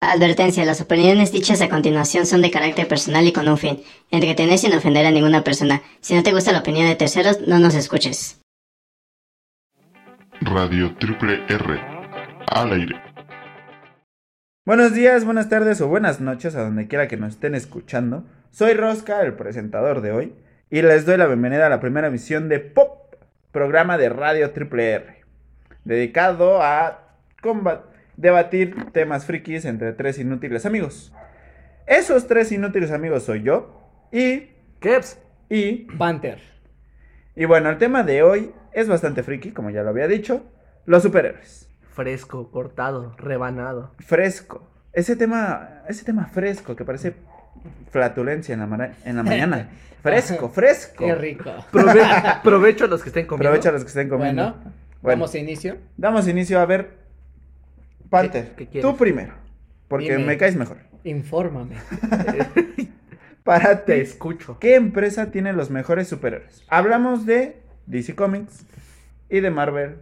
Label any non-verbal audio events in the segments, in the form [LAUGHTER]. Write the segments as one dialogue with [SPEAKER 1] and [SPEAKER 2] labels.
[SPEAKER 1] Advertencia, las opiniones dichas a continuación son de carácter personal y con un fin, entretener sin ofender a ninguna persona. Si no te gusta la opinión de terceros, no nos escuches.
[SPEAKER 2] Radio Triple R. Al aire.
[SPEAKER 3] Buenos días, buenas tardes o buenas noches a donde quiera que nos estén escuchando. Soy Rosca, el presentador de hoy, y les doy la bienvenida a la primera emisión de Pop, programa de Radio Triple R, dedicado a combat- debatir temas frikis entre tres inútiles amigos. Esos tres inútiles amigos soy yo y
[SPEAKER 4] Keps,
[SPEAKER 3] y
[SPEAKER 4] Panther.
[SPEAKER 3] y bueno, el tema de hoy es bastante friki, como ya lo había dicho, los superhéroes.
[SPEAKER 4] Fresco, cortado, rebanado.
[SPEAKER 3] Fresco. Ese tema, ese tema fresco que parece flatulencia en la, mara- en la
[SPEAKER 5] [LAUGHS]
[SPEAKER 3] mañana. Fresco, fresco.
[SPEAKER 5] Qué rico.
[SPEAKER 4] Prove- provecho a los que estén comiendo.
[SPEAKER 3] Aprovecha los que estén comiendo.
[SPEAKER 5] Bueno,
[SPEAKER 3] Bueno.
[SPEAKER 5] vamos a inicio.
[SPEAKER 3] Damos inicio a ver. Panther,
[SPEAKER 4] ¿Qué- qué quieres?
[SPEAKER 3] tú primero. Porque
[SPEAKER 5] Dime.
[SPEAKER 3] me caes mejor.
[SPEAKER 5] Infórmame.
[SPEAKER 3] Para
[SPEAKER 4] Te
[SPEAKER 3] ti,
[SPEAKER 4] escucho.
[SPEAKER 3] ¿qué empresa tiene los mejores superhéroes? Hablamos de DC Comics y de Marvel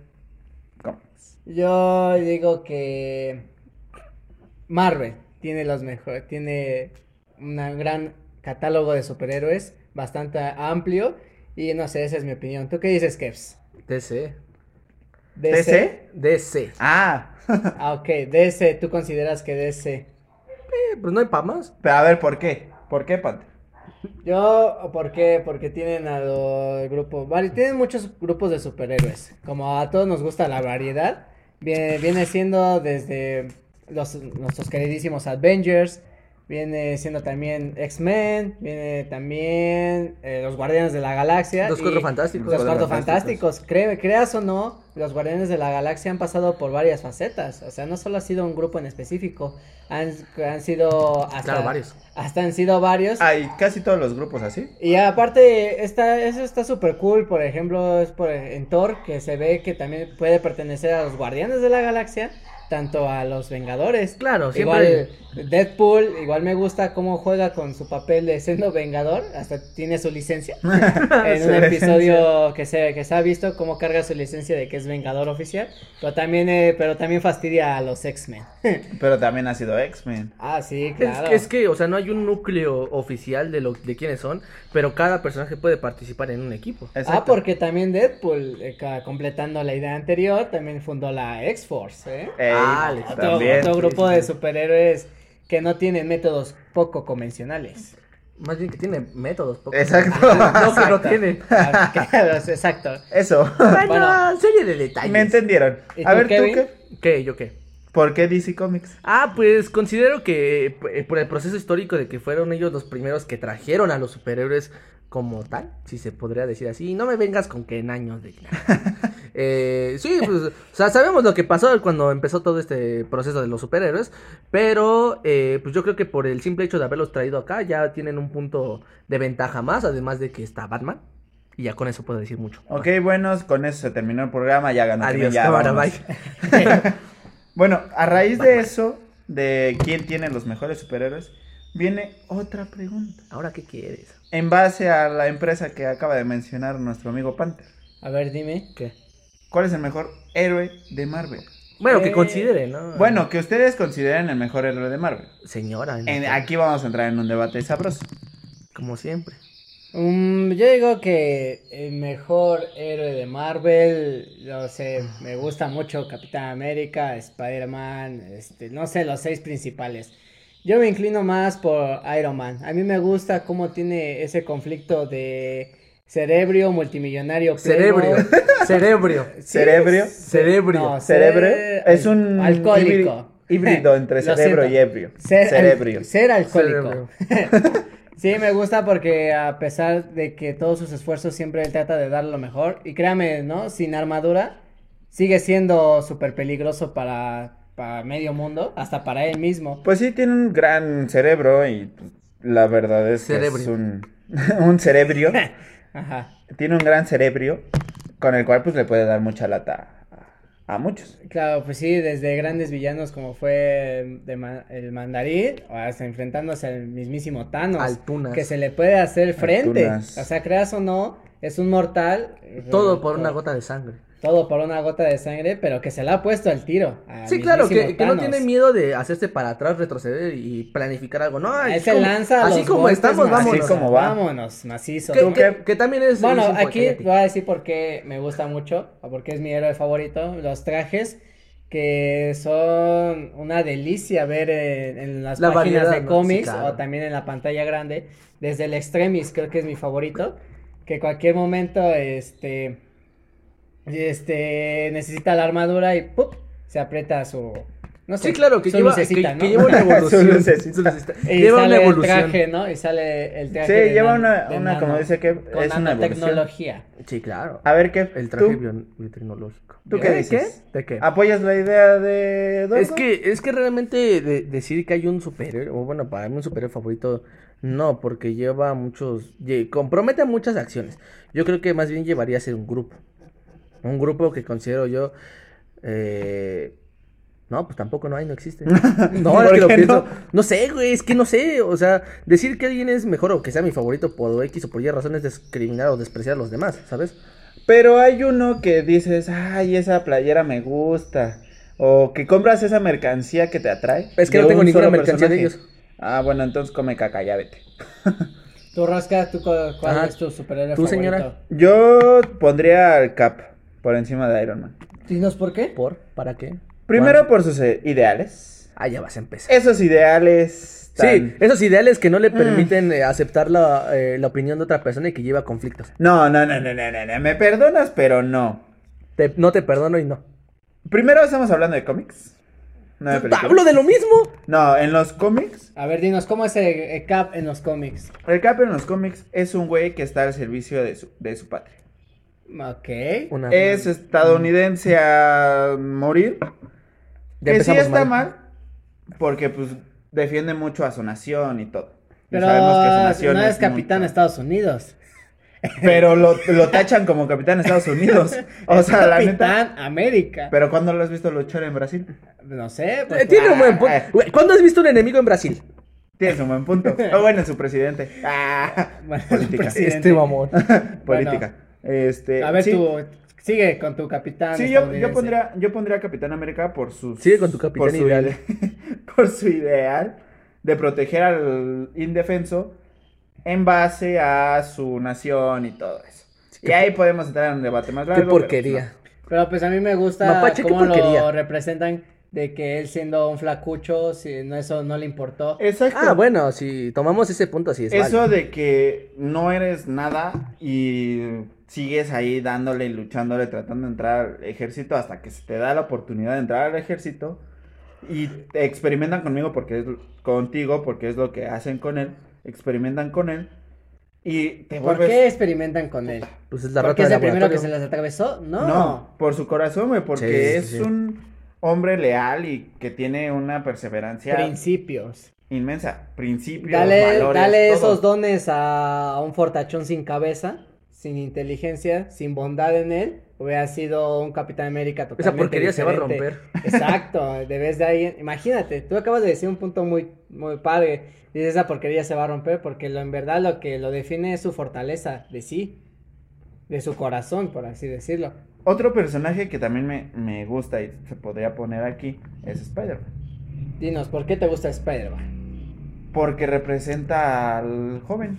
[SPEAKER 3] Comics.
[SPEAKER 5] Yo digo que Marvel tiene los mejores, tiene un gran catálogo de superhéroes, bastante amplio. Y no sé, esa es mi opinión. ¿Tú qué dices, Kevs?
[SPEAKER 4] DC.
[SPEAKER 3] ¿DC?
[SPEAKER 4] DC.
[SPEAKER 3] Ah, [LAUGHS]
[SPEAKER 5] Ah, ok, DC, ¿tú consideras que DC?
[SPEAKER 4] Eh, pues no hay pamas.
[SPEAKER 3] pero a ver, ¿por qué? ¿Por qué, Panther?
[SPEAKER 5] Yo, ¿por qué? Porque tienen a los grupos, vale, tienen muchos grupos de superhéroes. Como a todos nos gusta la variedad, viene, viene siendo desde los, nuestros queridísimos Avengers, viene siendo también X-Men, viene también eh, los Guardianes de la Galaxia.
[SPEAKER 4] Los
[SPEAKER 5] y-
[SPEAKER 4] Cuatro Fantásticos.
[SPEAKER 5] Los Cuatro
[SPEAKER 3] Fantásticos.
[SPEAKER 5] Fantásticos, Cree- creas o no, los Guardianes de la Galaxia han pasado por varias facetas. O sea, no solo ha sido un grupo en específico, han, han sido hasta
[SPEAKER 4] Claro, varios.
[SPEAKER 5] Hasta han sido varios.
[SPEAKER 3] Hay casi todos los grupos así.
[SPEAKER 5] Y aparte, está, eso está súper cool. Por ejemplo, es por, en Thor, que se ve que también puede pertenecer a los Guardianes de la Galaxia, tanto a los Vengadores.
[SPEAKER 4] Claro, siempre.
[SPEAKER 5] Igual Deadpool, igual me gusta cómo juega con su papel de siendo Vengador, hasta tiene
[SPEAKER 4] [LAUGHS]
[SPEAKER 5] su licencia.
[SPEAKER 3] Su
[SPEAKER 5] en un
[SPEAKER 3] licencia.
[SPEAKER 5] episodio que se, que se ha visto cómo carga su licencia de que es Vengador oficial, pero también, eh, pero también fastidia a los X-Men. [LAUGHS]
[SPEAKER 3] Pero también ha sido X-Men.
[SPEAKER 5] ah, sí,
[SPEAKER 4] Es,
[SPEAKER 5] claro.
[SPEAKER 4] es que, o sea, no hay un núcleo oficial de lo de quiénes son, pero cada personaje puede participar en un equipo.
[SPEAKER 3] Exacto.
[SPEAKER 5] Ah, porque también Deadpool, eh, ca- completando la idea anterior, también fundó la X-Force, ¿eh?
[SPEAKER 3] Ey,
[SPEAKER 4] Ah, Alex,
[SPEAKER 5] Otro,
[SPEAKER 3] también.
[SPEAKER 5] otro grupo
[SPEAKER 4] sí,
[SPEAKER 5] de
[SPEAKER 4] sí.
[SPEAKER 5] superhéroes que no tienen métodos
[SPEAKER 4] [LAUGHS]
[SPEAKER 5] poco convencionales.
[SPEAKER 4] Más bien que tiene métodos. poco-
[SPEAKER 3] Exacto.
[SPEAKER 4] [LAUGHS] No, que no tiene.
[SPEAKER 5] Ah, claro, sí, [LAUGHS] Exacto.
[SPEAKER 3] Eso.
[SPEAKER 4] Bueno, serie de detalles.
[SPEAKER 3] Me entendieron.
[SPEAKER 5] ¿Y
[SPEAKER 3] A
[SPEAKER 5] tú,
[SPEAKER 3] ver, ¿tú
[SPEAKER 5] Kevin?
[SPEAKER 3] qué?
[SPEAKER 4] ¿Qué? ¿Yo qué?
[SPEAKER 3] ¿Por qué DC Comics?
[SPEAKER 4] Ah, pues considero que eh, p- eh, por el proceso histórico de que fueron ellos los primeros que trajeron a los superhéroes como tal, si se podría decir así, y no me vengas con que en años de...
[SPEAKER 3] [LAUGHS]
[SPEAKER 4] Eh, sí, pues, o sea, sabemos lo que pasó cuando empezó todo este proceso de los superhéroes, pero eh, pues yo creo que por el simple hecho de haberlos traído acá ya tienen un punto de ventaja más, además de que está Batman, y ya con eso puedo decir mucho.
[SPEAKER 3] Ok, buenos, con eso se terminó el programa, ya ganó. Kevin,
[SPEAKER 4] Adiós,
[SPEAKER 3] ya,
[SPEAKER 4] cámara,
[SPEAKER 3] vámonos.
[SPEAKER 4] bye.
[SPEAKER 3] Bueno, a raíz de eso, de quién tiene los mejores superhéroes, viene otra pregunta.
[SPEAKER 4] Ahora, ¿qué quieres?
[SPEAKER 3] En base a la empresa que acaba de mencionar nuestro amigo Panther.
[SPEAKER 5] A ver, dime.
[SPEAKER 4] ¿Qué?
[SPEAKER 3] ¿Cuál es el mejor héroe de Marvel?
[SPEAKER 4] Bueno, que
[SPEAKER 5] Eh,
[SPEAKER 4] considere, ¿no?
[SPEAKER 3] Bueno, que ustedes consideren el mejor héroe de Marvel.
[SPEAKER 4] Señora. este ¿no?
[SPEAKER 3] En- aquí vamos a entrar en un debate sabroso.
[SPEAKER 4] Como siempre.
[SPEAKER 5] Mm, yo digo que el mejor héroe de Marvel, no sé, me gusta mucho Capitán América, Spider-Man, este, no sé, los seis principales. Yo me inclino más por Iron Man. A mí me gusta cómo tiene ese conflicto de cerebro multimillonario.
[SPEAKER 4] Cerebrio.
[SPEAKER 5] playboy.
[SPEAKER 4] [LAUGHS] Cerebrio.
[SPEAKER 5] [LAUGHS] Sí,
[SPEAKER 3] Cerebrio.
[SPEAKER 5] es-
[SPEAKER 4] Cerebrio.
[SPEAKER 5] no,
[SPEAKER 3] Cerebro
[SPEAKER 5] cere-
[SPEAKER 3] es un
[SPEAKER 5] alcohólico.
[SPEAKER 3] híbrido- híbrido entre
[SPEAKER 5] [LAUGHS] Lo
[SPEAKER 3] cerebro
[SPEAKER 5] siento.
[SPEAKER 3] y ebrio.
[SPEAKER 5] Ser,
[SPEAKER 3] Cerebrio.
[SPEAKER 5] al- ser alcohólico. [LAUGHS] sí, me gusta porque a pesar de que todos sus esfuerzos siempre él trata de dar lo mejor. Y créame, ¿no? Sin armadura sigue siendo súper peligroso para, para medio mundo, hasta para él mismo.
[SPEAKER 3] Pues sí, tiene un gran cerebro y la verdad es que
[SPEAKER 4] Cerebro.
[SPEAKER 3] es un, [LAUGHS] un
[SPEAKER 4] [LAUGHS]
[SPEAKER 3] cerebrio.
[SPEAKER 5] Ajá,
[SPEAKER 3] tiene un gran cerebro con el cual pues le puede dar mucha lata a, a muchos.
[SPEAKER 5] claro, pues sí, desde grandes villanos como fue de ma- el mandarín, o hasta enfrentándose al mismísimo Thanos.
[SPEAKER 4] Altunas.
[SPEAKER 5] que se le puede hacer frente.
[SPEAKER 3] Altunas.
[SPEAKER 5] O sea, creas o no, es un mortal.
[SPEAKER 4] Todo por
[SPEAKER 5] eh,
[SPEAKER 4] una gota de sangre.
[SPEAKER 5] Todo por una gota de sangre, pero que se la ha puesto al tiro. a
[SPEAKER 4] Sí, claro, que,
[SPEAKER 5] mismísimo
[SPEAKER 4] que no
[SPEAKER 5] Thanos.
[SPEAKER 4] tiene miedo de hacerse para atrás, retroceder y planificar algo. No,
[SPEAKER 5] Él
[SPEAKER 4] así
[SPEAKER 5] se
[SPEAKER 4] como,
[SPEAKER 5] Ah, lanza a
[SPEAKER 4] así
[SPEAKER 5] los
[SPEAKER 4] como
[SPEAKER 5] golpes
[SPEAKER 4] estamos,
[SPEAKER 5] macizo,
[SPEAKER 4] vámonos.
[SPEAKER 3] Así como va.
[SPEAKER 5] Vámonos, macizo.
[SPEAKER 4] Que,
[SPEAKER 5] ¿Tú qué?
[SPEAKER 4] que- que también es
[SPEAKER 5] Bueno,
[SPEAKER 4] es
[SPEAKER 5] aquí
[SPEAKER 4] importante.
[SPEAKER 5] voy a decir por qué me gusta mucho, o por qué es mi héroe favorito, los trajes que son una delicia ver en, en las
[SPEAKER 4] La
[SPEAKER 5] páginas
[SPEAKER 4] variedad,
[SPEAKER 5] de
[SPEAKER 4] ¿no?
[SPEAKER 5] cómics
[SPEAKER 4] Sí, claro.
[SPEAKER 5] o también en la pantalla grande, desde el Extremis creo que es mi favorito, que cualquier momento este este necesita la armadura y ¡pup! se aprieta su no sé,
[SPEAKER 4] Sí, claro, que
[SPEAKER 5] su
[SPEAKER 4] lleva,
[SPEAKER 5] lucecita,
[SPEAKER 4] que-
[SPEAKER 5] ¿no?
[SPEAKER 4] que lleva una evolución.
[SPEAKER 3] Su lucecita.
[SPEAKER 4] su lucecita.
[SPEAKER 5] [LAUGHS] Y
[SPEAKER 4] Lleva una
[SPEAKER 5] sale el
[SPEAKER 4] evolución.
[SPEAKER 5] traje, ¿no? Y sale el traje
[SPEAKER 3] Sí,
[SPEAKER 5] de
[SPEAKER 3] lleva
[SPEAKER 5] nan-
[SPEAKER 3] una,
[SPEAKER 5] de
[SPEAKER 3] una como
[SPEAKER 5] nano,
[SPEAKER 3] dice que
[SPEAKER 5] con
[SPEAKER 3] es una evolución.
[SPEAKER 5] nanotecnología.
[SPEAKER 4] Sí, claro.
[SPEAKER 5] Ah,
[SPEAKER 3] A ver, ¿qué?
[SPEAKER 4] El traje
[SPEAKER 3] ¿Tú?
[SPEAKER 4] bio- biotecnológico.
[SPEAKER 3] ¿Tú qué
[SPEAKER 4] ¿De
[SPEAKER 3] dices?
[SPEAKER 4] ¿De qué?
[SPEAKER 3] ¿Apoyas la idea de Dodo?
[SPEAKER 4] Es que, es que realmente de- decir que hay un superhéroe, o bueno, para mí un superhéroe favorito, no, porque lleva muchos, lle- compromete a muchas acciones. Yo creo que más bien llevaría a ser un grupo. Un grupo que considero yo, eh, no, pues tampoco no hay, no existe. No, es
[SPEAKER 3] ¿Por
[SPEAKER 4] que lo
[SPEAKER 3] qué
[SPEAKER 4] pienso,
[SPEAKER 3] no?
[SPEAKER 4] no? sé, güey, es que no sé, o sea, decir que alguien es mejor o que sea mi favorito por X o por Y razones discriminar o despreciar a los demás, ¿sabes?
[SPEAKER 3] Pero hay uno que dices, ay, esa playera me gusta. O que compras esa mercancía que te atrae.
[SPEAKER 4] Es que
[SPEAKER 3] de
[SPEAKER 4] no tengo
[SPEAKER 3] un
[SPEAKER 4] ninguna
[SPEAKER 3] solo
[SPEAKER 4] mercancía de
[SPEAKER 3] personaje. Ah, bueno, entonces come caca, ya vete.
[SPEAKER 5] Tú, Rosca, ¿tú, cu- ¿cuál
[SPEAKER 4] Ajá.
[SPEAKER 5] es tu superhéroe
[SPEAKER 4] Tú,
[SPEAKER 5] favorito?
[SPEAKER 4] señora.
[SPEAKER 3] Yo pondría al Cap por encima de Iron Man.
[SPEAKER 5] Dinos por qué.
[SPEAKER 4] ¿Por? ¿Para qué?
[SPEAKER 3] Primero por sus eh, ideales.
[SPEAKER 4] Ah, ya vas a empezar.
[SPEAKER 3] Esos ideales. tan- Mm.
[SPEAKER 4] Sí, esos ideales que no le permiten eh, aceptar la, eh, la opinión de otra persona y que lleva conflictos.
[SPEAKER 3] No, no, no, no, no, no, no, me perdonas, pero no.
[SPEAKER 4] Te- no te perdono y no.
[SPEAKER 3] Primero estamos hablando de cómics. No de películas.
[SPEAKER 4] Hablo de lo mismo.
[SPEAKER 3] No, en los cómics.
[SPEAKER 5] A ver, dinos, ¿cómo es el, el Cap en los cómics?
[SPEAKER 3] El Cap en los cómics es un güey que está al servicio de su, de su patria.
[SPEAKER 5] Ok.
[SPEAKER 4] Una-
[SPEAKER 3] Es estadounidense a morir.
[SPEAKER 4] Ya
[SPEAKER 3] que sí
[SPEAKER 4] empezamos
[SPEAKER 3] está mal. porque pues defiende mucho a su nación y todo. Y
[SPEAKER 5] Pero
[SPEAKER 3] sabemos que su nación
[SPEAKER 5] no es
[SPEAKER 3] [LAUGHS]
[SPEAKER 5] capitán de
[SPEAKER 3] muy-
[SPEAKER 5] Estados Unidos.
[SPEAKER 3] Pero lo, lo tachan como capitán de Estados
[SPEAKER 5] [LAUGHS]
[SPEAKER 3] Unidos. O
[SPEAKER 5] Es
[SPEAKER 3] sea, la neta.
[SPEAKER 5] capitán América.
[SPEAKER 3] Pero cuando lo has visto luchar en Brasil?
[SPEAKER 5] No sé.
[SPEAKER 4] Eh,
[SPEAKER 5] pues,
[SPEAKER 4] Tiene un buen
[SPEAKER 3] Ah, ah.
[SPEAKER 4] punto. Güey, ¿Cuándo has visto un enemigo en Brasil?
[SPEAKER 3] Tienes un buen
[SPEAKER 4] [LAUGHS]
[SPEAKER 3] punto. Ah, bueno, su presidente. Ah,
[SPEAKER 5] [LAUGHS] Bueno,
[SPEAKER 3] política.
[SPEAKER 5] presidente.
[SPEAKER 4] Este mamón.
[SPEAKER 3] Política. Este,
[SPEAKER 5] pues, A ver,
[SPEAKER 3] sí,
[SPEAKER 5] tú, sigue con tu capitán
[SPEAKER 3] Sí, yo, yo
[SPEAKER 5] estadounidense.
[SPEAKER 3] pondría, yo pondría a Capitán América por su.
[SPEAKER 4] Sigue con tu capitán
[SPEAKER 3] por su
[SPEAKER 4] ideal.
[SPEAKER 3] ide- [LAUGHS] por su ideal de proteger al indefenso en base a su nación y todo eso. Y ahí podemos entrar en un debate más
[SPEAKER 4] Qué
[SPEAKER 3] largo. pero,
[SPEAKER 4] porquería.
[SPEAKER 5] Pero pues a mí me gusta
[SPEAKER 4] Mapache, qué
[SPEAKER 5] cómo lo
[SPEAKER 4] porquería.
[SPEAKER 5] representan de que él siendo un flacucho, si no, eso no le importó.
[SPEAKER 3] no. Exacto.
[SPEAKER 4] Ah, bueno, si tomamos ese punto así es.
[SPEAKER 3] Eso
[SPEAKER 4] válido.
[SPEAKER 3] de que no eres nada y sigues ahí dándole, luchándole, tratando de entrar al ejército hasta que se te da la oportunidad de entrar al ejército y te experimentan conmigo porque es contigo, porque es lo que hacen con él, experimentan con él y te
[SPEAKER 5] ¿Por
[SPEAKER 3] vuelves
[SPEAKER 5] qué experimentan con él?
[SPEAKER 4] Pues es la
[SPEAKER 5] ¿Porque
[SPEAKER 4] rata
[SPEAKER 5] es
[SPEAKER 4] de
[SPEAKER 5] el primero que se
[SPEAKER 4] laboratorio.
[SPEAKER 5] les atravesó? No.
[SPEAKER 3] No. por su corazón, güey, porque
[SPEAKER 4] Sí,
[SPEAKER 3] es
[SPEAKER 4] sí, sí.
[SPEAKER 3] un hombre leal y que tiene una perseverancia
[SPEAKER 5] Principios.
[SPEAKER 3] inmensa, principios,
[SPEAKER 5] Dale,
[SPEAKER 3] valores,
[SPEAKER 5] dale
[SPEAKER 3] todo.
[SPEAKER 5] esos dones a un fortachón sin cabeza, sin inteligencia, sin bondad en él. Hubiera sido un Capitán América totalmente
[SPEAKER 4] Esa porquería se va a
[SPEAKER 5] diferente.
[SPEAKER 4] romper.
[SPEAKER 5] [LAUGHS] Exacto, debes de ahí. Imagínate, tú acabas de decir un punto muy, muy padre. Dices, esa porquería se va a romper porque lo, en verdad lo que lo define es su fortaleza de sí, de su corazón, por así decirlo.
[SPEAKER 3] Otro personaje que también me, me gusta y se podría poner aquí es Spider-Man.
[SPEAKER 5] Dinos, ¿por qué te gusta Spider-Man?
[SPEAKER 3] Porque representa al joven.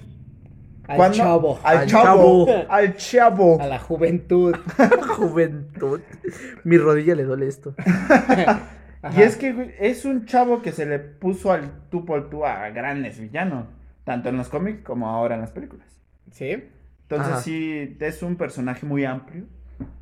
[SPEAKER 5] Al
[SPEAKER 3] Cuando-
[SPEAKER 5] chavo,
[SPEAKER 3] Al,
[SPEAKER 4] Al
[SPEAKER 3] chavo.
[SPEAKER 5] chavo.
[SPEAKER 3] Al chavo.
[SPEAKER 5] a
[SPEAKER 4] [LAUGHS]
[SPEAKER 5] la juventud.
[SPEAKER 4] [LAUGHS] Juventud. Mi rodilla le duele esto.
[SPEAKER 5] Ajá.
[SPEAKER 3] Y es que güey, es un chavo que se le puso al tú por tú a grandes villanos. Tanto en los cómics como ahora en las películas.
[SPEAKER 5] Sí.
[SPEAKER 3] Entonces
[SPEAKER 4] Ajá.
[SPEAKER 3] sí, es un personaje muy amplio,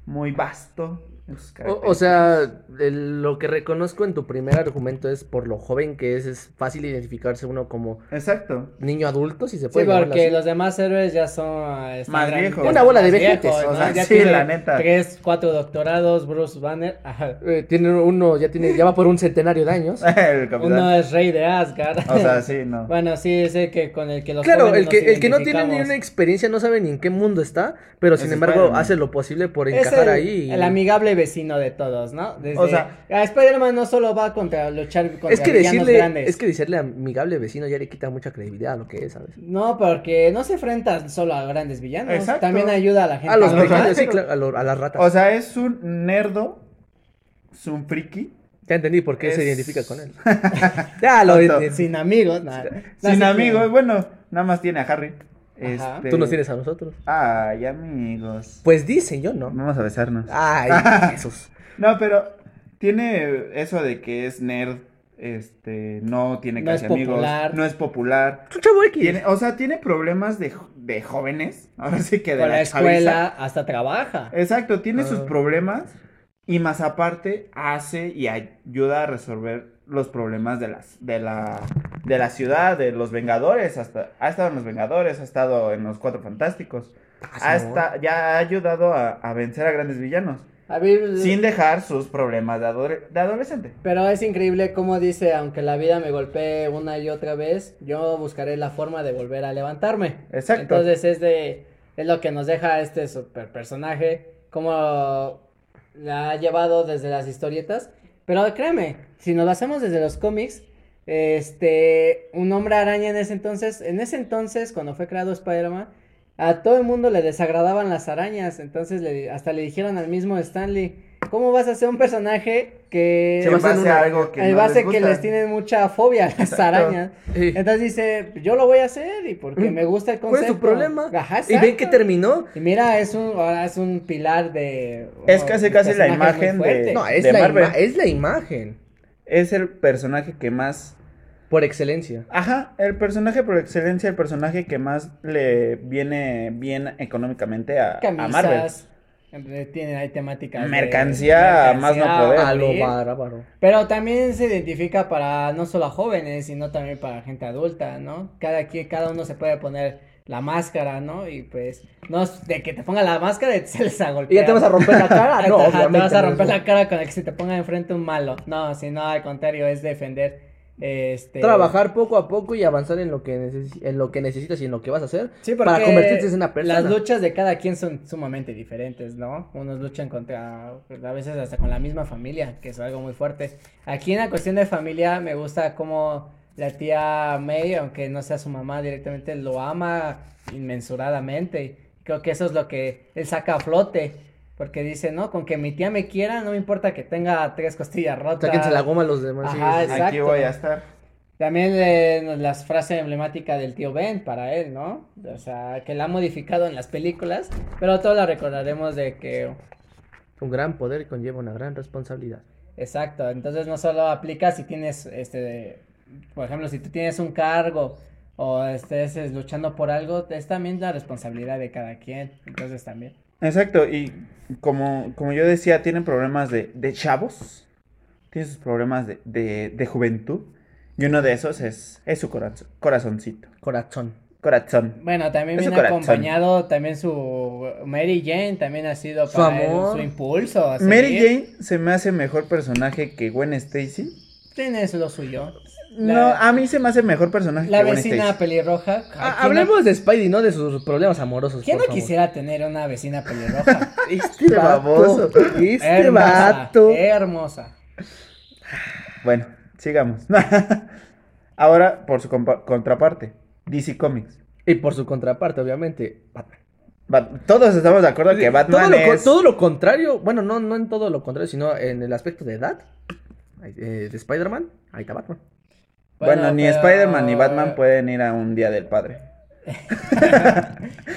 [SPEAKER 3] muy vasto. en sus
[SPEAKER 4] O,
[SPEAKER 3] características.
[SPEAKER 4] o sea, el- lo que reconozco en tu primer argumento es por lo joven que es, es fácil identificarse uno como
[SPEAKER 3] Exacto. [LAUGHS]
[SPEAKER 4] niño adulto, si se
[SPEAKER 5] Sí,
[SPEAKER 4] puede. llamarlo
[SPEAKER 5] porque
[SPEAKER 4] así.
[SPEAKER 5] los demás héroes ya son... están
[SPEAKER 3] Más
[SPEAKER 5] gran-
[SPEAKER 3] viejos.
[SPEAKER 5] ya
[SPEAKER 3] Una
[SPEAKER 5] son
[SPEAKER 4] bola de
[SPEAKER 5] más
[SPEAKER 4] vejetes,
[SPEAKER 5] viejos,
[SPEAKER 3] o
[SPEAKER 5] ¿no?
[SPEAKER 3] sea,
[SPEAKER 5] Ya
[SPEAKER 3] sí,
[SPEAKER 5] tiene
[SPEAKER 3] la neta.
[SPEAKER 5] Tres, cuatro doctorados, Bruce Banner. [LAUGHS] Ajá.
[SPEAKER 4] Eh, tiene uno, ya tiene, ya va por un centenario de
[SPEAKER 5] [LAUGHS]
[SPEAKER 4] años.
[SPEAKER 3] El capitán.
[SPEAKER 5] Uno es rey de Asgard.
[SPEAKER 3] O sea, sí, no.
[SPEAKER 5] [LAUGHS] Bueno, sí, es el que con el que los
[SPEAKER 4] Claro,
[SPEAKER 5] jóvenes
[SPEAKER 4] el que,
[SPEAKER 5] nos
[SPEAKER 4] el que no tiene ni
[SPEAKER 5] identificamos.
[SPEAKER 4] una experiencia no sabe ni en qué mundo está, pero sin
[SPEAKER 3] Es
[SPEAKER 4] embargo
[SPEAKER 3] Spider-Man.
[SPEAKER 4] hace lo posible por
[SPEAKER 5] Es
[SPEAKER 4] encajar
[SPEAKER 5] el,
[SPEAKER 4] ahí. y-
[SPEAKER 5] el amigable héroe vecino de todos, ¿no? Desde,
[SPEAKER 3] O sea-
[SPEAKER 5] a Spider-Man no solo va contra luchar contra
[SPEAKER 4] Es que,
[SPEAKER 5] villanos
[SPEAKER 4] decirle,
[SPEAKER 5] grandes.
[SPEAKER 4] es que decirle amigable vecino ya le quita mucha credibilidad a lo que es, ¿sabes?
[SPEAKER 5] No, porque no se enfrenta solo a grandes villanos.
[SPEAKER 3] Exacto.
[SPEAKER 5] También ayuda a la gente.
[SPEAKER 4] A los
[SPEAKER 3] los
[SPEAKER 4] pequeños,
[SPEAKER 3] ratas.
[SPEAKER 4] sí, claro, a, lo- a las ratas.
[SPEAKER 3] O sea, es un nerdo, es un friki.
[SPEAKER 4] ya entendí por qué se
[SPEAKER 3] es-
[SPEAKER 4] identifica
[SPEAKER 5] [LAUGHS]
[SPEAKER 4] con él. ya lo
[SPEAKER 3] Tonto.
[SPEAKER 4] entendí.
[SPEAKER 5] Sin amigos. nada.
[SPEAKER 3] Sin
[SPEAKER 5] Nada,
[SPEAKER 3] amigos, bueno, nada más tiene a Harry.
[SPEAKER 5] Ajá.
[SPEAKER 3] Este-
[SPEAKER 4] Tú nos tienes a nosotros.
[SPEAKER 3] Ay, amigos.
[SPEAKER 4] Pues dicen, yo no.
[SPEAKER 3] Vamos a besarnos.
[SPEAKER 5] [LAUGHS]
[SPEAKER 4] Ay, Jesús.
[SPEAKER 3] No, pero tiene eso de que es nerd, este, no tiene
[SPEAKER 5] No
[SPEAKER 3] casi
[SPEAKER 5] es
[SPEAKER 3] amigos,
[SPEAKER 5] popular.
[SPEAKER 3] no es popular.
[SPEAKER 4] Es un chavo X.
[SPEAKER 3] Tiene, o sea, tiene problemas de, jo- de jóvenes, ahora sí que de
[SPEAKER 5] Con la
[SPEAKER 3] chaviza.
[SPEAKER 5] escuela hasta trabaja.
[SPEAKER 3] Exacto, tiene sus
[SPEAKER 4] Ah.
[SPEAKER 3] problemas y más aparte hace y ayuda a resolver los problemas de las de la de la ciudad, de los Vengadores, hasta ha estado en los Vengadores, ha estado en los Cuatro Fantásticos,
[SPEAKER 5] Ah,
[SPEAKER 3] ha esta- ya ha ayudado a, a vencer a grandes villanos.
[SPEAKER 5] A ver,
[SPEAKER 3] Sin dejar sus problemas de, adore- de adolescente.
[SPEAKER 5] Pero es increíble cómo dice, aunque la vida me golpee una y otra vez, yo buscaré la forma de volver a levantarme.
[SPEAKER 3] Exacto.
[SPEAKER 5] Entonces es de, es lo que nos deja este super personaje, cómo la ha llevado desde las historietas. Pero créeme, si nos lo hacemos desde los cómics, este, un hombre araña en ese entonces, en ese entonces, cuando fue creado Spider-Man, a todo el mundo le desagradaban las arañas, entonces le- hasta le dijeron al mismo Stanley, ¿cómo vas a hacer un personaje que...
[SPEAKER 3] Se basa en
[SPEAKER 4] una-
[SPEAKER 3] algo que
[SPEAKER 5] El
[SPEAKER 3] no
[SPEAKER 5] base
[SPEAKER 3] les
[SPEAKER 5] que
[SPEAKER 3] gusta.
[SPEAKER 5] les tienen mucha fobia a las
[SPEAKER 3] Exacto.
[SPEAKER 5] arañas.
[SPEAKER 4] Sí.
[SPEAKER 5] Entonces dice, yo lo voy a hacer y porque me gusta el
[SPEAKER 4] ¿Cuál
[SPEAKER 5] concepto.
[SPEAKER 4] es Eh, tu problema?
[SPEAKER 5] Ajá,
[SPEAKER 4] y ven
[SPEAKER 5] exacto.
[SPEAKER 4] que terminó.
[SPEAKER 5] Y mira, es un, ahora es un pilar de...
[SPEAKER 3] Es casi,
[SPEAKER 5] un
[SPEAKER 3] casi la
[SPEAKER 5] personaje
[SPEAKER 3] imagen
[SPEAKER 5] muy fuerte.
[SPEAKER 3] de-
[SPEAKER 4] No, es
[SPEAKER 3] de
[SPEAKER 4] la,
[SPEAKER 3] Marvel.
[SPEAKER 4] ima- es la imagen.
[SPEAKER 3] Es el personaje que más.
[SPEAKER 4] Por excelencia.
[SPEAKER 3] Ajá, el personaje por excelencia, el personaje que más le viene bien económicamente a, a Marvel.
[SPEAKER 5] Camisas, eh, tiene ahí temáticas. de-
[SPEAKER 3] Mercancía a más no
[SPEAKER 5] mercancía,
[SPEAKER 3] poder.
[SPEAKER 4] Ah, A lo
[SPEAKER 5] abrir.
[SPEAKER 4] bárbaro.
[SPEAKER 5] Pero también se identifica para no solo a jóvenes, sino también para gente adulta, ¿no? Cada, quien- cada uno se puede poner la máscara, ¿no? Y pues, no es de que te ponga la máscara y te [LAUGHS] sales a golpear.
[SPEAKER 4] ¿Y ya te vas a romper la [LAUGHS] cara? No,
[SPEAKER 5] Ajá,
[SPEAKER 4] obviamente.
[SPEAKER 5] te vas a romper
[SPEAKER 4] no.
[SPEAKER 5] la cara con el que se te ponga enfrente un malo. No, sino al contrario, es defender, este...
[SPEAKER 4] Trabajar poco a poco y avanzar en lo que, neces- en lo que necesitas y en lo que vas a hacer
[SPEAKER 5] Sí, porque
[SPEAKER 4] para convertirte en una persona.
[SPEAKER 5] Las luchas de cada quien son sumamente diferentes, ¿no? Unos luchan contra, a veces hasta con la misma familia, que es algo muy fuerte. Aquí en la cuestión de familia me gusta cómo la tía May, aunque no sea su mamá directamente, lo ama inmensuradamente. Creo que eso es lo que él saca a flote, porque dice, no, con que mi tía me quiera, no me importa que tenga tres costillas rotas.
[SPEAKER 4] Sáquense la goma a los demás. sí,
[SPEAKER 5] Ajá,
[SPEAKER 4] sí, sí.
[SPEAKER 5] exacto.
[SPEAKER 3] Aquí voy a estar.
[SPEAKER 5] También eh, la frase emblemática del tío Ben para él, ¿no? O sea, que la ha modificado en las películas, pero todos la recordaremos de que,
[SPEAKER 4] Un gran poder conlleva una gran responsabilidad.
[SPEAKER 5] exacto, entonces no solo aplica si tienes, este, por ejemplo, si tú tienes un cargo o estés eh, luchando por algo, es también la responsabilidad de cada quien, entonces también.
[SPEAKER 3] Exacto, y como, como yo decía, tienen problemas de, de chavos, tienen sus problemas de, de, de juventud, y uno de esos es, es su corazón, corazoncito,
[SPEAKER 4] Corazón.
[SPEAKER 3] corazón.
[SPEAKER 5] Bueno, también
[SPEAKER 3] Es su
[SPEAKER 5] viene
[SPEAKER 3] corazón.
[SPEAKER 5] acompañado también su Mary Jane, también ha sido
[SPEAKER 4] Su
[SPEAKER 5] para él
[SPEAKER 4] amor.
[SPEAKER 5] su impulso. a
[SPEAKER 3] Mary Jane
[SPEAKER 5] seguir.
[SPEAKER 3] se me hace mejor personaje que Gwen Stacy.
[SPEAKER 5] Tiene lo suyo. La-
[SPEAKER 3] No, a mí se me hace mejor personaje
[SPEAKER 5] La
[SPEAKER 3] que Gwen
[SPEAKER 5] vecina
[SPEAKER 3] Stacy.
[SPEAKER 5] pelirroja.
[SPEAKER 4] Ah,
[SPEAKER 5] ¿quién no-
[SPEAKER 4] hablemos de Spidey, no de sus problemas amorosos.
[SPEAKER 5] ¿Quién
[SPEAKER 4] por
[SPEAKER 5] no
[SPEAKER 4] favor.
[SPEAKER 5] quisiera tener una vecina
[SPEAKER 3] [LAUGHS]
[SPEAKER 5] pelirroja?
[SPEAKER 4] Este baboso.
[SPEAKER 3] baboso.
[SPEAKER 4] Este
[SPEAKER 5] hermosa,
[SPEAKER 4] vato.
[SPEAKER 5] Hermosa.
[SPEAKER 3] Bueno, sigamos. [LAUGHS] Ahora, por su compa- contraparte, DC Comics.
[SPEAKER 4] Y por su contraparte, obviamente. Batman.
[SPEAKER 3] Bat- Todos estamos de acuerdo que Batman
[SPEAKER 4] todo, lo, co-
[SPEAKER 3] es...
[SPEAKER 4] todo lo contrario, bueno, no, no en todo lo contrario, sino en el aspecto de edad ahí, eh, de Spider-Man, ahí está Batman.
[SPEAKER 3] Bueno, ni
[SPEAKER 5] pero-
[SPEAKER 3] Spider-Man ni Batman pues. pueden ir a un Día del Padre.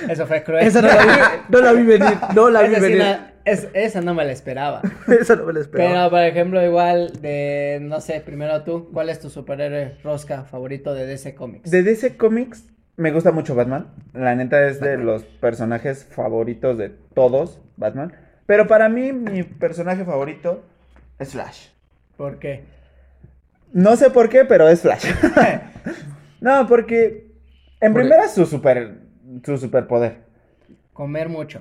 [SPEAKER 5] Eso fue cruel.
[SPEAKER 4] Esa no
[SPEAKER 5] [LAUGHS]
[SPEAKER 4] la vi, no la vi venir, no la vi
[SPEAKER 5] Esa sí
[SPEAKER 4] venir.
[SPEAKER 5] na- es- esa no me la esperaba.
[SPEAKER 4] [LAUGHS] Esa no me la esperaba.
[SPEAKER 5] Pero, por ejemplo, igual de, no sé, primero tú, ¿cuál es tu superhéroe rosca favorito de DC Comics?
[SPEAKER 3] De DC Comics me gusta mucho Batman. La neta es de los personajes favoritos de todos, Batman. Pero para mí mi personaje favorito es Flash.
[SPEAKER 5] ¿Por qué?
[SPEAKER 3] No sé por qué, pero es [LAUGHS] Flash. no, porque en
[SPEAKER 4] Por-
[SPEAKER 3] primera su super su superpoder
[SPEAKER 5] Comer mucho.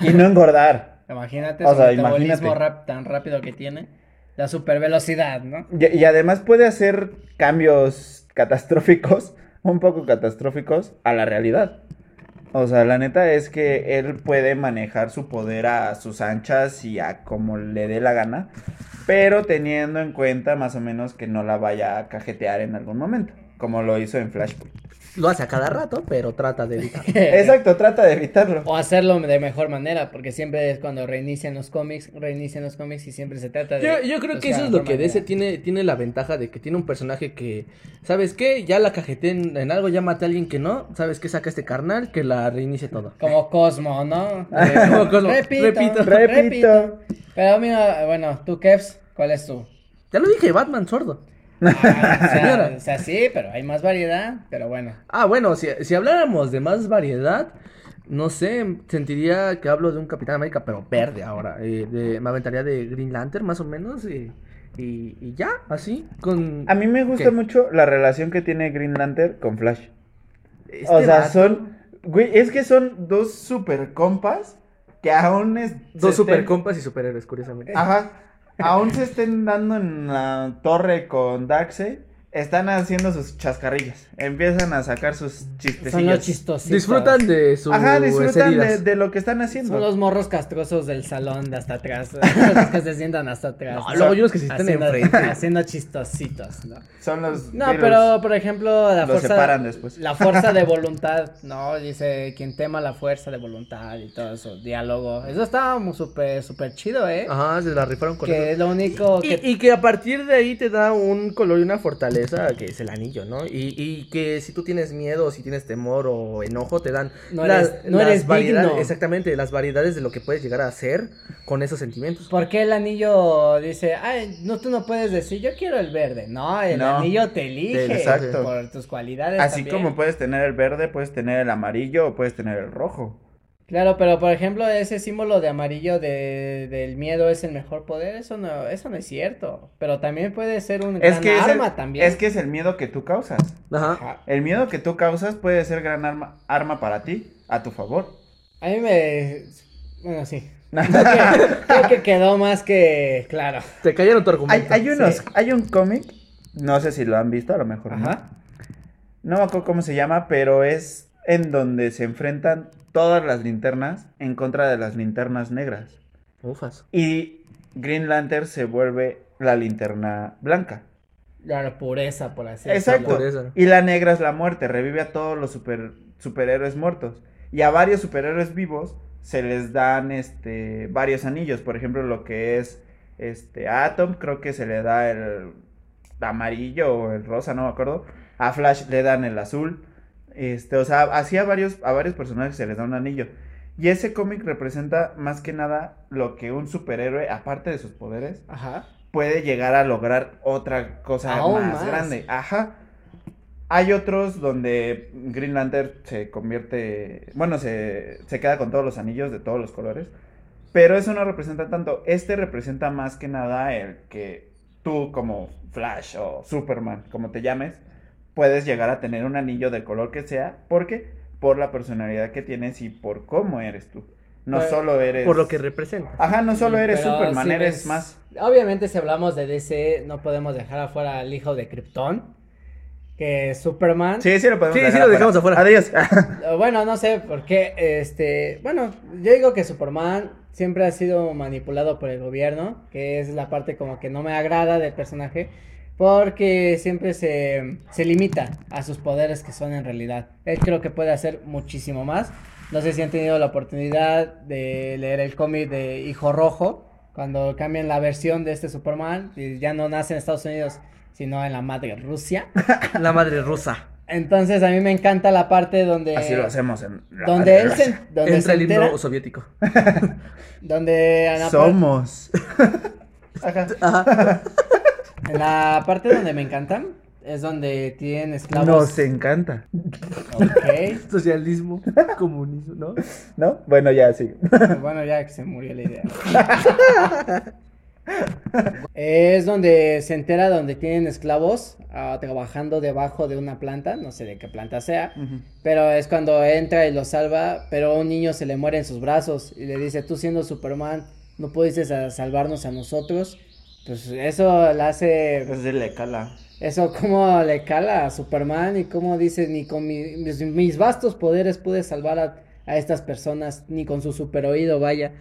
[SPEAKER 3] y no engordar.
[SPEAKER 5] Imagínate
[SPEAKER 3] O
[SPEAKER 5] su
[SPEAKER 3] sea,
[SPEAKER 5] metabolismo
[SPEAKER 3] imagínate.
[SPEAKER 5] rap- tan rápido que tiene. La supervelocidad, ¿no?
[SPEAKER 3] Y, y además puede hacer [LAUGHS] cambios catastróficos, un poco catastróficos a la realidad. O sea, la neta es que él puede manejar su poder a sus anchas y a como le dé la gana, pero teniendo en cuenta más o menos que no la vaya a cajetear en algún momento, como lo hizo en Flashpoint.
[SPEAKER 4] Lo hace a cada rato, pero trata de evitar.
[SPEAKER 3] Exacto, trata de evitarlo.
[SPEAKER 5] O hacerlo de mejor manera, porque siempre es cuando reinician los cómics, reinician los cómics y siempre se trata de...
[SPEAKER 4] Yo, yo creo que
[SPEAKER 5] buscar
[SPEAKER 4] eso es
[SPEAKER 5] la
[SPEAKER 4] lo que de
[SPEAKER 5] manera.
[SPEAKER 4] ese tiene, tiene la ventaja de que tiene un personaje que, ¿sabes qué? Ya la cajeté en, en algo, ya maté a alguien que no, ¿sabes qué? Saca este carnal que la reinicie todo.
[SPEAKER 5] Como Cosmo, ¿no?
[SPEAKER 4] Eh, [LAUGHS] como Cosmo.
[SPEAKER 5] repito,
[SPEAKER 4] Repito.
[SPEAKER 5] repito,
[SPEAKER 3] Repito.
[SPEAKER 5] Pero mira, bueno, tú, Kevs, ¿cuál es tu?
[SPEAKER 4] Ya lo dije, Batman sordo.
[SPEAKER 5] Ah, o,
[SPEAKER 4] Señora.
[SPEAKER 5] sea, o sea, sí, pero hay más variedad, pero bueno.
[SPEAKER 4] Ah, bueno, si, si habláramos de más variedad, no sé, sentiría que hablo de un Capitán América, pero verde ahora. eh, de- me aventaría de Green Lantern, más o menos, y, y- y ya, así, con...
[SPEAKER 3] A mí me gusta
[SPEAKER 4] ¿Qué?
[SPEAKER 3] mucho la relación que tiene Green Lantern con Flash.
[SPEAKER 4] Este
[SPEAKER 3] O sea,
[SPEAKER 4] vato-
[SPEAKER 3] son. Güey, es que son dos super compas que aún es.
[SPEAKER 4] Dos
[SPEAKER 3] se
[SPEAKER 4] super
[SPEAKER 3] estén-
[SPEAKER 4] compas y superhéroes, curiosamente.
[SPEAKER 3] Ajá. Aún se estén dando en la torre con Darkseid. Están haciendo sus chascarrillas. Empiezan a sacar sus chistecillos.
[SPEAKER 5] Son los chistositos.
[SPEAKER 4] Disfrutan de sus
[SPEAKER 3] Ajá, disfrutan de,
[SPEAKER 4] heridas.
[SPEAKER 3] de lo que están haciendo.
[SPEAKER 5] Son los morros castrosos del salón de hasta atrás. [LAUGHS] los que se sientan hasta atrás.
[SPEAKER 4] No, luego hay unos que se sientan
[SPEAKER 5] Haciendo-
[SPEAKER 4] enfrente.
[SPEAKER 5] Haciendo chistositos, ¿no?
[SPEAKER 3] Son los
[SPEAKER 5] No,
[SPEAKER 3] virus.
[SPEAKER 5] pero por ejemplo, la
[SPEAKER 3] Los
[SPEAKER 5] fuerza.
[SPEAKER 3] separan después.
[SPEAKER 5] La
[SPEAKER 3] [LAUGHS]
[SPEAKER 5] fuerza de voluntad, ¿no? Dice, quien tema la fuerza de voluntad y todo eso, diálogo. Eso estaba mu- súper, súper chido, ¿eh?
[SPEAKER 3] Ah,
[SPEAKER 4] Ajá, se la rifaron con
[SPEAKER 5] que
[SPEAKER 4] eso.
[SPEAKER 5] es lo único que.
[SPEAKER 4] Y, y que a partir de ahí te da un color y una fortaleza que es el anillo, ¿no? Y, y que si tú tienes miedo, si tienes temor o enojo, te dan
[SPEAKER 5] No eres- no eres
[SPEAKER 4] variedades,
[SPEAKER 5] digno.
[SPEAKER 4] exactamente, las variedades de lo que puedes llegar a hacer con esos sentimientos.
[SPEAKER 5] ¿Por qué el anillo dice, ay, no, tú no puedes decir, yo quiero el verde? No, el
[SPEAKER 3] No.
[SPEAKER 5] anillo te elige
[SPEAKER 3] Exacto.
[SPEAKER 5] por tus cualidades.
[SPEAKER 3] Así
[SPEAKER 5] pues, también.
[SPEAKER 3] como puedes tener el verde, puedes tener el amarillo o puedes tener el rojo.
[SPEAKER 5] Claro, pero por ejemplo, ese símbolo de amarillo de, del miedo es el mejor poder, eso no, eso no es cierto. Pero también puede ser un
[SPEAKER 3] Es
[SPEAKER 5] gran
[SPEAKER 3] que, es el,
[SPEAKER 5] arma también. Ah.
[SPEAKER 3] es que es el miedo que tú causas.
[SPEAKER 4] Ajá.
[SPEAKER 5] Ajá.
[SPEAKER 3] El miedo que tú causas puede ser gran arma, arma para ti, a tu favor.
[SPEAKER 5] A mí me...
[SPEAKER 3] [LAUGHS]
[SPEAKER 5] Bueno, sí. Creo que, creo que quedó más que claro.
[SPEAKER 4] Te cayeron tu
[SPEAKER 3] Hay,
[SPEAKER 4] argumento.
[SPEAKER 3] hay unos,
[SPEAKER 5] Sí.
[SPEAKER 3] hay un cómic, no sé si lo han visto, a lo mejor no.
[SPEAKER 5] Ajá.
[SPEAKER 3] No me acuerdo cómo se llama, pero es en donde se enfrentan todas las linternas en contra de las linternas negras.
[SPEAKER 4] Ufas.
[SPEAKER 3] Y Green Lantern se vuelve la linterna blanca.
[SPEAKER 5] La pureza, por así
[SPEAKER 3] Exacto.
[SPEAKER 5] decirlo.
[SPEAKER 4] por eso.
[SPEAKER 3] Y la negra es la muerte, revive a todos los super, superhéroes muertos. Y a varios superhéroes vivos se les dan este varios anillos. Por ejemplo, lo que es este Atom, creo que se le da el amarillo o el rosa, no me acuerdo. A Flash le dan el azul. Este, o sea, así a varios, a varios personajes se les da un anillo. Y ese cómic representa más que nada lo que un superhéroe, aparte de sus poderes,
[SPEAKER 5] Ajá.
[SPEAKER 3] puede llegar a lograr otra cosa
[SPEAKER 5] Aún
[SPEAKER 3] más,
[SPEAKER 5] más.
[SPEAKER 3] grande. Ajá. Hay otros donde Green Lantern se convierte, bueno, se, se queda con todos los anillos de todos los colores, pero eso no representa tanto. Este representa más que nada el que tú como Flash o Superman, como te llames, puedes llegar a tener un anillo del color que sea, porque por la personalidad que tienes y por cómo eres tú. No
[SPEAKER 5] Pues,
[SPEAKER 3] solo eres...
[SPEAKER 4] Por lo que representa.
[SPEAKER 3] Ajá, no solo eres
[SPEAKER 5] Pero
[SPEAKER 3] Superman,
[SPEAKER 5] si
[SPEAKER 3] eres
[SPEAKER 5] ves-
[SPEAKER 3] más...
[SPEAKER 5] Obviamente, si hablamos de DC, no podemos dejar afuera al hijo de Krypton, que es Superman.
[SPEAKER 3] Sí, sí lo podemos
[SPEAKER 4] Sí, sí
[SPEAKER 3] dejar
[SPEAKER 4] lo dejamos afuera.
[SPEAKER 3] Adiós.
[SPEAKER 5] Eh, Bueno, no sé por qué, este, bueno, yo digo que Superman siempre ha sido manipulado por el gobierno, que es la parte como que no me agrada del personaje, porque siempre se, se limita a sus poderes que son en realidad. Él creo que puede hacer muchísimo más. No sé si han tenido la oportunidad de leer el cómic de Hijo Rojo, cuando cambian la versión de este Superman, y ya no nace en Estados Unidos, sino en la madre Rusia.
[SPEAKER 4] La madre rusa.
[SPEAKER 5] Entonces a mí me encanta la parte donde...
[SPEAKER 3] Así lo hacemos en la
[SPEAKER 5] Donde él se,
[SPEAKER 3] madre.
[SPEAKER 5] [LAUGHS] donde
[SPEAKER 4] Entra
[SPEAKER 5] se
[SPEAKER 4] el himno
[SPEAKER 5] entera,
[SPEAKER 4] soviético.
[SPEAKER 5] donde en la, par-
[SPEAKER 4] pues.
[SPEAKER 3] Somos.
[SPEAKER 4] [LAUGHS]
[SPEAKER 3] Ajá.
[SPEAKER 5] en la parte donde me encantan es donde tienen esclavos.
[SPEAKER 3] Nos encanta.
[SPEAKER 5] Ok.
[SPEAKER 3] [LAUGHS]
[SPEAKER 4] Socialismo, comunismo, ¿no?
[SPEAKER 3] ¿No? Bueno, ya sí.
[SPEAKER 5] Bueno, ya que se murió la idea. es donde se entera donde tienen esclavos ah, trabajando debajo de una planta, no sé de qué planta sea, pero es cuando entra y los salva, pero a un niño se le muere en sus brazos y le dice, tú siendo Superman, no pudiste sa- salvarnos a nosotros. Pues eso la hace
[SPEAKER 3] Es de le cala.
[SPEAKER 5] Eso cómo le cala a Superman y cómo dice, ni con mi- mis, mis vastos poderes pude salvar a, a estas personas, ni con su super oído, vaya.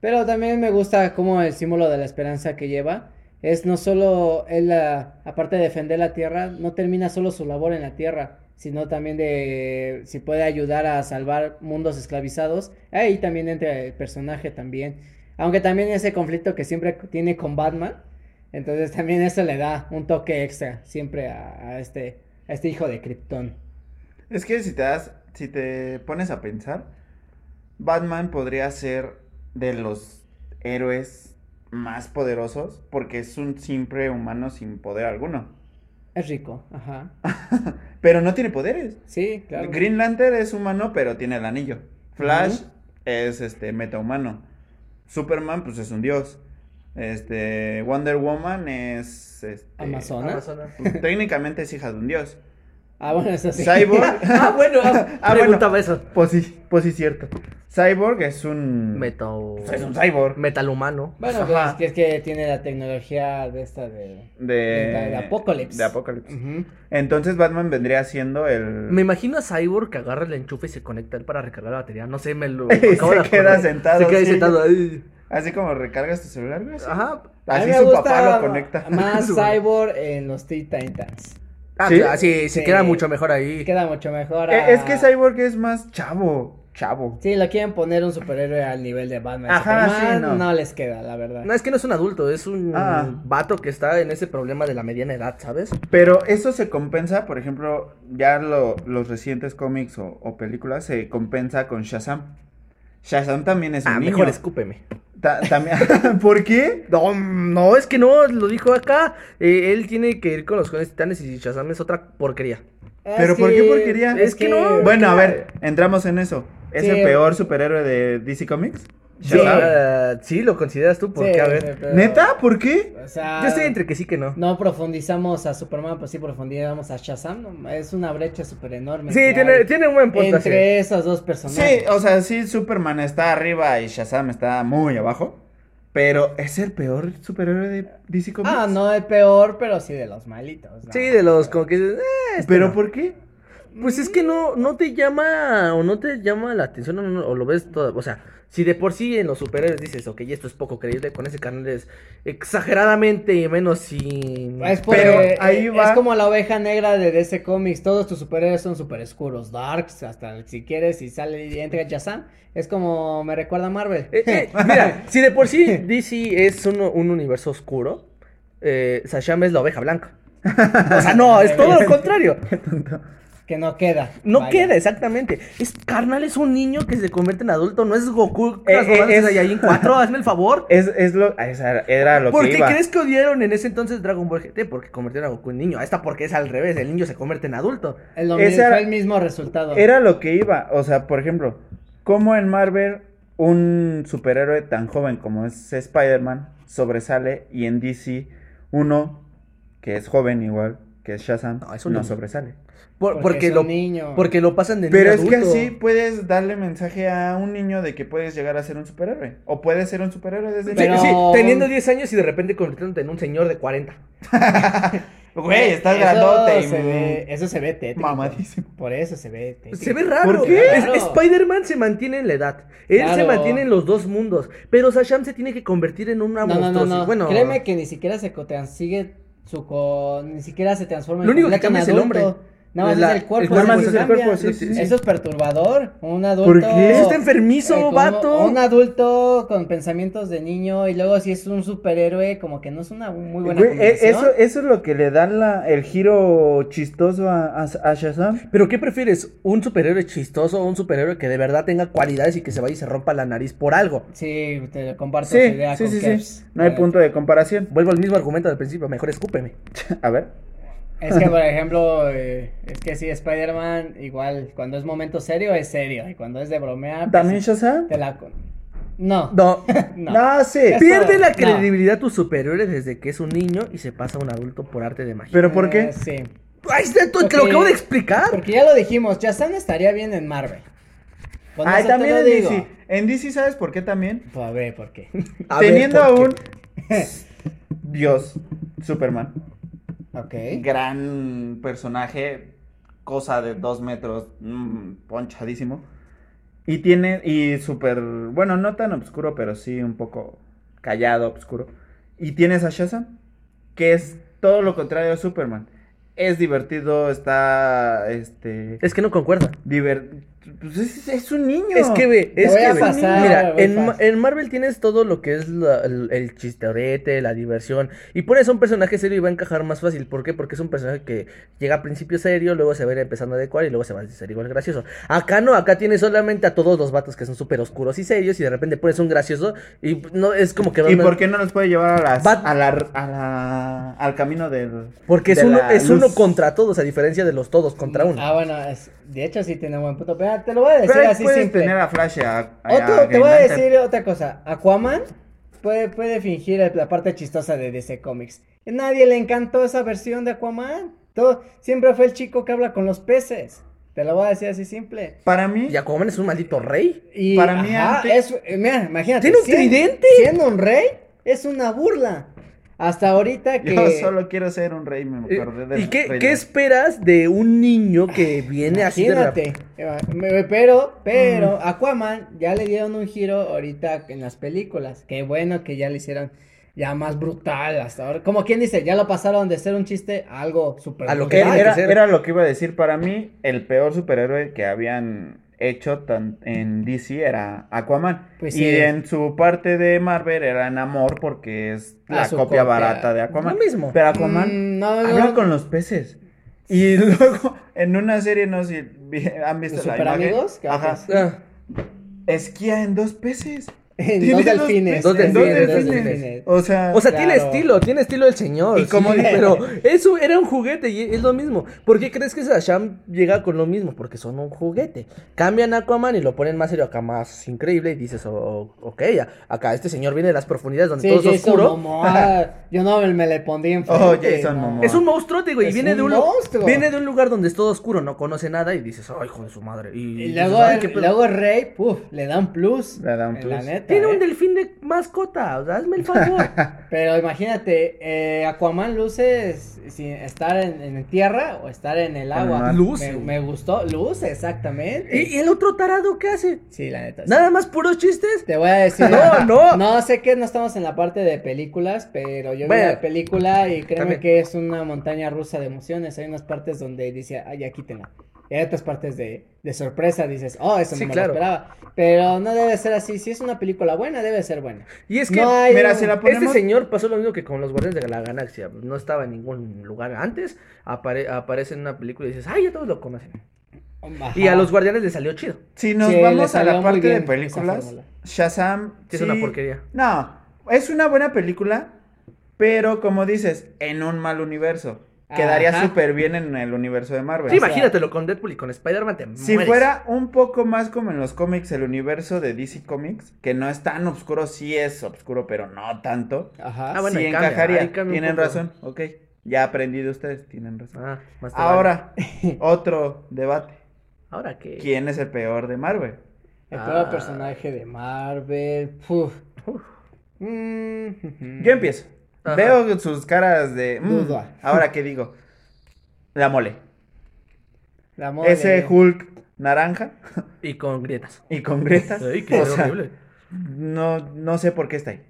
[SPEAKER 5] Pero también me gusta como el símbolo de la esperanza que lleva es no solo él, ah, aparte de defender la tierra, no termina solo su labor en la tierra, sino también de si puede ayudar a salvar mundos esclavizados. Ahí también entra el personaje también. Aunque también ese conflicto que siempre tiene con Batman, entonces también eso le da un toque extra siempre a, a este, a este hijo de Krypton.
[SPEAKER 3] Es que si te das, si te pones a pensar, Batman podría ser de los héroes más poderosos porque es un simple humano sin poder alguno.
[SPEAKER 5] Es rico, ajá.
[SPEAKER 3] Pero no tiene poderes.
[SPEAKER 5] Sí, claro.
[SPEAKER 3] Green Lantern es humano, pero tiene el anillo. Flash es este metahumano. Superman, pues es un dios. Este. Wonder Woman es. Este,
[SPEAKER 5] Amazona.
[SPEAKER 4] Amazonas.
[SPEAKER 3] pues, técnicamente es hija de un dios.
[SPEAKER 5] Ah, bueno, eso [LAUGHS] sí.
[SPEAKER 3] Cyborg.
[SPEAKER 5] [LAUGHS]
[SPEAKER 4] Ah, bueno.
[SPEAKER 3] Ah, bueno.
[SPEAKER 4] preguntaba eso.
[SPEAKER 3] Pues sí, pues sí, cierto. Cyborg es
[SPEAKER 4] Mm.
[SPEAKER 3] un.
[SPEAKER 4] Metal.
[SPEAKER 3] pues es un cyborg.
[SPEAKER 4] Metal humano.
[SPEAKER 5] Bueno, pues es que, es que tiene la tecnología de esta de...
[SPEAKER 3] De,
[SPEAKER 5] de Apocalypse.
[SPEAKER 3] De Apocalypse.
[SPEAKER 5] Ujú.
[SPEAKER 3] Entonces Batman vendría siendo el.
[SPEAKER 4] Me imagino a Cyborg que agarra el enchufe y se conecta a él para recargar la batería. No sé, me [LAUGHS] lo.
[SPEAKER 3] Se
[SPEAKER 4] acabo de
[SPEAKER 3] queda
[SPEAKER 4] acordar.
[SPEAKER 3] sentado,
[SPEAKER 4] Se queda ahí
[SPEAKER 3] sí.
[SPEAKER 4] sentado. ay.
[SPEAKER 3] Así como recargas tu celular, güey. así.
[SPEAKER 4] Ajá.
[SPEAKER 5] A mí
[SPEAKER 3] Así
[SPEAKER 5] me
[SPEAKER 3] su
[SPEAKER 5] gusta
[SPEAKER 3] papá lo conecta. [LAUGHS]
[SPEAKER 5] Más
[SPEAKER 4] Su-
[SPEAKER 5] Cyborg en los Teen Titans.
[SPEAKER 4] Ah,
[SPEAKER 3] ¿Sí?
[SPEAKER 4] claro, sí, sí,
[SPEAKER 5] Sí.
[SPEAKER 4] queda mucho mejor ahí.
[SPEAKER 5] Queda mucho mejor. a-
[SPEAKER 3] Eh, Es que Cyborg es más chavo. Chavo.
[SPEAKER 5] Sí, lo quieren poner un superhéroe al nivel de Batman.
[SPEAKER 3] Ajá,
[SPEAKER 5] Superman,
[SPEAKER 3] sí, no.
[SPEAKER 5] no. les queda, la verdad.
[SPEAKER 4] No, es que no es un adulto, es un
[SPEAKER 3] Ah.
[SPEAKER 4] vato que está en ese problema de la mediana edad, ¿sabes?
[SPEAKER 3] Pero eso se compensa, por ejemplo, ya lo- los recientes cómics o, o películas se compensa con Shazam. Shazam también es un
[SPEAKER 4] Ah,
[SPEAKER 3] niño.
[SPEAKER 4] mejor escúpeme.
[SPEAKER 3] Ta- también... [LAUGHS] ¿Por qué?
[SPEAKER 4] No, no, es que no, lo dijo acá. Eh, él tiene que ir con los jóvenes titanes y Shazam es otra porquería.
[SPEAKER 3] ¿Pero por qué porquería?
[SPEAKER 4] Es que no.
[SPEAKER 3] Bueno, a ver, entramos en eso. ¿Es
[SPEAKER 5] Sí.
[SPEAKER 3] el peor superhéroe de DC Comics?
[SPEAKER 5] Sí.
[SPEAKER 3] Shazam.
[SPEAKER 4] Ah, sí, lo consideras tú, porque
[SPEAKER 5] Sí,
[SPEAKER 4] a ver.
[SPEAKER 5] pero-
[SPEAKER 3] ¿Neta? ¿Por qué?
[SPEAKER 5] O sea,
[SPEAKER 4] Yo estoy entre que sí que no.
[SPEAKER 5] No profundizamos a Superman, pues sí profundizamos a Shazam. ¿no? Es una brecha súper enorme.
[SPEAKER 4] Sí,
[SPEAKER 5] que
[SPEAKER 4] tiene,
[SPEAKER 5] hay
[SPEAKER 4] tiene un buen punto. así.
[SPEAKER 5] Entre esos dos
[SPEAKER 3] Sí,
[SPEAKER 5] personajes.
[SPEAKER 3] o sea, sí, Superman está arriba y Shazam está muy abajo. Pero es el peor superhéroe de DC Comics.
[SPEAKER 5] Ah, no el peor, pero sí de los malitos. ¿no?
[SPEAKER 4] Sí, de los como que. eh, este
[SPEAKER 3] ¿Pero
[SPEAKER 4] no.
[SPEAKER 3] por qué?
[SPEAKER 4] Pues
[SPEAKER 3] Mm.
[SPEAKER 4] es que no, no te llama o no te llama la atención o, no- o lo ves todo. O sea, si de por sí en los superhéroes dices, ok, esto es poco creíble, con ese canal es exageradamente y menos sin.
[SPEAKER 3] Ah,
[SPEAKER 5] Es
[SPEAKER 3] Pero
[SPEAKER 5] porque
[SPEAKER 3] ahí
[SPEAKER 5] eh,
[SPEAKER 3] va-
[SPEAKER 5] es como la oveja negra de DC Comics, todos tus superhéroes son super oscuros, darks, hasta si quieres y sale y entra Shazam, es como me recuerda a Marvel.
[SPEAKER 4] Eh, eh, mira, si de por sí DC es uno- un universo oscuro, eh, Shazam es la oveja blanca. O sea, no, es todo lo contrario.
[SPEAKER 5] Que no queda.
[SPEAKER 4] No
[SPEAKER 5] vaya.
[SPEAKER 4] queda, exactamente. Es carnal, es un niño que se convierte en adulto, no es Goku.
[SPEAKER 3] Eh,
[SPEAKER 4] las
[SPEAKER 3] eh,
[SPEAKER 4] mamás de
[SPEAKER 3] es-
[SPEAKER 4] Saiyajin 4, hazme el favor.
[SPEAKER 3] [LAUGHS] Es, es lo, a esa era lo
[SPEAKER 4] ¿Por
[SPEAKER 3] que
[SPEAKER 4] qué
[SPEAKER 3] iba.
[SPEAKER 4] crees que odiaron en ese entonces Dragon Ball GT? Porque convirtieron a Goku en niño. Esta porque es al revés, el niño se convierte en adulto.
[SPEAKER 5] Es lo
[SPEAKER 3] Ese
[SPEAKER 5] mismo,
[SPEAKER 3] era-
[SPEAKER 5] fue el mismo resultado.
[SPEAKER 3] Era lo que iba. O sea, por ejemplo, ¿cómo en Marvel un superhéroe tan joven como es Spider-Man sobresale y en DC uno que es joven igual, que es Shazam,
[SPEAKER 4] No,
[SPEAKER 3] no,
[SPEAKER 4] es un niño.
[SPEAKER 3] sobresale?
[SPEAKER 4] Por-
[SPEAKER 5] Porque
[SPEAKER 4] porque,
[SPEAKER 5] es
[SPEAKER 4] lo,
[SPEAKER 5] un niño.
[SPEAKER 4] porque lo pasan de niño
[SPEAKER 3] Pero
[SPEAKER 4] a
[SPEAKER 3] es que
[SPEAKER 4] adulto.
[SPEAKER 3] así puedes darle mensaje a un niño de que puedes llegar a ser un superhéroe. O puedes ser un superhéroe desde
[SPEAKER 4] Sí,
[SPEAKER 5] Pero-
[SPEAKER 4] sí, teniendo 10 años y de repente convirtiéndote en un señor de 40.
[SPEAKER 3] Güey, estás
[SPEAKER 5] Eso
[SPEAKER 3] grandote y
[SPEAKER 5] se ve- Eso se ve tétrico.
[SPEAKER 3] mamadísimo.
[SPEAKER 5] Por eso se ve tétrico.
[SPEAKER 4] Se ve raro.
[SPEAKER 3] ¿Por qué?
[SPEAKER 4] Es-
[SPEAKER 5] Claro.
[SPEAKER 4] Spider-Man se mantiene en la edad. Él se
[SPEAKER 5] Claro.
[SPEAKER 4] mantiene en los dos mundos. Pero Sasham se tiene que convertir en una
[SPEAKER 5] No, no, no,
[SPEAKER 4] monstruosidad.
[SPEAKER 5] no.
[SPEAKER 4] Bueno,
[SPEAKER 5] Créeme que ni siquiera se co- consigue su co- ni siquiera se transforma
[SPEAKER 4] Lo único que
[SPEAKER 5] completo
[SPEAKER 4] cambia es el
[SPEAKER 5] adulto.
[SPEAKER 4] hombre.
[SPEAKER 5] Nada más
[SPEAKER 4] La-
[SPEAKER 5] es el cuerpo.
[SPEAKER 3] nada
[SPEAKER 5] eso
[SPEAKER 3] más
[SPEAKER 5] se
[SPEAKER 3] es el
[SPEAKER 5] cambia.
[SPEAKER 3] cuerpo, sí, sí, sí.
[SPEAKER 5] Eso es perturbador. Un adulto. eh,
[SPEAKER 3] qué?
[SPEAKER 4] Eso está enfermizo,
[SPEAKER 5] como-
[SPEAKER 4] vato.
[SPEAKER 5] Un adulto con pensamientos de niño y luego si es un superhéroe, como que no es una muy buena
[SPEAKER 3] Güey, eh,
[SPEAKER 5] combinación.
[SPEAKER 3] eso, eso es lo que le da la- el giro chistoso a, a- a Shazam.
[SPEAKER 4] ¿Pero qué prefieres? ¿Un superhéroe chistoso o un superhéroe que de verdad tenga cualidades y que se vaya y se rompa la nariz por algo?
[SPEAKER 5] Sí, te comparto esa
[SPEAKER 3] Sí,
[SPEAKER 5] idea
[SPEAKER 3] sí,
[SPEAKER 5] con
[SPEAKER 3] sí,
[SPEAKER 5] Kevs.
[SPEAKER 3] sí. No hay
[SPEAKER 5] Eh,
[SPEAKER 3] punto de comparación.
[SPEAKER 4] Vuelvo al mismo argumento del principio, mejor escúpeme.
[SPEAKER 3] A ver.
[SPEAKER 5] Ah, Es que,
[SPEAKER 3] [LAUGHS]
[SPEAKER 5] por ejemplo, eh, es que sí, Spider-Man, igual, cuando es momento serio, es serio. Y cuando es de bromear, pues,
[SPEAKER 3] ¿También Shazam?
[SPEAKER 5] te la... co- No.
[SPEAKER 4] [LAUGHS] No.
[SPEAKER 5] No.
[SPEAKER 3] No, sí.
[SPEAKER 5] Eso-
[SPEAKER 4] Pierde la
[SPEAKER 5] no.
[SPEAKER 4] credibilidad a tus superhéroes desde que es un niño y se pasa a un adulto por arte de magia.
[SPEAKER 3] ¿Pero por
[SPEAKER 5] Eh,
[SPEAKER 3] qué?
[SPEAKER 5] sí.
[SPEAKER 4] ¡Ahí está! Te lo
[SPEAKER 5] Porque-
[SPEAKER 4] acabo de explicar.
[SPEAKER 5] Porque ya lo dijimos, Shazam estaría bien en Marvel. Con
[SPEAKER 3] Ay,
[SPEAKER 5] eso te
[SPEAKER 3] también
[SPEAKER 5] lo
[SPEAKER 3] en
[SPEAKER 5] digo.
[SPEAKER 3] DC. En DC, ¿sabes por qué también?
[SPEAKER 5] Pues, a ver, ¿por
[SPEAKER 3] [LAUGHS]
[SPEAKER 5] qué?
[SPEAKER 4] A ver,
[SPEAKER 3] Teniendo a
[SPEAKER 4] ¿por qué?
[SPEAKER 3] un [LAUGHS] dios, Superman.
[SPEAKER 5] Ok.
[SPEAKER 3] Gran personaje, cosa de dos metros, mm, ponchadísimo. Y tiene, y súper, bueno, no tan oscuro, pero sí un poco callado, oscuro. Y tienes a Shazam, que es todo lo contrario a Superman. Es divertido, está, este,
[SPEAKER 4] Es que no concuerda.
[SPEAKER 3] diver- pues es, es un niño.
[SPEAKER 4] Es que, ve,
[SPEAKER 5] Te
[SPEAKER 4] es
[SPEAKER 5] voy
[SPEAKER 4] que,
[SPEAKER 5] a
[SPEAKER 4] ve,
[SPEAKER 5] pasar,
[SPEAKER 4] mira,
[SPEAKER 5] voy
[SPEAKER 4] en, Ma-
[SPEAKER 5] fácil.
[SPEAKER 4] en Marvel tienes todo lo que es la- el, el chistorete, la diversión, y pones a un personaje serio y va a encajar más fácil. ¿Por qué? Porque es un personaje que llega al principio serio, luego se va a ir empezando a adecuar y luego se va a ser igual gracioso. Acá no, acá tienes solamente a todos los vatos que son súper oscuros y serios y de repente pones un gracioso y no es como que...
[SPEAKER 3] ¿Y
[SPEAKER 4] van a-
[SPEAKER 3] por qué no los puede llevar a las-
[SPEAKER 4] Bat-
[SPEAKER 3] a la, a la- al camino del...
[SPEAKER 4] Porque es,
[SPEAKER 3] de
[SPEAKER 4] uno,
[SPEAKER 3] la
[SPEAKER 4] es uno
[SPEAKER 3] luz?
[SPEAKER 4] contra todos, a diferencia de los todos contra uno.
[SPEAKER 5] Ah, bueno, es- de hecho sí tiene buen punto. Pero te lo voy a decir
[SPEAKER 3] Pero ahí
[SPEAKER 5] así
[SPEAKER 3] puedes
[SPEAKER 5] simple.
[SPEAKER 3] tener a Flash y a, a-
[SPEAKER 5] Otro, te
[SPEAKER 3] Green
[SPEAKER 5] voy a
[SPEAKER 3] Lantern.
[SPEAKER 5] decir otra cosa. Aquaman puede, puede fingir el- la parte chistosa de DC Comics. Y Nadie le encantó esa versión de Aquaman. Todo, siempre fue el chico que habla con los peces. Te lo voy a decir así simple.
[SPEAKER 3] Para mí...
[SPEAKER 4] Y Aquaman es un maldito rey.
[SPEAKER 5] Y,
[SPEAKER 3] Para mí
[SPEAKER 5] ajá,
[SPEAKER 3] antes-
[SPEAKER 5] es- eh, mira, imagínate.
[SPEAKER 4] ¿Tiene un
[SPEAKER 5] sien-
[SPEAKER 4] tridente?
[SPEAKER 5] Siendo un rey, es una burla. Hasta ahorita
[SPEAKER 3] [LAUGHS]
[SPEAKER 5] que.
[SPEAKER 3] Yo solo quiero ser un rey, me acordé de
[SPEAKER 4] Eh, ¿Y qué,
[SPEAKER 3] Rey
[SPEAKER 4] qué
[SPEAKER 3] León.
[SPEAKER 4] esperas de un niño que viene así de rap-
[SPEAKER 5] Imagínate. Eh, Pero, pero, Aquaman ya le dieron un giro ahorita en las películas. Qué bueno que ya le hicieron ya más brutal hasta ahora. Como quien dice, ya lo pasaron de ser un chiste a algo súper
[SPEAKER 4] A lo que
[SPEAKER 5] brutal.
[SPEAKER 4] tiene
[SPEAKER 3] Era,
[SPEAKER 4] ser.
[SPEAKER 3] era lo que iba a decir. Para mí, el peor superhéroe que habían hecho tan- en DC era Aquaman.
[SPEAKER 5] Pues
[SPEAKER 3] y
[SPEAKER 5] sí.
[SPEAKER 3] en su parte de Marvel era Namor porque es
[SPEAKER 5] Ah,
[SPEAKER 3] la
[SPEAKER 5] su
[SPEAKER 3] copia,
[SPEAKER 5] copia.
[SPEAKER 3] barata de Aquaman.
[SPEAKER 4] Lo mismo.
[SPEAKER 3] Pero Aquaman
[SPEAKER 5] Mm, no, no,
[SPEAKER 3] habla
[SPEAKER 5] no.
[SPEAKER 3] con los peces. Y [LAUGHS] luego en una serie, no sé si vi- han visto
[SPEAKER 5] ¿Los
[SPEAKER 3] la imagen.
[SPEAKER 5] superamigos? ¿Qué
[SPEAKER 3] Ajá.
[SPEAKER 5] haces?
[SPEAKER 4] Ah.
[SPEAKER 3] Esquía en dos peces.
[SPEAKER 5] [LAUGHS] En
[SPEAKER 3] Tiene dos
[SPEAKER 5] dos delfines.
[SPEAKER 3] delfines,
[SPEAKER 4] dos
[SPEAKER 5] en
[SPEAKER 4] delfines, dos
[SPEAKER 3] delfines. O sea,
[SPEAKER 4] O sea, tiene
[SPEAKER 5] Claro.
[SPEAKER 4] estilo, tiene estilo el señor.
[SPEAKER 3] Y
[SPEAKER 4] sí,
[SPEAKER 3] como dice-
[SPEAKER 4] pero eso era un juguete y es lo mismo. ¿Por qué crees que Shazam llega con lo mismo? Porque son un juguete. Cambian a Aquaman y lo ponen más serio, acá más increíble y dices, oh, ok, a- acá este señor viene de las profundidades donde
[SPEAKER 5] Sí,
[SPEAKER 4] todo es
[SPEAKER 5] Jason
[SPEAKER 4] oscuro. [LAUGHS]
[SPEAKER 5] Momoa. Yo no me, me le pondría en
[SPEAKER 3] Oh, Jason Momoa.
[SPEAKER 4] Es un monstruote, güey.
[SPEAKER 5] Es
[SPEAKER 4] Viene de
[SPEAKER 5] un
[SPEAKER 4] un lu-
[SPEAKER 5] monstruo.
[SPEAKER 4] viene de un lugar donde es todo oscuro, no conoce nada y dices, ay, hijo de su madre. Y,
[SPEAKER 5] Y
[SPEAKER 4] dices,
[SPEAKER 5] luego,
[SPEAKER 4] "Ay,
[SPEAKER 5] el-
[SPEAKER 4] qué pedo".
[SPEAKER 5] luego el Rey, puf, le dan plus.
[SPEAKER 3] Le da un
[SPEAKER 5] Eh,
[SPEAKER 3] plus.
[SPEAKER 5] La neta,
[SPEAKER 4] tiene
[SPEAKER 5] eh.
[SPEAKER 4] un delfín de mascota, o sea, hazme el
[SPEAKER 5] [LAUGHS]
[SPEAKER 4] favor.
[SPEAKER 5] Pero imagínate, eh, Aquaman luce s- sin estar en, en tierra o estar en el
[SPEAKER 3] En el
[SPEAKER 5] agua.
[SPEAKER 3] mar.
[SPEAKER 4] Luce.
[SPEAKER 5] Me, me gustó, luce, exactamente.
[SPEAKER 4] ¿Y, y el otro tarado qué hace?
[SPEAKER 5] Sí, la neta. sí.
[SPEAKER 4] Nada más puros chistes.
[SPEAKER 5] Te voy a decir.
[SPEAKER 4] No, no.
[SPEAKER 5] No sé que no estamos en la parte de películas, pero yo vi
[SPEAKER 4] Bueno.
[SPEAKER 5] la película y créeme
[SPEAKER 4] También.
[SPEAKER 5] que es una montaña rusa de emociones. Hay unas partes donde dice, ay, ya quítenla. Y hay otras partes de, de sorpresa, dices, oh, eso
[SPEAKER 4] Sí,
[SPEAKER 5] no me
[SPEAKER 4] claro.
[SPEAKER 5] lo esperaba. Pero no debe ser así. Si es una película buena, debe ser buena.
[SPEAKER 4] Y es que
[SPEAKER 5] No hay
[SPEAKER 3] Mira,
[SPEAKER 5] un-
[SPEAKER 3] si la
[SPEAKER 4] este
[SPEAKER 3] ponemos.
[SPEAKER 4] señor pasó lo mismo que con los Guardianes de la Galaxia. No estaba en ningún lugar antes. apare- aparece en una película y dices, ay, ya todos lo conocen. Y
[SPEAKER 5] Ajá.
[SPEAKER 4] a los Guardianes les salió chido.
[SPEAKER 3] Si nos
[SPEAKER 5] Sí, le
[SPEAKER 3] vamos a
[SPEAKER 5] salió
[SPEAKER 3] la
[SPEAKER 5] muy
[SPEAKER 3] parte de
[SPEAKER 5] bien esa
[SPEAKER 3] películas,
[SPEAKER 5] fórmula.
[SPEAKER 3] Shazam
[SPEAKER 4] Sí, es una porquería.
[SPEAKER 3] No, es una buena película, pero como dices, en un mal universo. Quedaría
[SPEAKER 5] Ajá.
[SPEAKER 3] súper bien en el universo de Marvel.
[SPEAKER 4] Sí,
[SPEAKER 5] sea-
[SPEAKER 4] imagínatelo con Deadpool y con Spider-Man. Te
[SPEAKER 3] si
[SPEAKER 4] mueres.
[SPEAKER 3] fuera un poco más como en los cómics, el universo de DC Comics, que no es tan oscuro, sí es oscuro, pero no tanto.
[SPEAKER 5] Ajá.
[SPEAKER 4] Ah, bueno,
[SPEAKER 3] sí
[SPEAKER 4] ahí cambia,
[SPEAKER 3] encajaría.
[SPEAKER 4] ahí cambia un
[SPEAKER 3] tienen
[SPEAKER 4] poco.
[SPEAKER 3] razón, ok. Ya aprendí de ustedes, tienen razón.
[SPEAKER 4] Ah, más te vale.
[SPEAKER 3] Ahora, [LAUGHS] otro debate.
[SPEAKER 4] Ahora que.
[SPEAKER 3] ¿Quién es el peor de Marvel?
[SPEAKER 5] El
[SPEAKER 4] Ah.
[SPEAKER 5] peor personaje de Marvel. Puf. Mm.
[SPEAKER 3] Yo empiezo.
[SPEAKER 4] Ajá.
[SPEAKER 3] Veo sus caras de. mm,
[SPEAKER 5] Duda.
[SPEAKER 3] Ahora qué digo. La mole.
[SPEAKER 5] La mole.
[SPEAKER 3] Ese Hulk naranja
[SPEAKER 4] Y con grietas.
[SPEAKER 3] y con grietas.
[SPEAKER 4] Ay, qué
[SPEAKER 3] o sea,
[SPEAKER 4] horrible.
[SPEAKER 3] no, no sé por qué está ahí.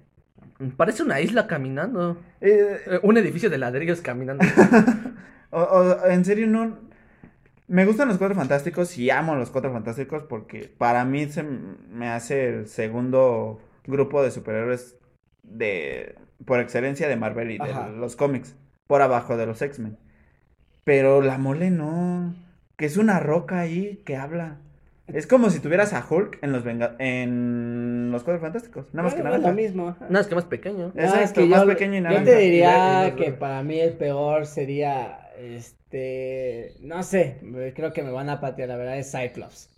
[SPEAKER 4] Parece una isla caminando.
[SPEAKER 3] Eh,
[SPEAKER 4] Eh, un edificio de
[SPEAKER 3] [LAUGHS]
[SPEAKER 4] ladrillos caminando.
[SPEAKER 3] o- o- en serio, no. Me gustan los cuatro fantásticos y amo los cuatro fantásticos porque para mí se m- me hace el segundo grupo de superhéroes de por excelencia de Marvel y de
[SPEAKER 5] Ajá.
[SPEAKER 3] los cómics, por abajo de los X-Men. Pero la mole no, que es una roca ahí que habla. Es como si tuvieras a Hulk en los venga en los cuatro fantásticos, nada más que
[SPEAKER 5] Eh, Bueno,
[SPEAKER 3] nada.
[SPEAKER 5] lo mismo. ajá.
[SPEAKER 4] Nada, es que más pequeño.
[SPEAKER 5] No, es
[SPEAKER 3] Exacto,
[SPEAKER 5] que
[SPEAKER 3] más
[SPEAKER 5] yo,
[SPEAKER 3] pequeño y
[SPEAKER 5] yo
[SPEAKER 3] naranja.
[SPEAKER 5] te
[SPEAKER 4] Y
[SPEAKER 5] diría
[SPEAKER 4] la- y
[SPEAKER 5] que
[SPEAKER 4] la-
[SPEAKER 5] para mí el peor sería, este, no sé, me- creo que me van a patear, la verdad es Cyclops.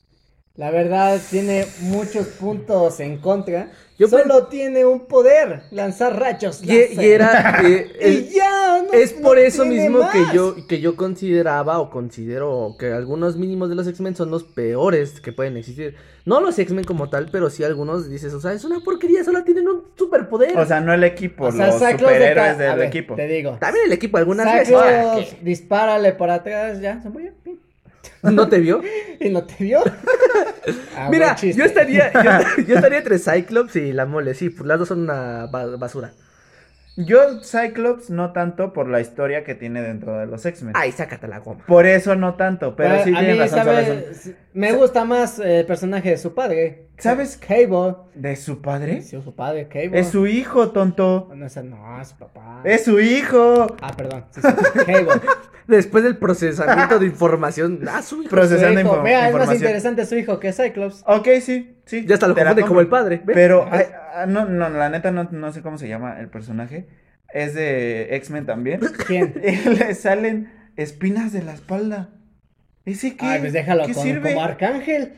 [SPEAKER 5] La verdad tiene muchos puntos en contra.
[SPEAKER 4] Yo
[SPEAKER 5] Solo tiene un poder, lanzar rayos.
[SPEAKER 4] Y, y
[SPEAKER 5] láser.
[SPEAKER 4] era.
[SPEAKER 3] [LAUGHS]
[SPEAKER 4] eh, el-
[SPEAKER 5] [LAUGHS] Y ya, no-
[SPEAKER 4] Es por
[SPEAKER 5] no
[SPEAKER 4] eso
[SPEAKER 5] tiene
[SPEAKER 4] mismo que
[SPEAKER 5] más.
[SPEAKER 4] yo, que yo consideraba o considero que algunos mínimos de los X-Men son los peores que pueden existir. No los X-Men como tal, pero sí algunos dices, o sea, es una porquería, solo tienen un superpoder.
[SPEAKER 3] O sea, no el equipo,
[SPEAKER 5] O sea,
[SPEAKER 3] los
[SPEAKER 5] Cyclops de
[SPEAKER 3] superhéroes
[SPEAKER 5] ca- a
[SPEAKER 3] del
[SPEAKER 5] ver,
[SPEAKER 3] equipo.
[SPEAKER 5] Te digo.
[SPEAKER 4] También el equipo algunas veces. ah,
[SPEAKER 5] Cyclops, dispárale para atrás, ya, se murió.
[SPEAKER 4] ¿qué? ¿No te Ah, vio? [LAUGHS]
[SPEAKER 5] Y no te vio. [LAUGHS] Ah,
[SPEAKER 4] Mira,
[SPEAKER 5] buen chiste.
[SPEAKER 4] yo estaría, yo, [LAUGHS] yo estaría entre Cyclops y la mole, sí, pues las dos son una ba- basura.
[SPEAKER 3] Yo Cyclops no tanto por la historia que tiene dentro de los X-Men.
[SPEAKER 4] Ay, sácate la goma.
[SPEAKER 3] Por eso no tanto, pero
[SPEAKER 5] Bueno,
[SPEAKER 3] sí
[SPEAKER 5] a
[SPEAKER 3] tiene
[SPEAKER 5] mí,
[SPEAKER 3] razón,
[SPEAKER 5] ¿sabe?
[SPEAKER 3] sabe razón.
[SPEAKER 5] S- Me gusta más eh, el personaje de su padre.
[SPEAKER 3] ¿Sabes
[SPEAKER 5] Cable.
[SPEAKER 3] ¿De su padre?
[SPEAKER 5] Sí, su padre, Cable. Ah,
[SPEAKER 3] Es su hijo, tonto.
[SPEAKER 5] No, esa no, es su papá.
[SPEAKER 3] Es su hijo.
[SPEAKER 5] Ah, perdón. sí, sí,
[SPEAKER 3] [LAUGHS]
[SPEAKER 5] Cable.
[SPEAKER 4] Después del procesamiento
[SPEAKER 5] [LAUGHS]
[SPEAKER 4] de información, ah, su hijo.
[SPEAKER 3] Procesando
[SPEAKER 5] Su hijo.
[SPEAKER 3] info-
[SPEAKER 5] Vea, es más
[SPEAKER 3] información.
[SPEAKER 5] interesante su hijo que
[SPEAKER 3] [LAUGHS]
[SPEAKER 5] Cyclops.
[SPEAKER 3] Ok, sí, sí.
[SPEAKER 4] Ya hasta lo
[SPEAKER 3] te la
[SPEAKER 4] confunde como
[SPEAKER 3] compro.
[SPEAKER 4] el padre. ¿ves?
[SPEAKER 3] Pero, ay, ah, no, no, la neta no, no sé cómo se llama el personaje. Es de X-Men
[SPEAKER 4] [LAUGHS]
[SPEAKER 3] también.
[SPEAKER 5] ¿Quién?
[SPEAKER 3] Y le salen espinas de la espalda. ¿Ese qué?
[SPEAKER 5] Ay, pues déjalo
[SPEAKER 3] ¿Qué
[SPEAKER 5] con,
[SPEAKER 3] sirve?
[SPEAKER 5] como arcángel.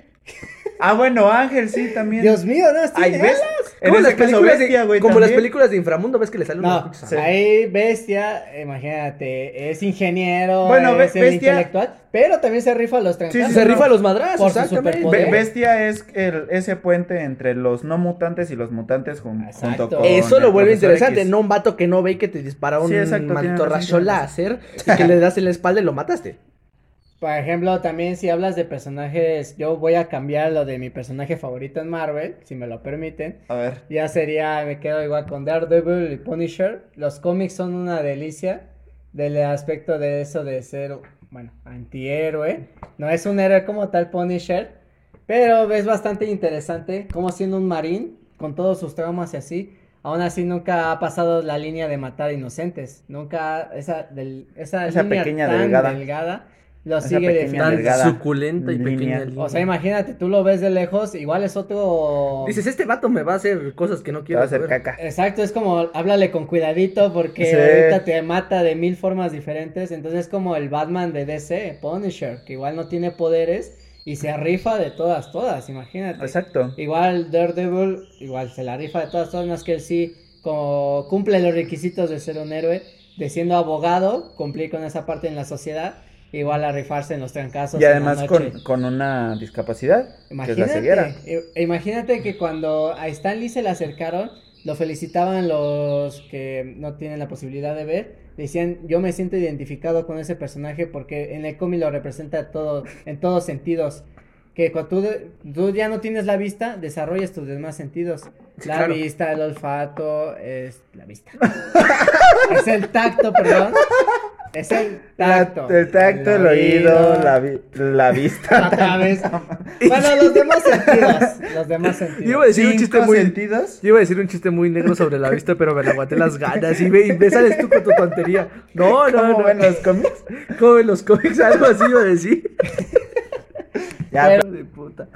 [SPEAKER 3] Ah, bueno, Ángel, sí, también.
[SPEAKER 5] Dios mío, no, ¿eh? estoy
[SPEAKER 3] Ay, ¿ves? En
[SPEAKER 4] como
[SPEAKER 3] ese
[SPEAKER 4] las
[SPEAKER 3] caso,
[SPEAKER 4] películas, de,
[SPEAKER 3] bestia, güey,
[SPEAKER 4] como las
[SPEAKER 3] también.
[SPEAKER 4] películas de inframundo, ves que le sale una
[SPEAKER 5] No,
[SPEAKER 4] cosa?
[SPEAKER 3] Sí.
[SPEAKER 5] ahí Bestia, imagínate, es ingeniero,
[SPEAKER 3] Bueno,
[SPEAKER 5] es
[SPEAKER 3] Be-
[SPEAKER 5] el
[SPEAKER 3] Bestia-
[SPEAKER 5] intelectual, pero también se rifa los trancazos.
[SPEAKER 3] sí,
[SPEAKER 4] Se
[SPEAKER 3] no.
[SPEAKER 4] rifa los madrazos,
[SPEAKER 5] Por su
[SPEAKER 4] exactamente.
[SPEAKER 5] superpoder.
[SPEAKER 3] Be-
[SPEAKER 5] ¿eh?
[SPEAKER 3] bestia es el, ese puente entre los no mutantes y los mutantes jun-
[SPEAKER 5] Exacto.
[SPEAKER 3] junto con.
[SPEAKER 4] Eso
[SPEAKER 3] el
[SPEAKER 4] lo vuelve
[SPEAKER 3] profesor
[SPEAKER 4] interesante,
[SPEAKER 3] X.
[SPEAKER 4] no un vato que no ve y que te dispara un
[SPEAKER 3] Sí, exacto, tiene
[SPEAKER 4] maldito
[SPEAKER 3] razón,
[SPEAKER 4] rayo
[SPEAKER 3] tiene razón.
[SPEAKER 4] láser y que le das en la espalda y lo mataste.
[SPEAKER 5] Por ejemplo, también si hablas de personajes, yo voy a cambiar lo de mi personaje favorito en Marvel, si me lo permiten.
[SPEAKER 3] A ver.
[SPEAKER 5] Ya sería, me quedo igual con Daredevil y Punisher. Los cómics son una delicia del aspecto de eso de ser, bueno, antihéroe. No es un héroe como tal Punisher, pero es bastante interesante como siendo un marín, con todos sus traumas y así, aún así nunca ha pasado la línea de matar inocentes. Nunca esa, del- esa,
[SPEAKER 3] Esa
[SPEAKER 5] línea
[SPEAKER 3] pequeña
[SPEAKER 5] tan
[SPEAKER 3] delgada.
[SPEAKER 5] delgada lo
[SPEAKER 3] Esa
[SPEAKER 5] sigue
[SPEAKER 3] pequeña
[SPEAKER 5] defendiendo.
[SPEAKER 4] Tan
[SPEAKER 3] delgada
[SPEAKER 4] suculenta y
[SPEAKER 3] línea.
[SPEAKER 4] pequeña. línea.
[SPEAKER 5] O sea, imagínate, tú lo ves de lejos, igual es otro...
[SPEAKER 4] Dices, este vato me va a hacer cosas que no
[SPEAKER 3] Te va
[SPEAKER 4] quiero
[SPEAKER 3] a hacer
[SPEAKER 4] saber".
[SPEAKER 3] caca.
[SPEAKER 5] Exacto, es como háblale con cuidadito porque
[SPEAKER 3] Sí.
[SPEAKER 5] ahorita te mata de mil formas diferentes. Entonces es como el Batman de DC, Punisher, que igual no tiene poderes y se rifa de todas, todas, imagínate. eh,
[SPEAKER 3] Exacto.
[SPEAKER 5] Igual Daredevil, igual se la rifa de todas formas que él sí como cumple los requisitos de ser un héroe, de siendo abogado, cumplir con esa parte en la sociedad, igual a rifarse en los trancazos.
[SPEAKER 3] Y
[SPEAKER 5] en la
[SPEAKER 3] además
[SPEAKER 5] noche.
[SPEAKER 3] con, con una discapacidad, que es la ceguera.
[SPEAKER 5] Imagínate, i- imagínate que cuando a Stan Lee se le acercaron, lo felicitaban los que no tienen la posibilidad de ver. Decían, yo me siento identificado con ese personaje porque en el cómic lo representa todo, en todos sentidos. Que cuando tú, de- tú ya no tienes la vista, desarrollas tus demás sentidos.
[SPEAKER 4] Sí,
[SPEAKER 5] la
[SPEAKER 4] claro.
[SPEAKER 5] vista, el olfato, es la vista. es el tacto, perdón. Es el
[SPEAKER 3] La-
[SPEAKER 5] tacto.
[SPEAKER 3] el tacto, el, oído, la, vi- la vista.
[SPEAKER 5] Otra vez. Bueno, los demás sentidos. Los demás
[SPEAKER 4] Yo iba a [LAUGHS]
[SPEAKER 5] sentidos.
[SPEAKER 4] decir un chiste
[SPEAKER 3] Cinco
[SPEAKER 4] muy.
[SPEAKER 3] sentidos.
[SPEAKER 4] Yo iba a decir un chiste muy negro sobre la vista, pero me la aguanté las ganas y me, y me sales tú con tu tontería. No, no,
[SPEAKER 3] ¿Cómo
[SPEAKER 4] no.
[SPEAKER 3] ven los cómics?
[SPEAKER 4] ¿Cómo ven los cómics? Algo así iba a decir.
[SPEAKER 3] Ya,
[SPEAKER 5] Pero-
[SPEAKER 4] Hijo de puta.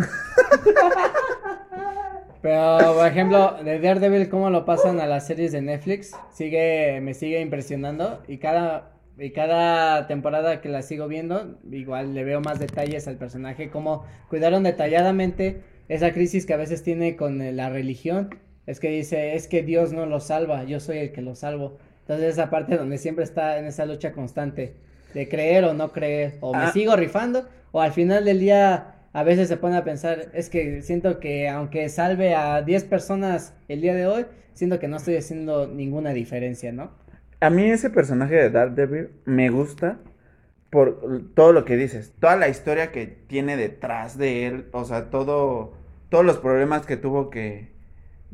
[SPEAKER 5] Pero, por ejemplo, de Daredevil, ¿cómo lo pasan a las series de Netflix? Sigue, me sigue impresionando. Y cada, y cada temporada que la sigo viendo, igual le veo más detalles al personaje. Cómo cuidaron detalladamente esa crisis que a veces tiene con eh, la religión. Es que dice, es que Dios no lo salva, yo soy el que lo salvo. Entonces, esa parte donde siempre está en esa lucha constante de creer o no creer, o me
[SPEAKER 3] Ah.
[SPEAKER 5] sigo rifando, o al final del día a veces se pone a pensar, es que siento que aunque salve a 10 personas el día de hoy, siento que no estoy haciendo ninguna diferencia, ¿no?
[SPEAKER 3] A mí ese personaje de Daredevil me gusta por todo lo que dices, toda la historia que tiene detrás de él, o sea, todo, todos los problemas que tuvo que,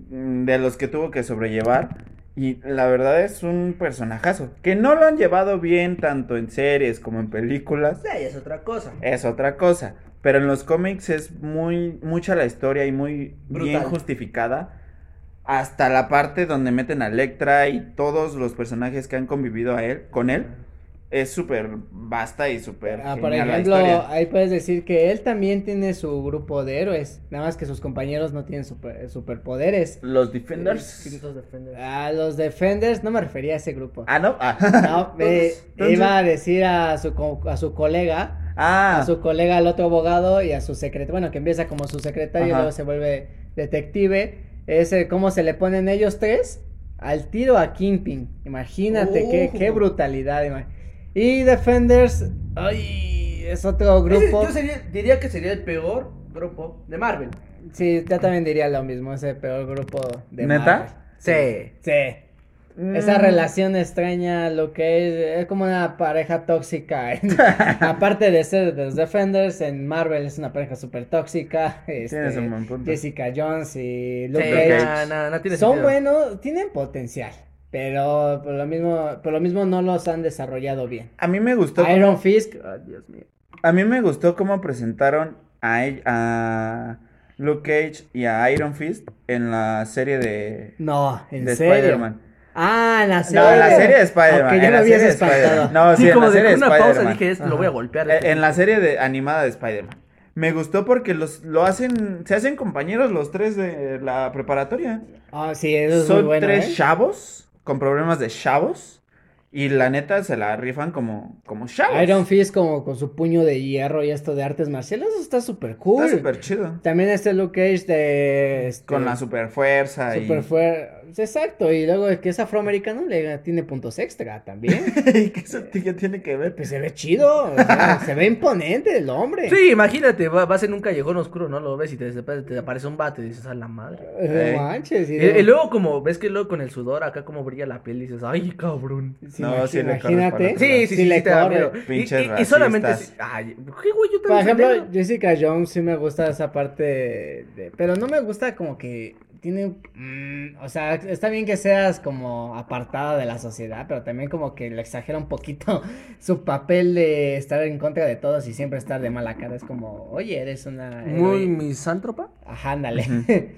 [SPEAKER 3] mm, de los que tuvo que sobrellevar. Y la verdad es un personajazo, que no lo han llevado bien tanto en series como en películas,
[SPEAKER 4] es otra cosa.
[SPEAKER 3] es otra cosa. Pero en los cómics es muy mucha la historia y muy bien
[SPEAKER 4] Brutal.
[SPEAKER 3] justificada. Hasta la parte donde meten a Electra y todos los personajes que han convivido a él, con él. Es súper vasta y súper
[SPEAKER 5] Ah, por
[SPEAKER 3] genial la
[SPEAKER 5] ejemplo,
[SPEAKER 3] historia.
[SPEAKER 5] ahí puedes decir que él también tiene su grupo de héroes, nada más que sus compañeros no tienen super- eh, superpoderes.
[SPEAKER 3] Los Defenders.
[SPEAKER 5] A los Defenders no me refería a ese grupo.
[SPEAKER 3] Ah, no. Ah,
[SPEAKER 5] No, eh,
[SPEAKER 3] [LAUGHS] Entonces-
[SPEAKER 5] iba a decir a su, co- a su colega,
[SPEAKER 3] Ah,
[SPEAKER 5] a su colega, el otro abogado, y a su secretario, bueno, que empieza como su secretario y
[SPEAKER 3] Ajá.
[SPEAKER 5] luego se vuelve detective. Es eh, cómo se le ponen ellos tres al tiro a Kingpin. Imagínate qué,
[SPEAKER 4] Oh.
[SPEAKER 5] qué brutalidad. ima- Y Defenders, ay, es otro grupo.
[SPEAKER 4] diría que sería el peor grupo de Marvel.
[SPEAKER 5] Sí, yo también diría lo mismo, ese peor grupo de
[SPEAKER 3] ¿Neta?
[SPEAKER 5] Marvel.
[SPEAKER 4] Sí.
[SPEAKER 5] Sí. Esa
[SPEAKER 3] Mm.
[SPEAKER 5] relación extraña, lo que es, es como una pareja
[SPEAKER 3] [LAUGHS]
[SPEAKER 5] tóxica. [LAUGHS] en- aparte de ser de los Defenders, en Marvel es una pareja súper tóxica.
[SPEAKER 3] Tienes
[SPEAKER 5] este,
[SPEAKER 3] un buen punto.
[SPEAKER 5] Jessica Jones y
[SPEAKER 4] Sí,
[SPEAKER 5] Luke Cage.
[SPEAKER 4] no, no, no tiene
[SPEAKER 5] Son
[SPEAKER 4] sentido.
[SPEAKER 5] buenos, tienen potencial, pero por lo mismo, por lo mismo no los han desarrollado bien.
[SPEAKER 3] A mí me gustó.
[SPEAKER 5] Iron Fist,
[SPEAKER 4] Ay, Dios mío.
[SPEAKER 3] A mí me gustó cómo presentaron a, ell- a Luke Cage y a Iron Fist en la serie de,
[SPEAKER 5] no, en
[SPEAKER 3] de
[SPEAKER 5] serio.
[SPEAKER 3] Spider-Man.
[SPEAKER 5] ah, en la serie.
[SPEAKER 3] No, en la serie de Spider-Man.
[SPEAKER 5] Ok, yo
[SPEAKER 3] en
[SPEAKER 5] me
[SPEAKER 3] la
[SPEAKER 5] habías
[SPEAKER 3] serie de
[SPEAKER 5] espantado.
[SPEAKER 3] Spider-Man. No, sí,
[SPEAKER 4] Sí,
[SPEAKER 3] en
[SPEAKER 4] como
[SPEAKER 3] la serie
[SPEAKER 4] dejé
[SPEAKER 3] de
[SPEAKER 4] una pausa,
[SPEAKER 3] Spider-Man.
[SPEAKER 4] dije, esto lo voy a golpear. este".
[SPEAKER 3] Eh, En la serie de, animada de Spider-Man. Me gustó porque los, lo hacen, se hacen compañeros los tres de la preparatoria.
[SPEAKER 5] Ah, sí, eso es muy
[SPEAKER 3] Son
[SPEAKER 5] bueno.
[SPEAKER 3] tres
[SPEAKER 5] ¿eh?
[SPEAKER 3] chavos con problemas de chavos. Y la neta se la rifan como, como chavos.
[SPEAKER 5] Iron Fist como con su puño de hierro y esto de artes marciales, eso está súper cool.
[SPEAKER 3] Está súper chido.
[SPEAKER 5] También este Luke Cage de... este,
[SPEAKER 3] Con la super fuerza.
[SPEAKER 5] super
[SPEAKER 3] [LAUGHS]
[SPEAKER 5] fuer- pues, Exacto, y luego el que es afroamericano le tiene puntos extra
[SPEAKER 3] [LAUGHS]
[SPEAKER 5] también.
[SPEAKER 3] ¿Y qué eso t- qué tiene que ver?
[SPEAKER 5] pues se ve chido, o sea, se ve imponente el hombre.
[SPEAKER 4] Sí, imagínate, va- vas en un callejón oscuro, ¿no? Lo ves y te, te aparece un vato y dices, a la madre.
[SPEAKER 5] No manches.
[SPEAKER 4] Y,
[SPEAKER 5] y
[SPEAKER 4] y
[SPEAKER 5] luego-
[SPEAKER 4] luego como, ves que luego con el sudor acá como brilla la piel y dices, ay, cabrón.
[SPEAKER 5] Sí,
[SPEAKER 3] No,
[SPEAKER 5] imagi-
[SPEAKER 3] sí le corres para
[SPEAKER 5] imagínate.
[SPEAKER 3] otro lado.
[SPEAKER 4] Sí, sí, sí, sí,
[SPEAKER 5] le
[SPEAKER 4] te da
[SPEAKER 5] corre.
[SPEAKER 4] miedo. Y,
[SPEAKER 3] Pinches
[SPEAKER 4] y- y solamente...
[SPEAKER 3] racistas.
[SPEAKER 4] Ay, ¿qué güey? Yo
[SPEAKER 5] Por
[SPEAKER 4] también soy
[SPEAKER 5] ejemplo,
[SPEAKER 4] negro.
[SPEAKER 5] Jessica Jones sí me gusta esa parte de- Pero no me gusta como que tiene... mm, o sea, está bien que seas como apartada de la sociedad, pero también como que le exagera un poquito [LAUGHS] su papel de estar en contra de todos y siempre estar de mala cara. Es como, oye, eres una...
[SPEAKER 4] Muy
[SPEAKER 5] heroína".
[SPEAKER 4] misántropa.
[SPEAKER 5] Ajá, ándale.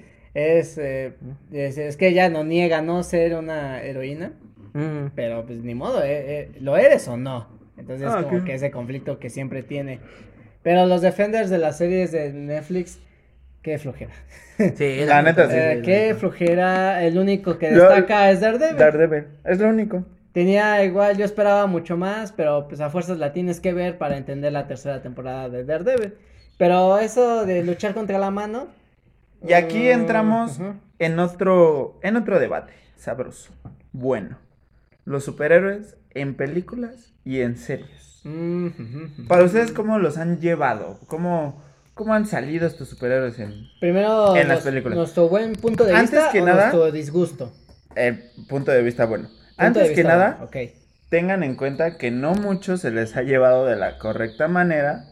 [SPEAKER 5] [LAUGHS] es, eh, es, es que ella no niega no ser una heroína.
[SPEAKER 4] Mm.
[SPEAKER 5] Pero pues ni modo, eh, eh, lo eres o no. Entonces
[SPEAKER 3] Ah,
[SPEAKER 5] como
[SPEAKER 3] ok.
[SPEAKER 5] que ese conflicto que siempre tiene. Pero los defenders de las series de Netflix, qué flojera.
[SPEAKER 4] Sí,
[SPEAKER 3] La neta, sí.
[SPEAKER 5] Eh,
[SPEAKER 4] la
[SPEAKER 5] qué
[SPEAKER 4] neta.
[SPEAKER 5] flojera, el único que
[SPEAKER 3] Lo-
[SPEAKER 5] destaca es Daredevil.
[SPEAKER 3] Daredevil. Es lo único.
[SPEAKER 5] Tenía igual, yo esperaba mucho más, pero pues a fuerzas la tienes que ver para entender la tercera temporada de Daredevil. Pero eso de luchar contra la mano.
[SPEAKER 3] Y aquí
[SPEAKER 5] mm,
[SPEAKER 3] entramos
[SPEAKER 5] ujú.
[SPEAKER 3] en otro, en otro debate sabroso. Bueno, los superhéroes en películas y en series.
[SPEAKER 5] Mm, ujú, ujú.
[SPEAKER 3] Para ustedes, ¿cómo los han llevado? ¿Cómo, cómo han salido estos superhéroes en
[SPEAKER 5] Primero,
[SPEAKER 3] En las
[SPEAKER 5] nos-
[SPEAKER 3] películas.
[SPEAKER 5] nuestro buen punto de
[SPEAKER 3] Antes
[SPEAKER 5] vista
[SPEAKER 3] que
[SPEAKER 5] o
[SPEAKER 3] nada-
[SPEAKER 5] nuestro disgusto.
[SPEAKER 3] el punto de vista bueno?
[SPEAKER 5] Punto
[SPEAKER 3] Antes
[SPEAKER 5] de
[SPEAKER 3] que
[SPEAKER 5] vista,
[SPEAKER 3] nada,
[SPEAKER 5] Ok.
[SPEAKER 3] tengan en cuenta que no mucho se les ha llevado de la correcta manera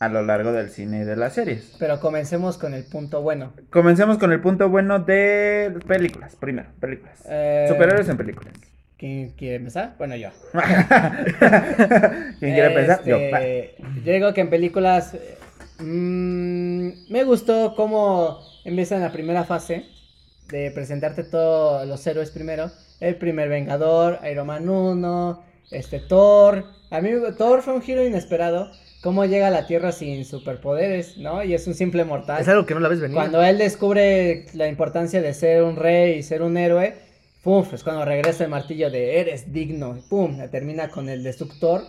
[SPEAKER 3] a lo largo del cine y de las series.
[SPEAKER 5] Pero comencemos con el punto bueno.
[SPEAKER 3] Comencemos con el punto bueno de películas, primero, películas.
[SPEAKER 5] Eh,
[SPEAKER 3] Superhéroes en
[SPEAKER 5] [LAUGHS]
[SPEAKER 3] películas.
[SPEAKER 5] ¿Quién quiere empezar? Bueno, yo.
[SPEAKER 3] ¿Quién quiere pensar? Yo. va.
[SPEAKER 5] Este, yo digo que en películas eh, mm, me gustó cómo empiezan la primera fase de presentarte todos los héroes primero. El primer Vengador, Iron Man 1, este Thor. A mí Thor fue un giro inesperado. Cómo llega a la Tierra sin superpoderes, ¿no? Y es un simple mortal.
[SPEAKER 4] Es algo que no la ves venir.
[SPEAKER 5] Cuando él descubre la importancia de ser un rey y ser un héroe, pum, es cuando regresa el martillo de eres digno, y pum, termina con el destructor.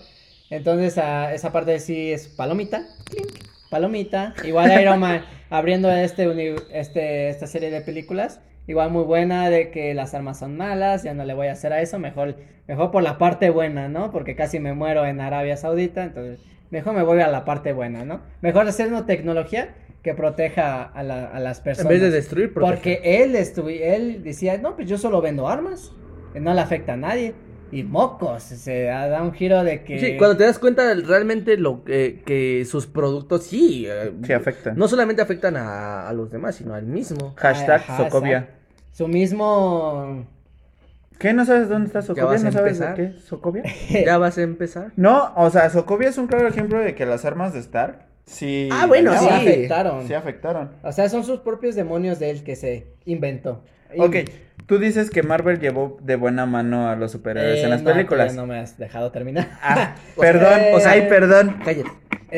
[SPEAKER 5] Entonces a- esa parte sí es palomita, clink, palomita. Igual Iron Man abriendo este, uni- este esta serie de películas, igual muy buena de que las armas son malas, ya no le voy a hacer a eso, mejor mejor por la parte buena, ¿no? Porque casi me muero en Arabia Saudita, entonces mejor me voy a la parte buena, ¿no? Mejor hacer una tecnología que proteja a, la- a las
[SPEAKER 4] En
[SPEAKER 5] personas.
[SPEAKER 4] vez de destruir,
[SPEAKER 5] Porque él, estuvi- él decía, no, pues yo solo vendo armas, no le afecta a nadie. Y mocos, se da da un giro de que...
[SPEAKER 4] Sí, cuando te das cuenta realmente lo que, que sus productos sí, eh,
[SPEAKER 3] Sí, afecta.
[SPEAKER 4] no solamente afectan a, a los demás, sino al
[SPEAKER 5] [LAUGHS]
[SPEAKER 4] mismo.
[SPEAKER 3] Hashtag
[SPEAKER 5] Ajá,
[SPEAKER 3] Socovia.
[SPEAKER 5] Ah, exacto. Su mismo...
[SPEAKER 3] ¿Qué? ¿No sabes dónde está Socovia?
[SPEAKER 4] vas a
[SPEAKER 3] ¿No sabes de
[SPEAKER 4] empezar?
[SPEAKER 3] qué? es ¿Socovia?
[SPEAKER 4] Ya vas a empezar.
[SPEAKER 3] No, o sea, Socovia es un claro ejemplo de que las armas de Stark sí.
[SPEAKER 4] Ah, bueno,
[SPEAKER 5] se
[SPEAKER 4] sí.
[SPEAKER 3] dañaban,
[SPEAKER 5] afectaron.
[SPEAKER 3] Sí afectaron.
[SPEAKER 5] O sea, son sus propios demonios de él que se inventó. Y-
[SPEAKER 3] Ok, tú dices que Marvel llevó de buena mano a los superhéroes
[SPEAKER 5] Eh,
[SPEAKER 3] en las
[SPEAKER 5] no,
[SPEAKER 3] películas.
[SPEAKER 5] todavía No me has dejado terminar. [LAUGHS]
[SPEAKER 3] Ah, perdón,
[SPEAKER 5] Eh,
[SPEAKER 3] o sea, ay, perdón.
[SPEAKER 4] Cállate.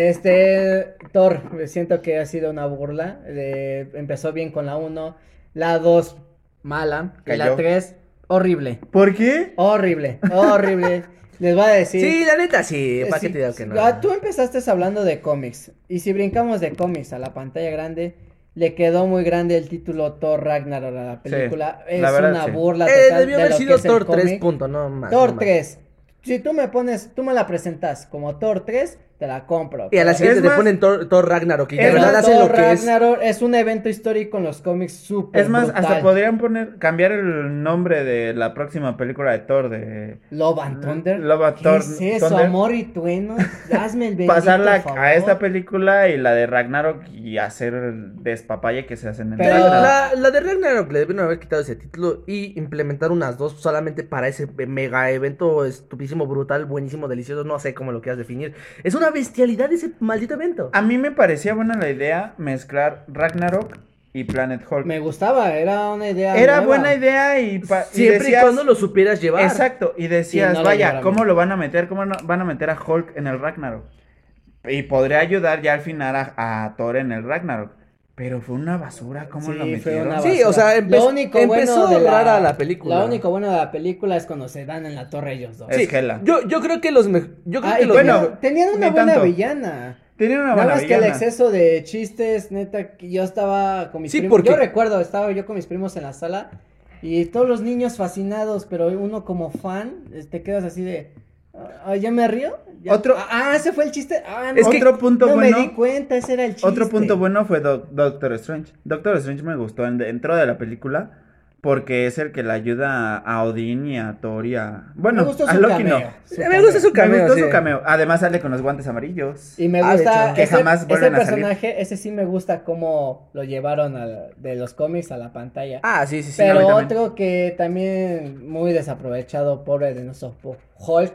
[SPEAKER 5] Este, Thor, siento que ha sido una burla. de- empezó bien con la 1, la 2, mala, y la
[SPEAKER 3] Cayó.
[SPEAKER 5] 3, horrible.
[SPEAKER 3] ¿Por qué?
[SPEAKER 5] Horrible,
[SPEAKER 3] [LAUGHS]
[SPEAKER 5] horrible. Les voy a decir.
[SPEAKER 4] Sí, la neta, sí.
[SPEAKER 5] eh,
[SPEAKER 4] ¿Para
[SPEAKER 5] sí,
[SPEAKER 4] qué te digo que
[SPEAKER 5] sí,
[SPEAKER 4] no?
[SPEAKER 5] ah, Tú empezaste hablando de cómics. Y si brincamos de cómics a la pantalla grande, le quedó muy grande el título Thor Ragnarok a la película.
[SPEAKER 3] la
[SPEAKER 5] es
[SPEAKER 3] verdad,
[SPEAKER 5] una
[SPEAKER 3] sí.
[SPEAKER 5] burla
[SPEAKER 4] Eh,
[SPEAKER 5] total
[SPEAKER 4] debió
[SPEAKER 5] de
[SPEAKER 4] haber
[SPEAKER 5] lo que
[SPEAKER 4] sido
[SPEAKER 5] es el
[SPEAKER 4] Thor 3.
[SPEAKER 5] cómic.
[SPEAKER 4] Punto, no más.
[SPEAKER 5] Thor
[SPEAKER 4] no más.
[SPEAKER 5] 3. Si tú me pones, tú me la presentas como Thor 3, te la compro.
[SPEAKER 4] Y a la
[SPEAKER 5] pero-
[SPEAKER 4] siguiente
[SPEAKER 3] Es
[SPEAKER 4] te
[SPEAKER 3] más-
[SPEAKER 4] ponen Thor, Thor Ragnarok. Y de
[SPEAKER 5] Era
[SPEAKER 4] verdad hacen
[SPEAKER 5] Thor
[SPEAKER 4] lo que es.
[SPEAKER 5] Ragnarok, es... un evento histórico en los cómics súper
[SPEAKER 3] Es más, hasta
[SPEAKER 5] brutal.
[SPEAKER 3] podrían poner, cambiar el nombre de la próxima película de Thor, de
[SPEAKER 5] Love and Thunder.
[SPEAKER 3] Love and
[SPEAKER 5] ¿Qué
[SPEAKER 3] Thor-
[SPEAKER 5] es eso?
[SPEAKER 3] Thunder.
[SPEAKER 5] Amor y trueno. Hazme el bendito
[SPEAKER 3] pasarla
[SPEAKER 5] favor.
[SPEAKER 3] a esta película y la de Ragnarok y hacer el despapalle que se hacen en
[SPEAKER 5] Pero-
[SPEAKER 4] La,
[SPEAKER 3] Ragnarok.
[SPEAKER 4] la- la de Ragnarok le debieron haber quitado ese título y implementar unas dos solamente para ese mega evento estupidísimo, brutal, buenísimo, delicioso, no sé cómo lo quieras definir. Es una bestialidad ese maldito evento.
[SPEAKER 5] Ah,
[SPEAKER 3] A mí me parecía buena la idea mezclar Ragnarok y Planet Hulk.
[SPEAKER 5] Me gustaba, era una idea.
[SPEAKER 3] Era
[SPEAKER 5] nueva.
[SPEAKER 3] buena idea y, pa- y
[SPEAKER 4] Siempre
[SPEAKER 3] decías-
[SPEAKER 4] y cuando lo supieras llevar.
[SPEAKER 3] Exacto, y decías,
[SPEAKER 5] Sí, no lo
[SPEAKER 3] vaya,
[SPEAKER 5] lograron.
[SPEAKER 3] ¿cómo lo van a meter? ¿Cómo no- van a meter a Hulk en el Ragnarok? Y podría ayudar ya al final a, a Thor en el Ragnarok. Pero fue una basura, ¿cómo
[SPEAKER 5] Sí,
[SPEAKER 3] lo
[SPEAKER 5] fue
[SPEAKER 3] metieron?
[SPEAKER 5] una
[SPEAKER 4] Sí,
[SPEAKER 5] basura.
[SPEAKER 4] o sea, empe-
[SPEAKER 5] Lo único
[SPEAKER 4] empezó
[SPEAKER 5] bueno de
[SPEAKER 4] rara la película.
[SPEAKER 5] Lo único bueno de la película es cuando se dan en la torre ellos dos.
[SPEAKER 3] Es
[SPEAKER 4] Sí,
[SPEAKER 3] Gela.
[SPEAKER 4] Yo, yo creo que los mejores. Yo creo
[SPEAKER 5] Ah,
[SPEAKER 4] que
[SPEAKER 5] y
[SPEAKER 4] los
[SPEAKER 3] bueno,
[SPEAKER 4] mejor-
[SPEAKER 5] tenían- tenían una
[SPEAKER 3] ni
[SPEAKER 5] buena
[SPEAKER 3] tanto.
[SPEAKER 5] villana.
[SPEAKER 3] Tenían una
[SPEAKER 5] Nada
[SPEAKER 3] buena
[SPEAKER 5] más que el
[SPEAKER 3] villana.
[SPEAKER 5] exceso de chistes, neta, que yo estaba con mis
[SPEAKER 4] Sí,
[SPEAKER 5] primos.
[SPEAKER 4] porque-
[SPEAKER 5] Yo recuerdo, estaba yo con mis primos en la sala y todos los niños fascinados, pero uno como fan, eh, te quedas así de. "Ah, ¿Ya me río? ¿Ya-
[SPEAKER 3] Otro-
[SPEAKER 5] Ah, ese fue el chiste. Ah, no,
[SPEAKER 4] Es que-
[SPEAKER 3] Otro punto
[SPEAKER 5] no
[SPEAKER 3] bueno.
[SPEAKER 5] me di cuenta, ese era el chiste.
[SPEAKER 3] Otro punto bueno fue Doc- Doctor Strange. Doctor Strange me gustó en- dentro de la película porque es el que le ayuda a- a Odín y a Thor y a... Bueno,
[SPEAKER 5] Me gustó
[SPEAKER 3] a
[SPEAKER 5] su
[SPEAKER 3] Loki no.
[SPEAKER 5] cameo, su
[SPEAKER 4] Me gusta
[SPEAKER 5] cameo.
[SPEAKER 4] su cameo.
[SPEAKER 3] me gustó
[SPEAKER 4] sí.
[SPEAKER 3] su cameo. Además sale con los guantes amarillos.
[SPEAKER 5] Y me
[SPEAKER 4] Ah, de
[SPEAKER 5] gusta
[SPEAKER 4] hecho.
[SPEAKER 3] Que
[SPEAKER 5] ese-
[SPEAKER 3] jamás
[SPEAKER 5] ese
[SPEAKER 3] vuelven a salir.
[SPEAKER 5] personaje, ese sí me gusta cómo lo llevaron al- de los cómics a la pantalla.
[SPEAKER 4] Ah, sí, sí, sí.
[SPEAKER 3] a
[SPEAKER 5] Pero
[SPEAKER 3] mí también.
[SPEAKER 5] otro que también muy desaprovechado, pobre de nuestro po-
[SPEAKER 4] [LAUGHS]
[SPEAKER 5] Hulk.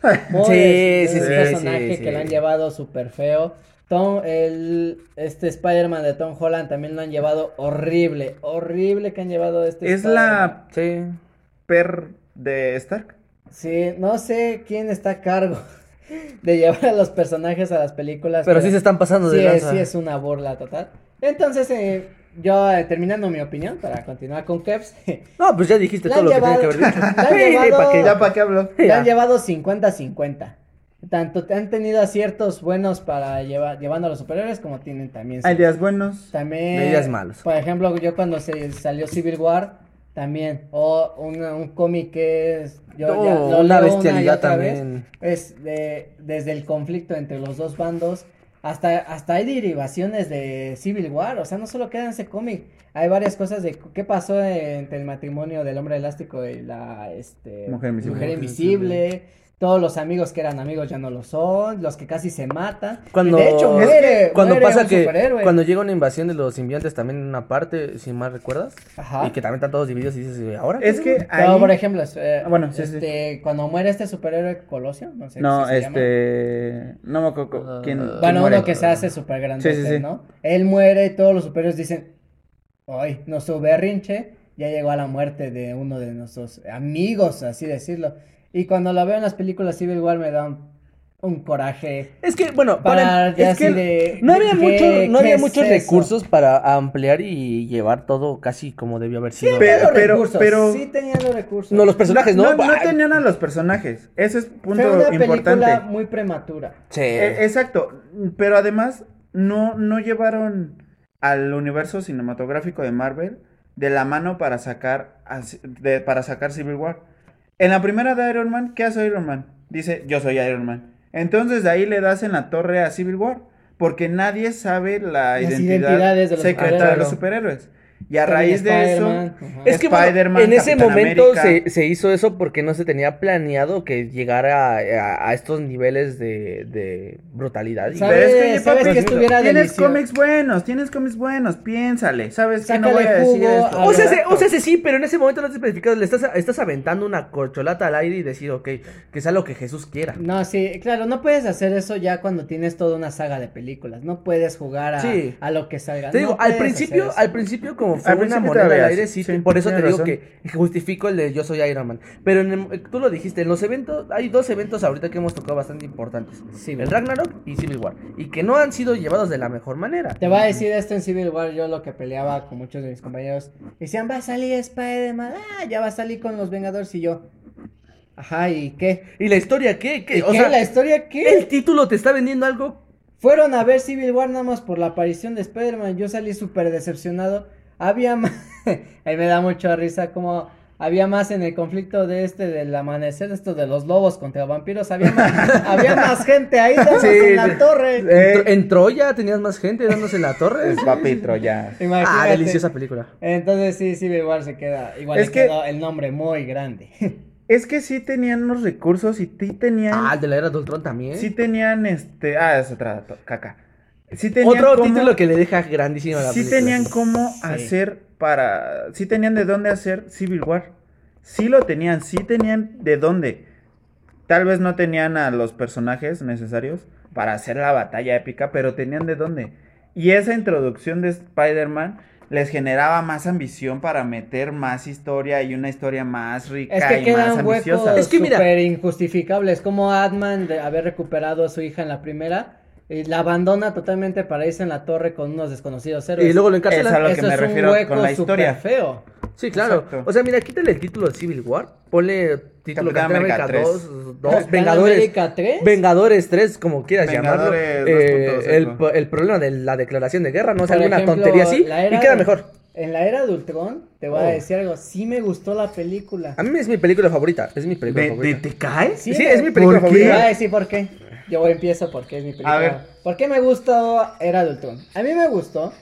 [SPEAKER 5] Pobre
[SPEAKER 4] Sí,
[SPEAKER 5] de- de
[SPEAKER 4] sí,
[SPEAKER 5] un
[SPEAKER 4] sí,
[SPEAKER 5] personaje
[SPEAKER 4] sí, sí.
[SPEAKER 5] que lo han llevado súper feo. Tom, el, este Spider-Man de Tom Holland también lo han llevado horrible, horrible que han llevado este
[SPEAKER 3] es
[SPEAKER 5] Spider-Man.
[SPEAKER 3] la
[SPEAKER 4] Sí.
[SPEAKER 3] per de Stark.
[SPEAKER 5] Sí, no sé quién está a cargo [LAUGHS] de llevar a los personajes a las películas.
[SPEAKER 4] Pero sí se están pasando de
[SPEAKER 5] Sí, es,
[SPEAKER 4] lanza.
[SPEAKER 5] sí es una burla total. Entonces, eh, yo eh, terminando mi opinión, para continuar con Kevs, [LAUGHS]
[SPEAKER 4] No, pues ya dijiste
[SPEAKER 5] La
[SPEAKER 4] todo lo
[SPEAKER 5] han
[SPEAKER 4] que tenía que
[SPEAKER 5] llevado-
[SPEAKER 4] haber dicho.
[SPEAKER 5] la han llevado-
[SPEAKER 4] ¿pa' qué?
[SPEAKER 3] [LAUGHS] Ya para qué habló.
[SPEAKER 5] Le han
[SPEAKER 4] Ya.
[SPEAKER 5] llevado 50-50. Tanto te- han tenido aciertos buenos para llevar, llevando a los superhéroes como tienen también.
[SPEAKER 3] Hay días buenos.
[SPEAKER 5] También.
[SPEAKER 4] Medidas malas.
[SPEAKER 5] Por ejemplo, yo cuando se salió Civil War, también. O una- un cómic que es. Yo
[SPEAKER 4] No,
[SPEAKER 5] ya lo leo
[SPEAKER 4] una
[SPEAKER 5] una y
[SPEAKER 4] bestialidad
[SPEAKER 5] otra
[SPEAKER 4] también.
[SPEAKER 5] vez, es de- desde el conflicto entre los dos bandos. Hasta, hasta hay derivaciones de Civil War, o sea, no solo queda en ese cómic. Hay varias cosas de qué pasó entre el matrimonio del hombre elástico y la este,
[SPEAKER 3] Mujer invisible.
[SPEAKER 5] invisible, Todos los amigos que eran amigos ya no lo son. Los que casi se matan. Y
[SPEAKER 4] Cuando-
[SPEAKER 5] de hecho,
[SPEAKER 4] Es que
[SPEAKER 5] muere,
[SPEAKER 4] Cuando
[SPEAKER 5] muere
[SPEAKER 4] pasa
[SPEAKER 5] un
[SPEAKER 4] que
[SPEAKER 5] superhéroe.
[SPEAKER 4] cuando llega una invasión de los simbiontes también en una parte, si mal recuerdas,
[SPEAKER 5] Ajá.
[SPEAKER 4] y que también están todos divididos y dices, "¿Y ahora? qué,
[SPEAKER 3] Es
[SPEAKER 4] güey?"
[SPEAKER 3] que
[SPEAKER 5] Pero,
[SPEAKER 3] ahí-
[SPEAKER 5] por ejemplo, es- eh,
[SPEAKER 3] Ah, bueno, sí, sí.
[SPEAKER 5] este, cuando muere este superhéroe Colosio, no sé
[SPEAKER 3] No,
[SPEAKER 5] si se llama.
[SPEAKER 3] este... No me acuerdo co- quién
[SPEAKER 4] Ah.
[SPEAKER 3] quién
[SPEAKER 5] Bueno,
[SPEAKER 3] muere.
[SPEAKER 5] uno que se hace súper grande,
[SPEAKER 3] Sí, sí, sí.
[SPEAKER 5] ¿no? Él muere y todos los superhéroes dicen, ay, nuestro berrinche ya llegó a la muerte de uno de nuestros amigos, así decirlo. Y cuando la veo en las películas Civil War me da un, un coraje.
[SPEAKER 4] Es que, bueno,
[SPEAKER 5] Para,
[SPEAKER 4] para,
[SPEAKER 5] ya
[SPEAKER 4] es que
[SPEAKER 5] así de-
[SPEAKER 4] no había,
[SPEAKER 5] ¿qué-
[SPEAKER 4] mucho, no
[SPEAKER 5] qué
[SPEAKER 4] había
[SPEAKER 5] es
[SPEAKER 4] muchos
[SPEAKER 5] eso?
[SPEAKER 4] recursos para ampliar y llevar todo casi como debió haber sido.
[SPEAKER 3] Pero-
[SPEAKER 5] Tenía los
[SPEAKER 3] pero-
[SPEAKER 5] recursos,
[SPEAKER 3] pero-
[SPEAKER 5] Sí tenía los recursos.
[SPEAKER 4] no, los personajes, ¿no?
[SPEAKER 3] No, no
[SPEAKER 4] Bah,
[SPEAKER 3] tenían a los personajes. Ese es punto
[SPEAKER 5] Fue una
[SPEAKER 3] importante.
[SPEAKER 5] película muy prematura.
[SPEAKER 4] sí.
[SPEAKER 5] Eh,
[SPEAKER 3] E- Exacto, pero además no, no llevaron al universo cinematográfico de Marvel de la mano para sacar a Ci- de- para sacar Civil War. En la primera de Iron Man, ¿qué hace Iron Man? Dice, yo soy Iron Man. Entonces de ahí le das en la torre a Civil War, porque nadie sabe la
[SPEAKER 5] Las
[SPEAKER 3] identidad
[SPEAKER 5] identidades de los
[SPEAKER 3] secreta de
[SPEAKER 5] superhéroes.
[SPEAKER 3] los superhéroes. Y a
[SPEAKER 5] También
[SPEAKER 3] raíz de eso,
[SPEAKER 5] Spider-Man, ajá.
[SPEAKER 4] Es que bueno,
[SPEAKER 3] Spider-Man,
[SPEAKER 4] en ese
[SPEAKER 3] Capitán
[SPEAKER 4] momento
[SPEAKER 3] América.
[SPEAKER 4] se, se hizo eso porque no se tenía planeado que llegara a, a- a estos niveles de, de brutalidad. Y-
[SPEAKER 5] ¿Sabes?
[SPEAKER 3] Pero es que, oye,
[SPEAKER 5] sabes
[SPEAKER 3] papi,
[SPEAKER 5] que estuviera
[SPEAKER 3] tienes
[SPEAKER 5] delicioso.
[SPEAKER 3] cómics buenos, tienes cómics buenos, piénsale, sabes que no
[SPEAKER 5] Sácale
[SPEAKER 3] voy a decir
[SPEAKER 5] jugo
[SPEAKER 3] esto.
[SPEAKER 5] a
[SPEAKER 4] O sea, se-
[SPEAKER 5] Exacto.
[SPEAKER 4] o sea, se- sí, pero en ese momento no te especificas, le estás, estás aventando una corcholata al aire y decir, ok, que sea lo que Jesús quiera.
[SPEAKER 5] No, sí, claro, no puedes hacer eso ya cuando tienes toda una saga de películas. No puedes jugar a,
[SPEAKER 4] Sí.
[SPEAKER 5] a lo que salga.
[SPEAKER 4] Te
[SPEAKER 5] No
[SPEAKER 4] digo, al
[SPEAKER 5] puedes
[SPEAKER 4] principio,
[SPEAKER 5] hacer
[SPEAKER 4] al
[SPEAKER 5] eso.
[SPEAKER 4] principio como fue
[SPEAKER 3] Al
[SPEAKER 4] una
[SPEAKER 3] principio
[SPEAKER 4] moneda al
[SPEAKER 3] todavía,
[SPEAKER 4] aire, sí,
[SPEAKER 3] sí,
[SPEAKER 4] por eso te
[SPEAKER 3] tienes
[SPEAKER 4] digo
[SPEAKER 3] razón.
[SPEAKER 4] que justifico el de yo soy Iron Man. Pero en el- tú lo dijiste, en los eventos, hay dos eventos ahorita que hemos tocado bastante importantes.
[SPEAKER 5] Civil
[SPEAKER 4] el
[SPEAKER 5] War.
[SPEAKER 4] Ragnarok y Civil War. Y que no han sido llevados de la mejor manera.
[SPEAKER 5] Te voy a decir esto en Civil War, yo lo que peleaba con muchos de mis compañeros. Decían, va a salir Spider-Man, ah, ya va a salir con los Vengadores y yo. Ajá, ¿y qué?
[SPEAKER 4] ¿Y la historia qué? ¿Qué?
[SPEAKER 5] ¿Y
[SPEAKER 4] O
[SPEAKER 5] qué?
[SPEAKER 4] sea,
[SPEAKER 5] ¿La historia qué?
[SPEAKER 4] el título te está vendiendo algo.
[SPEAKER 5] Fueron a ver Civil War nada más por la aparición de [LAUGHS] Spider-Man. Yo salí súper decepcionado. Había más. Ahí me da mucha risa como Había más en el conflicto de este del amanecer, esto de los lobos contra vampiros.
[SPEAKER 3] [LAUGHS]
[SPEAKER 5] Había más, había más gente ahí dándose
[SPEAKER 3] Sí,
[SPEAKER 5] en
[SPEAKER 3] sí.
[SPEAKER 5] la torre.
[SPEAKER 3] Eh,
[SPEAKER 4] En Tro- en Troya tenías más gente dándose en
[SPEAKER 3] [LAUGHS]
[SPEAKER 4] la torre.
[SPEAKER 3] Es papi Troya.
[SPEAKER 5] [LAUGHS] Imagínate.
[SPEAKER 4] Ah, deliciosa película.
[SPEAKER 5] Entonces sí, sí, igual se queda. Igual
[SPEAKER 3] Es
[SPEAKER 5] le
[SPEAKER 3] que-
[SPEAKER 5] quedó el nombre muy grande. [LAUGHS]
[SPEAKER 3] Es que sí tenían los recursos y sí tenían.
[SPEAKER 4] Ah, el de la era de Ultron también.
[SPEAKER 3] sí tenían este. Ah, es otra to- caca. Sí tenían
[SPEAKER 4] Otro
[SPEAKER 3] cómo-
[SPEAKER 4] título que le deja grandísimo a la
[SPEAKER 3] Sí
[SPEAKER 4] película.
[SPEAKER 3] tenían cómo hacer para. Sí tenían de dónde hacer Civil War. Sí lo tenían, sí tenían de dónde. Tal vez no tenían a los personajes necesarios para hacer la batalla épica, pero tenían de dónde. Y esa introducción de Spider-Man les generaba más ambición para meter más historia y una historia más rica
[SPEAKER 5] Es que
[SPEAKER 3] y más
[SPEAKER 5] quedan huecos
[SPEAKER 3] ambiciosa.
[SPEAKER 4] Es que mira-
[SPEAKER 5] súper injustificables. Como Atman de haber recuperado a su hija en la primera, y la abandona totalmente para irse en la torre con unos desconocidos héroes.
[SPEAKER 4] Y luego lo
[SPEAKER 3] Es a
[SPEAKER 4] encarcelan.
[SPEAKER 3] lo que me refiero con la historia.
[SPEAKER 5] súper feo.
[SPEAKER 4] Sí, claro.
[SPEAKER 3] Exacto.
[SPEAKER 4] O sea, mira, quítale el título de Civil War. Ponle título
[SPEAKER 3] Capitán
[SPEAKER 4] Capitán
[SPEAKER 3] América
[SPEAKER 4] América
[SPEAKER 3] tres. [LAUGHS]
[SPEAKER 4] 2, 2
[SPEAKER 5] Vengadores.
[SPEAKER 4] Vengadores.
[SPEAKER 5] América 3.
[SPEAKER 4] Vengadores 3, como quieras
[SPEAKER 3] Vengadores
[SPEAKER 4] llamarlo. Eh,
[SPEAKER 3] 2.0.
[SPEAKER 4] el, po- el problema de la declaración de guerra, no es
[SPEAKER 5] Por
[SPEAKER 4] alguna
[SPEAKER 5] ejemplo,
[SPEAKER 4] tontería así.
[SPEAKER 5] la era
[SPEAKER 4] Y queda
[SPEAKER 5] de-
[SPEAKER 4] mejor.
[SPEAKER 5] En la era de Ultron, te voy
[SPEAKER 4] Oh.
[SPEAKER 5] a decir algo. Sí me gustó la película.
[SPEAKER 4] A mí es mi película favorita. Es mi película
[SPEAKER 3] ¿De, de-
[SPEAKER 4] favorita.
[SPEAKER 3] ¿Te caes?
[SPEAKER 4] Sí, es mi película
[SPEAKER 3] ¿Por qué?
[SPEAKER 5] Te voy a
[SPEAKER 4] favorita.
[SPEAKER 5] decir por qué. Yo empiezo porque es mi película.
[SPEAKER 3] A ver.
[SPEAKER 5] ¿Por qué me gustó Era de Ultron? A mí me gustó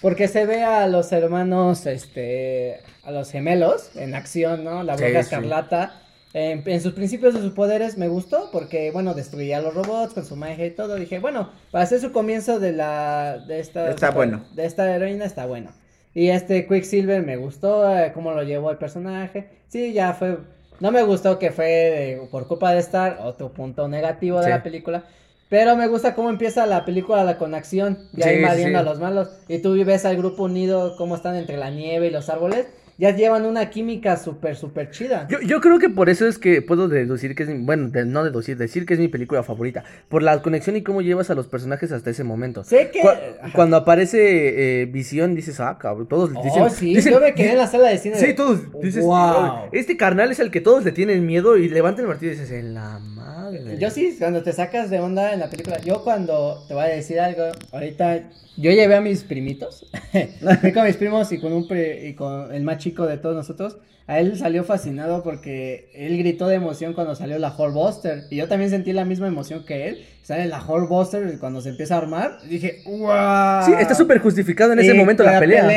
[SPEAKER 5] porque se ve a los hermanos, este, a los gemelos en acción, ¿no? La
[SPEAKER 4] Sí,
[SPEAKER 5] bruja
[SPEAKER 4] sí.
[SPEAKER 5] escarlata. En, en sus principios de sus poderes me gustó porque, bueno, destruía a los robots con su magia y todo. Dije, bueno, para hacer su comienzo de la... De esta,
[SPEAKER 3] Está bueno.
[SPEAKER 5] De esta heroína está bueno. Y este Quicksilver me gustó, eh, cómo lo llevó el personaje. Sí, ya fue. No me gustó que fue eh, por culpa de Star, otro punto negativo de
[SPEAKER 4] Sí.
[SPEAKER 5] la película. Pero me gusta cómo empieza la película la con acción, ya
[SPEAKER 4] Sí,
[SPEAKER 5] invadiendo
[SPEAKER 4] sí.
[SPEAKER 5] a los malos. Y tú ves al grupo unido, cómo están entre la nieve y los árboles. Ya llevan una química súper, súper chida.
[SPEAKER 4] Yo, yo creo que por eso es que puedo deducir que es mi, bueno, de- no deducir, decir que es mi película favorita. Por la conexión y cómo llevas a los personajes hasta ese momento.
[SPEAKER 5] Sé que.
[SPEAKER 4] Cu-
[SPEAKER 5] Ajá.
[SPEAKER 4] cuando aparece eh, Visión, dices, ah, cabrón, todos
[SPEAKER 5] Oh,
[SPEAKER 4] dicen.
[SPEAKER 5] sí,
[SPEAKER 4] dicen-
[SPEAKER 5] yo me quedé en la sala de cine.
[SPEAKER 4] Sí,
[SPEAKER 5] de-
[SPEAKER 4] todos dices,
[SPEAKER 5] Wow.
[SPEAKER 4] este carnal es el que todos le tienen miedo y levantan el martillo y dices, en la madre.
[SPEAKER 5] Yo sí, cuando te sacas de onda en la película, yo cuando te voy a decir algo, ahorita yo llevé a mis primitos, [LAUGHS] fui con mis primos y con un pri- y con el más chico de todos nosotros, a él salió fascinado porque él gritó de emoción cuando salió la Buster y yo también sentí la misma emoción que él, sale la Buster y cuando se empieza a armar, dije, "Uh, ¡guau!
[SPEAKER 4] Sí, está súper justificado en ese
[SPEAKER 5] Y
[SPEAKER 4] momento la pelea.
[SPEAKER 5] ah, eh,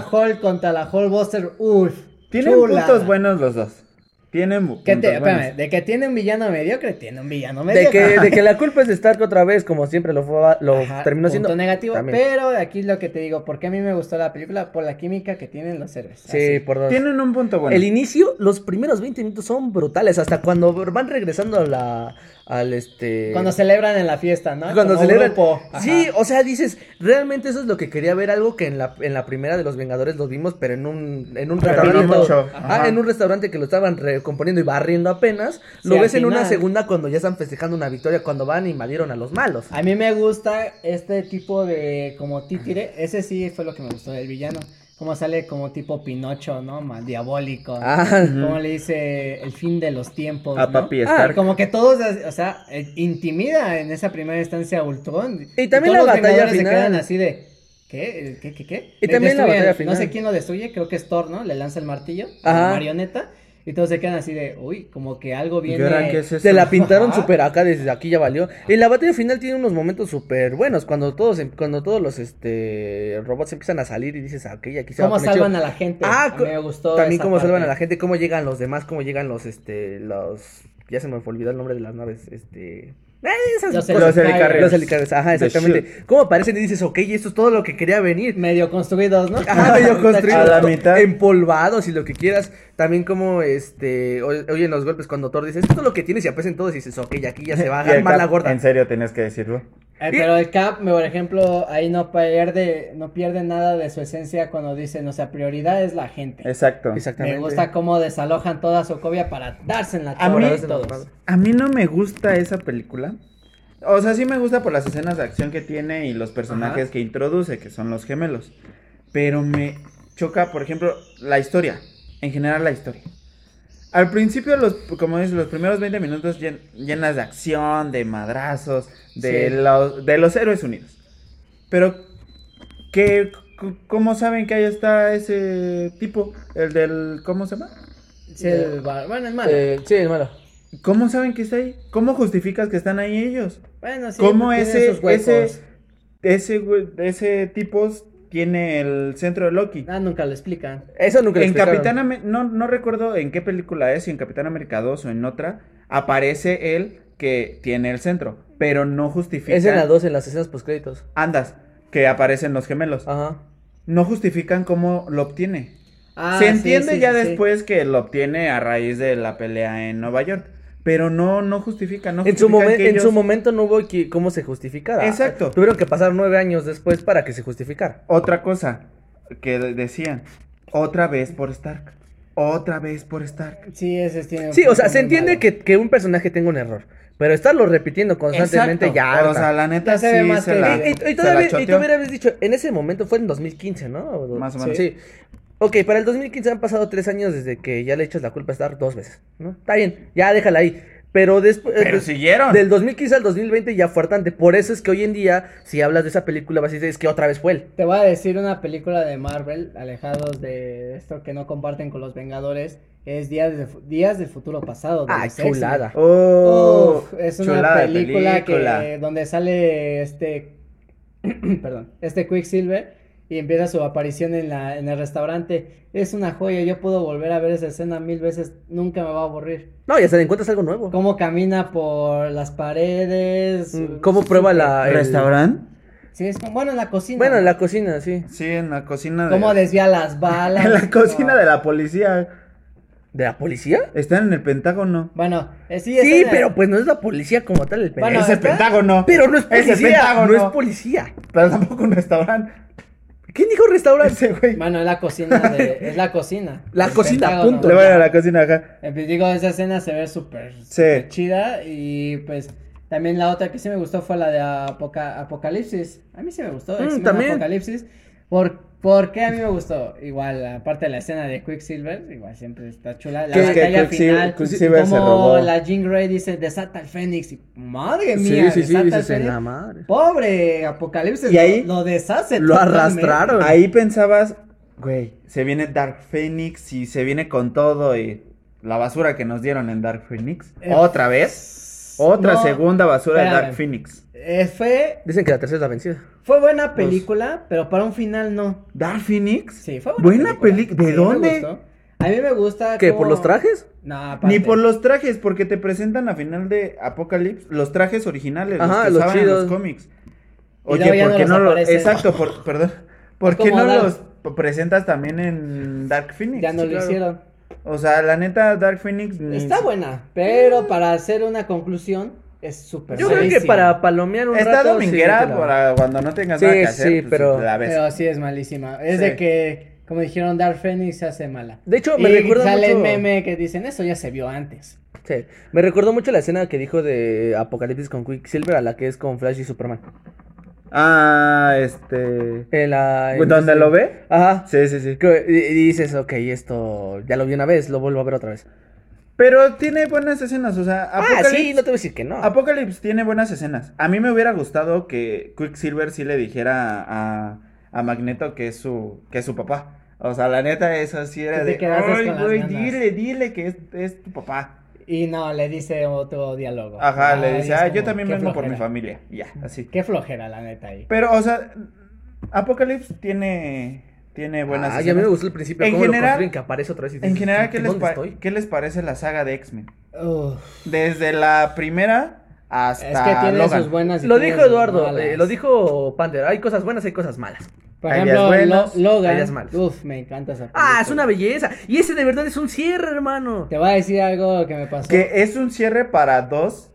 [SPEAKER 5] pelea Hulk contra la Buster uff,
[SPEAKER 3] Tienen
[SPEAKER 5] chulada.
[SPEAKER 3] puntos buenos los dos. Tienen bu-
[SPEAKER 5] Que
[SPEAKER 3] puntos
[SPEAKER 5] te- espérame,
[SPEAKER 3] buenos.
[SPEAKER 5] de que tiene un villano mediocre, tiene un villano
[SPEAKER 4] De
[SPEAKER 5] mediocre. [LAUGHS]
[SPEAKER 4] que, de que la culpa es de Stark otra vez, como siempre lo fue, lo
[SPEAKER 5] Ajá,
[SPEAKER 4] terminó siendo.
[SPEAKER 5] punto negativo,
[SPEAKER 4] También.
[SPEAKER 5] pero aquí lo que te digo, porque a mí me gustó la película por la química que tienen los héroes.
[SPEAKER 4] Sí, pues,
[SPEAKER 5] Así.
[SPEAKER 4] por dos.
[SPEAKER 3] Tienen un punto bueno.
[SPEAKER 4] El inicio, los primeros 20 minutos son brutales, hasta cuando van regresando a la, al este...
[SPEAKER 5] Cuando celebran en la fiesta, ¿no?
[SPEAKER 4] Cuando
[SPEAKER 5] Como
[SPEAKER 4] celebran.
[SPEAKER 5] grupo. Ajá.
[SPEAKER 4] Sí, o sea, dices, realmente eso es lo que quería ver, algo que en la, en la primera de los Vengadores lo vimos, pero en un, en un
[SPEAKER 3] Pero no
[SPEAKER 4] restaurante.
[SPEAKER 3] mucho.
[SPEAKER 4] Ajá,
[SPEAKER 3] Ajá.
[SPEAKER 4] en un restaurante que lo estaban recomponiendo y barriendo apenas. Lo
[SPEAKER 5] Sí,
[SPEAKER 4] ves
[SPEAKER 5] al
[SPEAKER 4] en una
[SPEAKER 5] final.
[SPEAKER 4] segunda cuando ya están festejando una victoria, cuando van y invadieron a los malos.
[SPEAKER 5] A mí me gusta este tipo de como títere, ese sí fue lo que me gustó del villano. Como sale como tipo Pinocho, ¿no? Más diabólico.
[SPEAKER 4] Ah,
[SPEAKER 5] Como le dice el fin de los tiempos.
[SPEAKER 3] A
[SPEAKER 5] ¿no?
[SPEAKER 3] papi
[SPEAKER 4] Ah,
[SPEAKER 3] Stark.
[SPEAKER 5] Como que todos, o sea, eh, intimida en esa primera instancia a Ultron.
[SPEAKER 4] Y también
[SPEAKER 5] todos
[SPEAKER 4] la
[SPEAKER 5] los
[SPEAKER 4] batalla
[SPEAKER 5] Vengadores se
[SPEAKER 4] final.
[SPEAKER 5] quedan así de. ¿Qué? ¿Qué? ¿Qué? qué?
[SPEAKER 4] Y
[SPEAKER 5] Me
[SPEAKER 4] también la
[SPEAKER 5] destruyen.
[SPEAKER 4] batalla final.
[SPEAKER 5] No sé quién lo destruye, creo que es Thor, ¿no? Le lanza el martillo, a
[SPEAKER 4] Ajá.
[SPEAKER 5] la marioneta. Y todos se quedan así de, uy, como que algo
[SPEAKER 3] ¿Y
[SPEAKER 5] viene.
[SPEAKER 3] ahora qué es eso?
[SPEAKER 4] Te la pintaron
[SPEAKER 5] Pues Ajá.
[SPEAKER 4] súper acá, desde aquí ya valió. Y la batalla final tiene unos momentos súper buenos, cuando todos, em- cuando todos los este robots empiezan a salir y dices, ah, ok, aquí se va
[SPEAKER 5] ¿Cómo
[SPEAKER 4] a poner
[SPEAKER 5] salvan
[SPEAKER 4] chido".
[SPEAKER 5] a la gente?
[SPEAKER 4] Ah,
[SPEAKER 5] a mí me gustó.
[SPEAKER 4] También
[SPEAKER 5] esa
[SPEAKER 4] cómo salvan a
[SPEAKER 5] parte.
[SPEAKER 4] la gente, cómo llegan los demás, cómo llegan los, este, los, ya se me olvidó el nombre de las naves, este, eh, esas
[SPEAKER 5] Los
[SPEAKER 4] cosas.
[SPEAKER 5] helicarriers.
[SPEAKER 4] Los helicarriers, ajá,
[SPEAKER 3] The
[SPEAKER 4] exactamente. Cómo aparecen y dices, ok, esto es todo lo que quería venir.
[SPEAKER 5] Medio construidos, ¿no?
[SPEAKER 3] [LAUGHS]
[SPEAKER 4] Ajá,
[SPEAKER 5] [LAUGHS]
[SPEAKER 4] medio construido.
[SPEAKER 3] A la mitad.
[SPEAKER 4] Empolvados y lo que quieras. También como este. o- Oyen los golpes cuando Thor dice, esto es lo que tienes y aparecen todos y dices, ok, aquí ya se va
[SPEAKER 3] [LAUGHS]
[SPEAKER 4] a
[SPEAKER 3] Y el
[SPEAKER 4] armar la
[SPEAKER 3] Cap,
[SPEAKER 4] gorda.
[SPEAKER 3] En serio, tenías que decirlo.
[SPEAKER 5] Eh, pero el Cap, me- por ejemplo, ahí no pierde, no pierde nada de su esencia cuando dicen, o sea, prioridad es la gente.
[SPEAKER 3] Exacto.
[SPEAKER 5] Me
[SPEAKER 4] Exactamente.
[SPEAKER 5] gusta cómo desalojan toda Socovia para darse en la
[SPEAKER 3] A
[SPEAKER 5] torre
[SPEAKER 3] mí-
[SPEAKER 5] todos.
[SPEAKER 3] A mí no me gusta esa película. O sea, sí me gusta por las escenas de acción que tiene y los personajes
[SPEAKER 4] Ajá.
[SPEAKER 3] que introduce, que son los gemelos. Pero me choca, por ejemplo, la historia. En general, la historia. Al principio, los, como dices, los primeros 20 minutos llen- llenas de acción, de madrazos, de,
[SPEAKER 5] Sí.
[SPEAKER 3] los, de los héroes unidos. Pero, ¿qué, c- ¿cómo saben que ahí está ese tipo? El del, ¿cómo se llama?
[SPEAKER 5] Sí, el va- bueno, el malo.
[SPEAKER 4] Eh, sí, el malo.
[SPEAKER 3] ¿Cómo saben que está ahí? ¿Cómo justificas que están ahí ellos?
[SPEAKER 5] bueno, sí,
[SPEAKER 3] ¿Cómo
[SPEAKER 5] tiene
[SPEAKER 3] ese,
[SPEAKER 5] sus huecos.
[SPEAKER 3] ese, ese, güe- ese tipo tiene el centro de Loki?
[SPEAKER 5] Ah, nunca lo explican.
[SPEAKER 4] Eso nunca lo
[SPEAKER 3] en
[SPEAKER 4] explicaron.
[SPEAKER 3] Capitán Ame- no, no recuerdo en qué película es, si en Capitán América 2 o en otra, aparece él que tiene el centro, pero no justifica.
[SPEAKER 4] Es en la 2, en las escenas postcréditos.
[SPEAKER 3] Andas, que aparecen los gemelos.
[SPEAKER 4] Ajá.
[SPEAKER 3] No justifican cómo lo obtiene.
[SPEAKER 5] Ah,
[SPEAKER 3] Se
[SPEAKER 5] sí,
[SPEAKER 3] entiende
[SPEAKER 5] sí,
[SPEAKER 3] ya
[SPEAKER 5] sí, sí.
[SPEAKER 3] después que lo obtiene a raíz de la pelea en Nueva York, pero no, no justifica, no
[SPEAKER 4] En su,
[SPEAKER 3] justifican
[SPEAKER 4] momen-
[SPEAKER 3] que
[SPEAKER 4] en su
[SPEAKER 3] ellos-
[SPEAKER 4] momento no hubo que- cómo se justificara.
[SPEAKER 3] Exacto.
[SPEAKER 4] Tuvieron que pasar nueve años después para que se justificara.
[SPEAKER 3] Otra cosa que de- decían, otra vez por Stark, otra vez por Stark.
[SPEAKER 5] Sí, ese tiene un
[SPEAKER 4] Sí, o sea,
[SPEAKER 5] punto
[SPEAKER 4] se
[SPEAKER 5] muy
[SPEAKER 4] entiende
[SPEAKER 5] malo.
[SPEAKER 4] que, que un personaje tenga un error. Pero estarlo repitiendo constantemente
[SPEAKER 3] Exacto.
[SPEAKER 4] ya.
[SPEAKER 3] O sea, la neta
[SPEAKER 5] Ya se ve
[SPEAKER 3] sí
[SPEAKER 5] más
[SPEAKER 3] se
[SPEAKER 5] que-
[SPEAKER 3] la-
[SPEAKER 4] Y- y- y,
[SPEAKER 3] se la
[SPEAKER 4] todavía, y
[SPEAKER 3] choteó.
[SPEAKER 4] tú hubieras dicho, en ese momento fue en 2015, ¿no? O-
[SPEAKER 3] Más o menos.
[SPEAKER 4] Sí. Ok, para el 2015 han pasado tres años desde que ya le echas la culpa a Star dos veces, ¿no? Está bien, ya déjala ahí. Pero después. eh,
[SPEAKER 3] Pero siguieron.
[SPEAKER 4] Del 2015 al 2020 ya fue hartante. Por eso es que hoy en día, si hablas de esa película, vas a decir, es que otra vez fue él.
[SPEAKER 5] Te voy a decir una película de Marvel, alejados de esto que no comparten con los Vengadores, es Días, de, Días del Futuro Pasado. de
[SPEAKER 4] Ah,
[SPEAKER 5] los X-Men.
[SPEAKER 4] chulada.
[SPEAKER 3] Oh,
[SPEAKER 5] Uf, es una
[SPEAKER 3] chulada de
[SPEAKER 5] película, que
[SPEAKER 3] película.
[SPEAKER 5] donde sale este [CLEARS THROAT] perdón, este Quicksilver y empieza su aparición en la en el restaurante. Es una joya, yo puedo volver a ver esa escena mil veces, nunca me va a aburrir.
[SPEAKER 4] No, ya se le encuentras algo nuevo.
[SPEAKER 5] Cómo camina por las paredes.
[SPEAKER 4] Mm, ¿Cómo prueba
[SPEAKER 5] Ah,
[SPEAKER 4] la. el-
[SPEAKER 3] ¿Restaurante?
[SPEAKER 5] Sí, es como- bueno, en la cocina.
[SPEAKER 4] Bueno, en
[SPEAKER 5] ¿no?
[SPEAKER 4] la cocina, sí.
[SPEAKER 3] Sí, [LAUGHS] en la cocina de...
[SPEAKER 5] cómo desvía las balas.
[SPEAKER 3] [LAUGHS] En la cocina
[SPEAKER 5] No.
[SPEAKER 3] de la policía.
[SPEAKER 4] ¿De la policía?
[SPEAKER 3] Están en el Pentágono.
[SPEAKER 5] Bueno, eh, sí,
[SPEAKER 4] Sí,
[SPEAKER 5] esa-
[SPEAKER 4] pero pues no es la policía como tal el
[SPEAKER 5] Bueno,
[SPEAKER 4] pendejo.
[SPEAKER 3] es el
[SPEAKER 5] ¿está?
[SPEAKER 3] Pentágono.
[SPEAKER 4] Pero no es
[SPEAKER 3] el
[SPEAKER 4] policía.
[SPEAKER 3] Pentágono.
[SPEAKER 4] No es policía.
[SPEAKER 3] Pero tampoco un restaurante.
[SPEAKER 4] ¿Quién dijo restaurante?
[SPEAKER 3] Ese güey.
[SPEAKER 5] Bueno, es la cocina de- es la cocina.
[SPEAKER 4] La
[SPEAKER 5] El
[SPEAKER 4] cocina,
[SPEAKER 5] Pentágono.
[SPEAKER 4] punto.
[SPEAKER 3] Le voy a la cocina acá.
[SPEAKER 5] Eh, pues, Digo, esa escena se ve súper súper chida y pues también la otra que sí me gustó fue la de Apoca- Apocalipsis. A mí sí me gustó.
[SPEAKER 3] Mm,
[SPEAKER 5] X-Men
[SPEAKER 4] también.
[SPEAKER 5] Apocalipsis. ¿Por, ¿Por qué a mí me gustó? Igual, aparte de la escena de Quicksilver, igual siempre está chula. La
[SPEAKER 3] Que es que
[SPEAKER 5] batalla
[SPEAKER 3] Quicksil-
[SPEAKER 5] final,
[SPEAKER 3] Quicksilver se
[SPEAKER 5] como
[SPEAKER 3] robó.
[SPEAKER 5] la Jean Grey dice, desata al Fénix. Y, madre mía, desata al
[SPEAKER 4] dices,
[SPEAKER 5] Fénix.
[SPEAKER 4] "La madre".
[SPEAKER 5] Pobre Apocalipsis,
[SPEAKER 3] Y ahí
[SPEAKER 5] lo, lo deshace.
[SPEAKER 4] lo
[SPEAKER 5] totalmente.
[SPEAKER 4] arrastraron.
[SPEAKER 3] Ahí pensabas, güey, se viene Dark Phoenix y se viene con todo y la basura que nos dieron en Dark Phoenix.
[SPEAKER 5] Eh,
[SPEAKER 3] Otra vez. Otra
[SPEAKER 5] no,
[SPEAKER 3] segunda basura de Dark
[SPEAKER 5] espérame.
[SPEAKER 3] Phoenix.
[SPEAKER 5] Eh, fue,
[SPEAKER 4] Dicen que la tercera es la vencida.
[SPEAKER 5] fue buena película, pero para un final no.
[SPEAKER 3] ¿Dark Phoenix?
[SPEAKER 5] Sí, fue
[SPEAKER 3] buena película. ¿De
[SPEAKER 5] Sí, me
[SPEAKER 3] dónde?
[SPEAKER 5] gustó. A mí me gusta.
[SPEAKER 4] ¿Qué?
[SPEAKER 5] cómo-
[SPEAKER 4] ¿Por los trajes?
[SPEAKER 5] No, aparte.
[SPEAKER 3] Ni por los trajes, porque te presentan a final de Apocalypse los trajes originales, los
[SPEAKER 4] Ajá,
[SPEAKER 3] que
[SPEAKER 4] los
[SPEAKER 3] usaban en los
[SPEAKER 4] chidos.
[SPEAKER 3] cómics.
[SPEAKER 5] Y luego
[SPEAKER 3] Oye,
[SPEAKER 5] ya
[SPEAKER 3] ¿por
[SPEAKER 5] no
[SPEAKER 3] qué
[SPEAKER 5] los
[SPEAKER 3] no los
[SPEAKER 5] aparece.
[SPEAKER 3] Exacto, por-
[SPEAKER 5] [LAUGHS]
[SPEAKER 3] perdón. ¿Por
[SPEAKER 5] Es
[SPEAKER 3] qué
[SPEAKER 5] como
[SPEAKER 3] no
[SPEAKER 5] Dark.
[SPEAKER 3] los p- presentas también en Dark Phoenix?
[SPEAKER 5] Ya no
[SPEAKER 3] Sí,
[SPEAKER 5] lo
[SPEAKER 3] claro.
[SPEAKER 5] hicieron.
[SPEAKER 3] O sea, la neta, Dark Phoenix. ni-
[SPEAKER 5] Está buena, pero para hacer una conclusión es súper
[SPEAKER 4] Yo creo que
[SPEAKER 5] malísima.
[SPEAKER 4] para palomear un
[SPEAKER 3] Está
[SPEAKER 4] rato, sí,
[SPEAKER 3] dominguera
[SPEAKER 4] te la-
[SPEAKER 3] para cuando no tengas
[SPEAKER 4] Sí,
[SPEAKER 3] nada que
[SPEAKER 4] sí,
[SPEAKER 3] hacer. pues,
[SPEAKER 4] pero-
[SPEAKER 3] La ves.
[SPEAKER 5] Pero sí es malísima. Es
[SPEAKER 3] Sí.
[SPEAKER 5] de que, como dijeron, Dark Phoenix se hace mala.
[SPEAKER 4] De hecho, me
[SPEAKER 5] Y
[SPEAKER 4] recuerda
[SPEAKER 5] sale el
[SPEAKER 4] mucho-
[SPEAKER 5] meme que dicen, eso ya se vio antes.
[SPEAKER 4] Sí. Me recordó mucho la escena que dijo de Apocalipsis con Quicksilver, a la que es con Flash y Superman.
[SPEAKER 3] Ah, este.
[SPEAKER 4] En la- en
[SPEAKER 3] ¿Dónde
[SPEAKER 4] ese-
[SPEAKER 3] lo ve?
[SPEAKER 4] Ajá.
[SPEAKER 3] Sí, sí, sí.
[SPEAKER 4] Que- Y y dices, ok, esto ya lo vi una vez, lo vuelvo a ver otra vez.
[SPEAKER 3] Pero tiene buenas escenas, o sea,
[SPEAKER 4] Ah, sí,
[SPEAKER 3] Apocalypse
[SPEAKER 4] no te voy a decir que no.
[SPEAKER 3] Apocalypse tiene buenas escenas. A mí me hubiera gustado que Quicksilver sí le dijera a, a Magneto que es su que es su papá. O sea, la neta eso sí
[SPEAKER 5] Que
[SPEAKER 3] era
[SPEAKER 5] te
[SPEAKER 3] de
[SPEAKER 5] quedases
[SPEAKER 3] "Ay,
[SPEAKER 5] con las
[SPEAKER 3] güey,
[SPEAKER 5] ganas".
[SPEAKER 3] dile, dile que es, es tu papá.
[SPEAKER 5] Y no, le dice otro diálogo.
[SPEAKER 3] Ajá,
[SPEAKER 5] Ay,
[SPEAKER 3] le dice,
[SPEAKER 5] es
[SPEAKER 3] "Ah, yo
[SPEAKER 5] como,
[SPEAKER 3] también
[SPEAKER 5] qué
[SPEAKER 3] vengo por mi
[SPEAKER 5] flojera.
[SPEAKER 3] familia." Y Ya, así.
[SPEAKER 5] Qué flojera, la neta, ahí.
[SPEAKER 3] Pero o sea, Apocalypse tiene tiene buenas
[SPEAKER 4] Ay, a mí
[SPEAKER 3] escenas.
[SPEAKER 4] me gustó el principio,
[SPEAKER 3] En
[SPEAKER 4] cómo
[SPEAKER 3] general-
[SPEAKER 4] lo construyen, que aparece otra vez y
[SPEAKER 3] En
[SPEAKER 4] dices,
[SPEAKER 3] general, ¿qué les,
[SPEAKER 4] ¿dónde
[SPEAKER 3] pa-
[SPEAKER 4] estoy?
[SPEAKER 3] ¿qué les parece la saga de X-Men?
[SPEAKER 5] Uf.
[SPEAKER 3] Desde la primera hasta
[SPEAKER 5] es que tiene
[SPEAKER 3] Logan.
[SPEAKER 5] sus buenas y
[SPEAKER 4] Lo
[SPEAKER 5] tiene
[SPEAKER 4] dijo
[SPEAKER 5] sus
[SPEAKER 4] Eduardo, eh,
[SPEAKER 5] malas.
[SPEAKER 4] lo dijo Panther, hay cosas buenas, hay cosas malas.
[SPEAKER 5] Por
[SPEAKER 3] Hay
[SPEAKER 5] ejemplo,
[SPEAKER 3] días buenos,
[SPEAKER 5] Lo- Logan.
[SPEAKER 4] hay días malos.
[SPEAKER 5] Uf, me encanta esa
[SPEAKER 4] Ah, es una
[SPEAKER 5] película.
[SPEAKER 4] belleza. Y ese de verdad es un cierre, hermano.
[SPEAKER 5] Te voy a decir algo que me pasó.
[SPEAKER 3] Que es un cierre para dos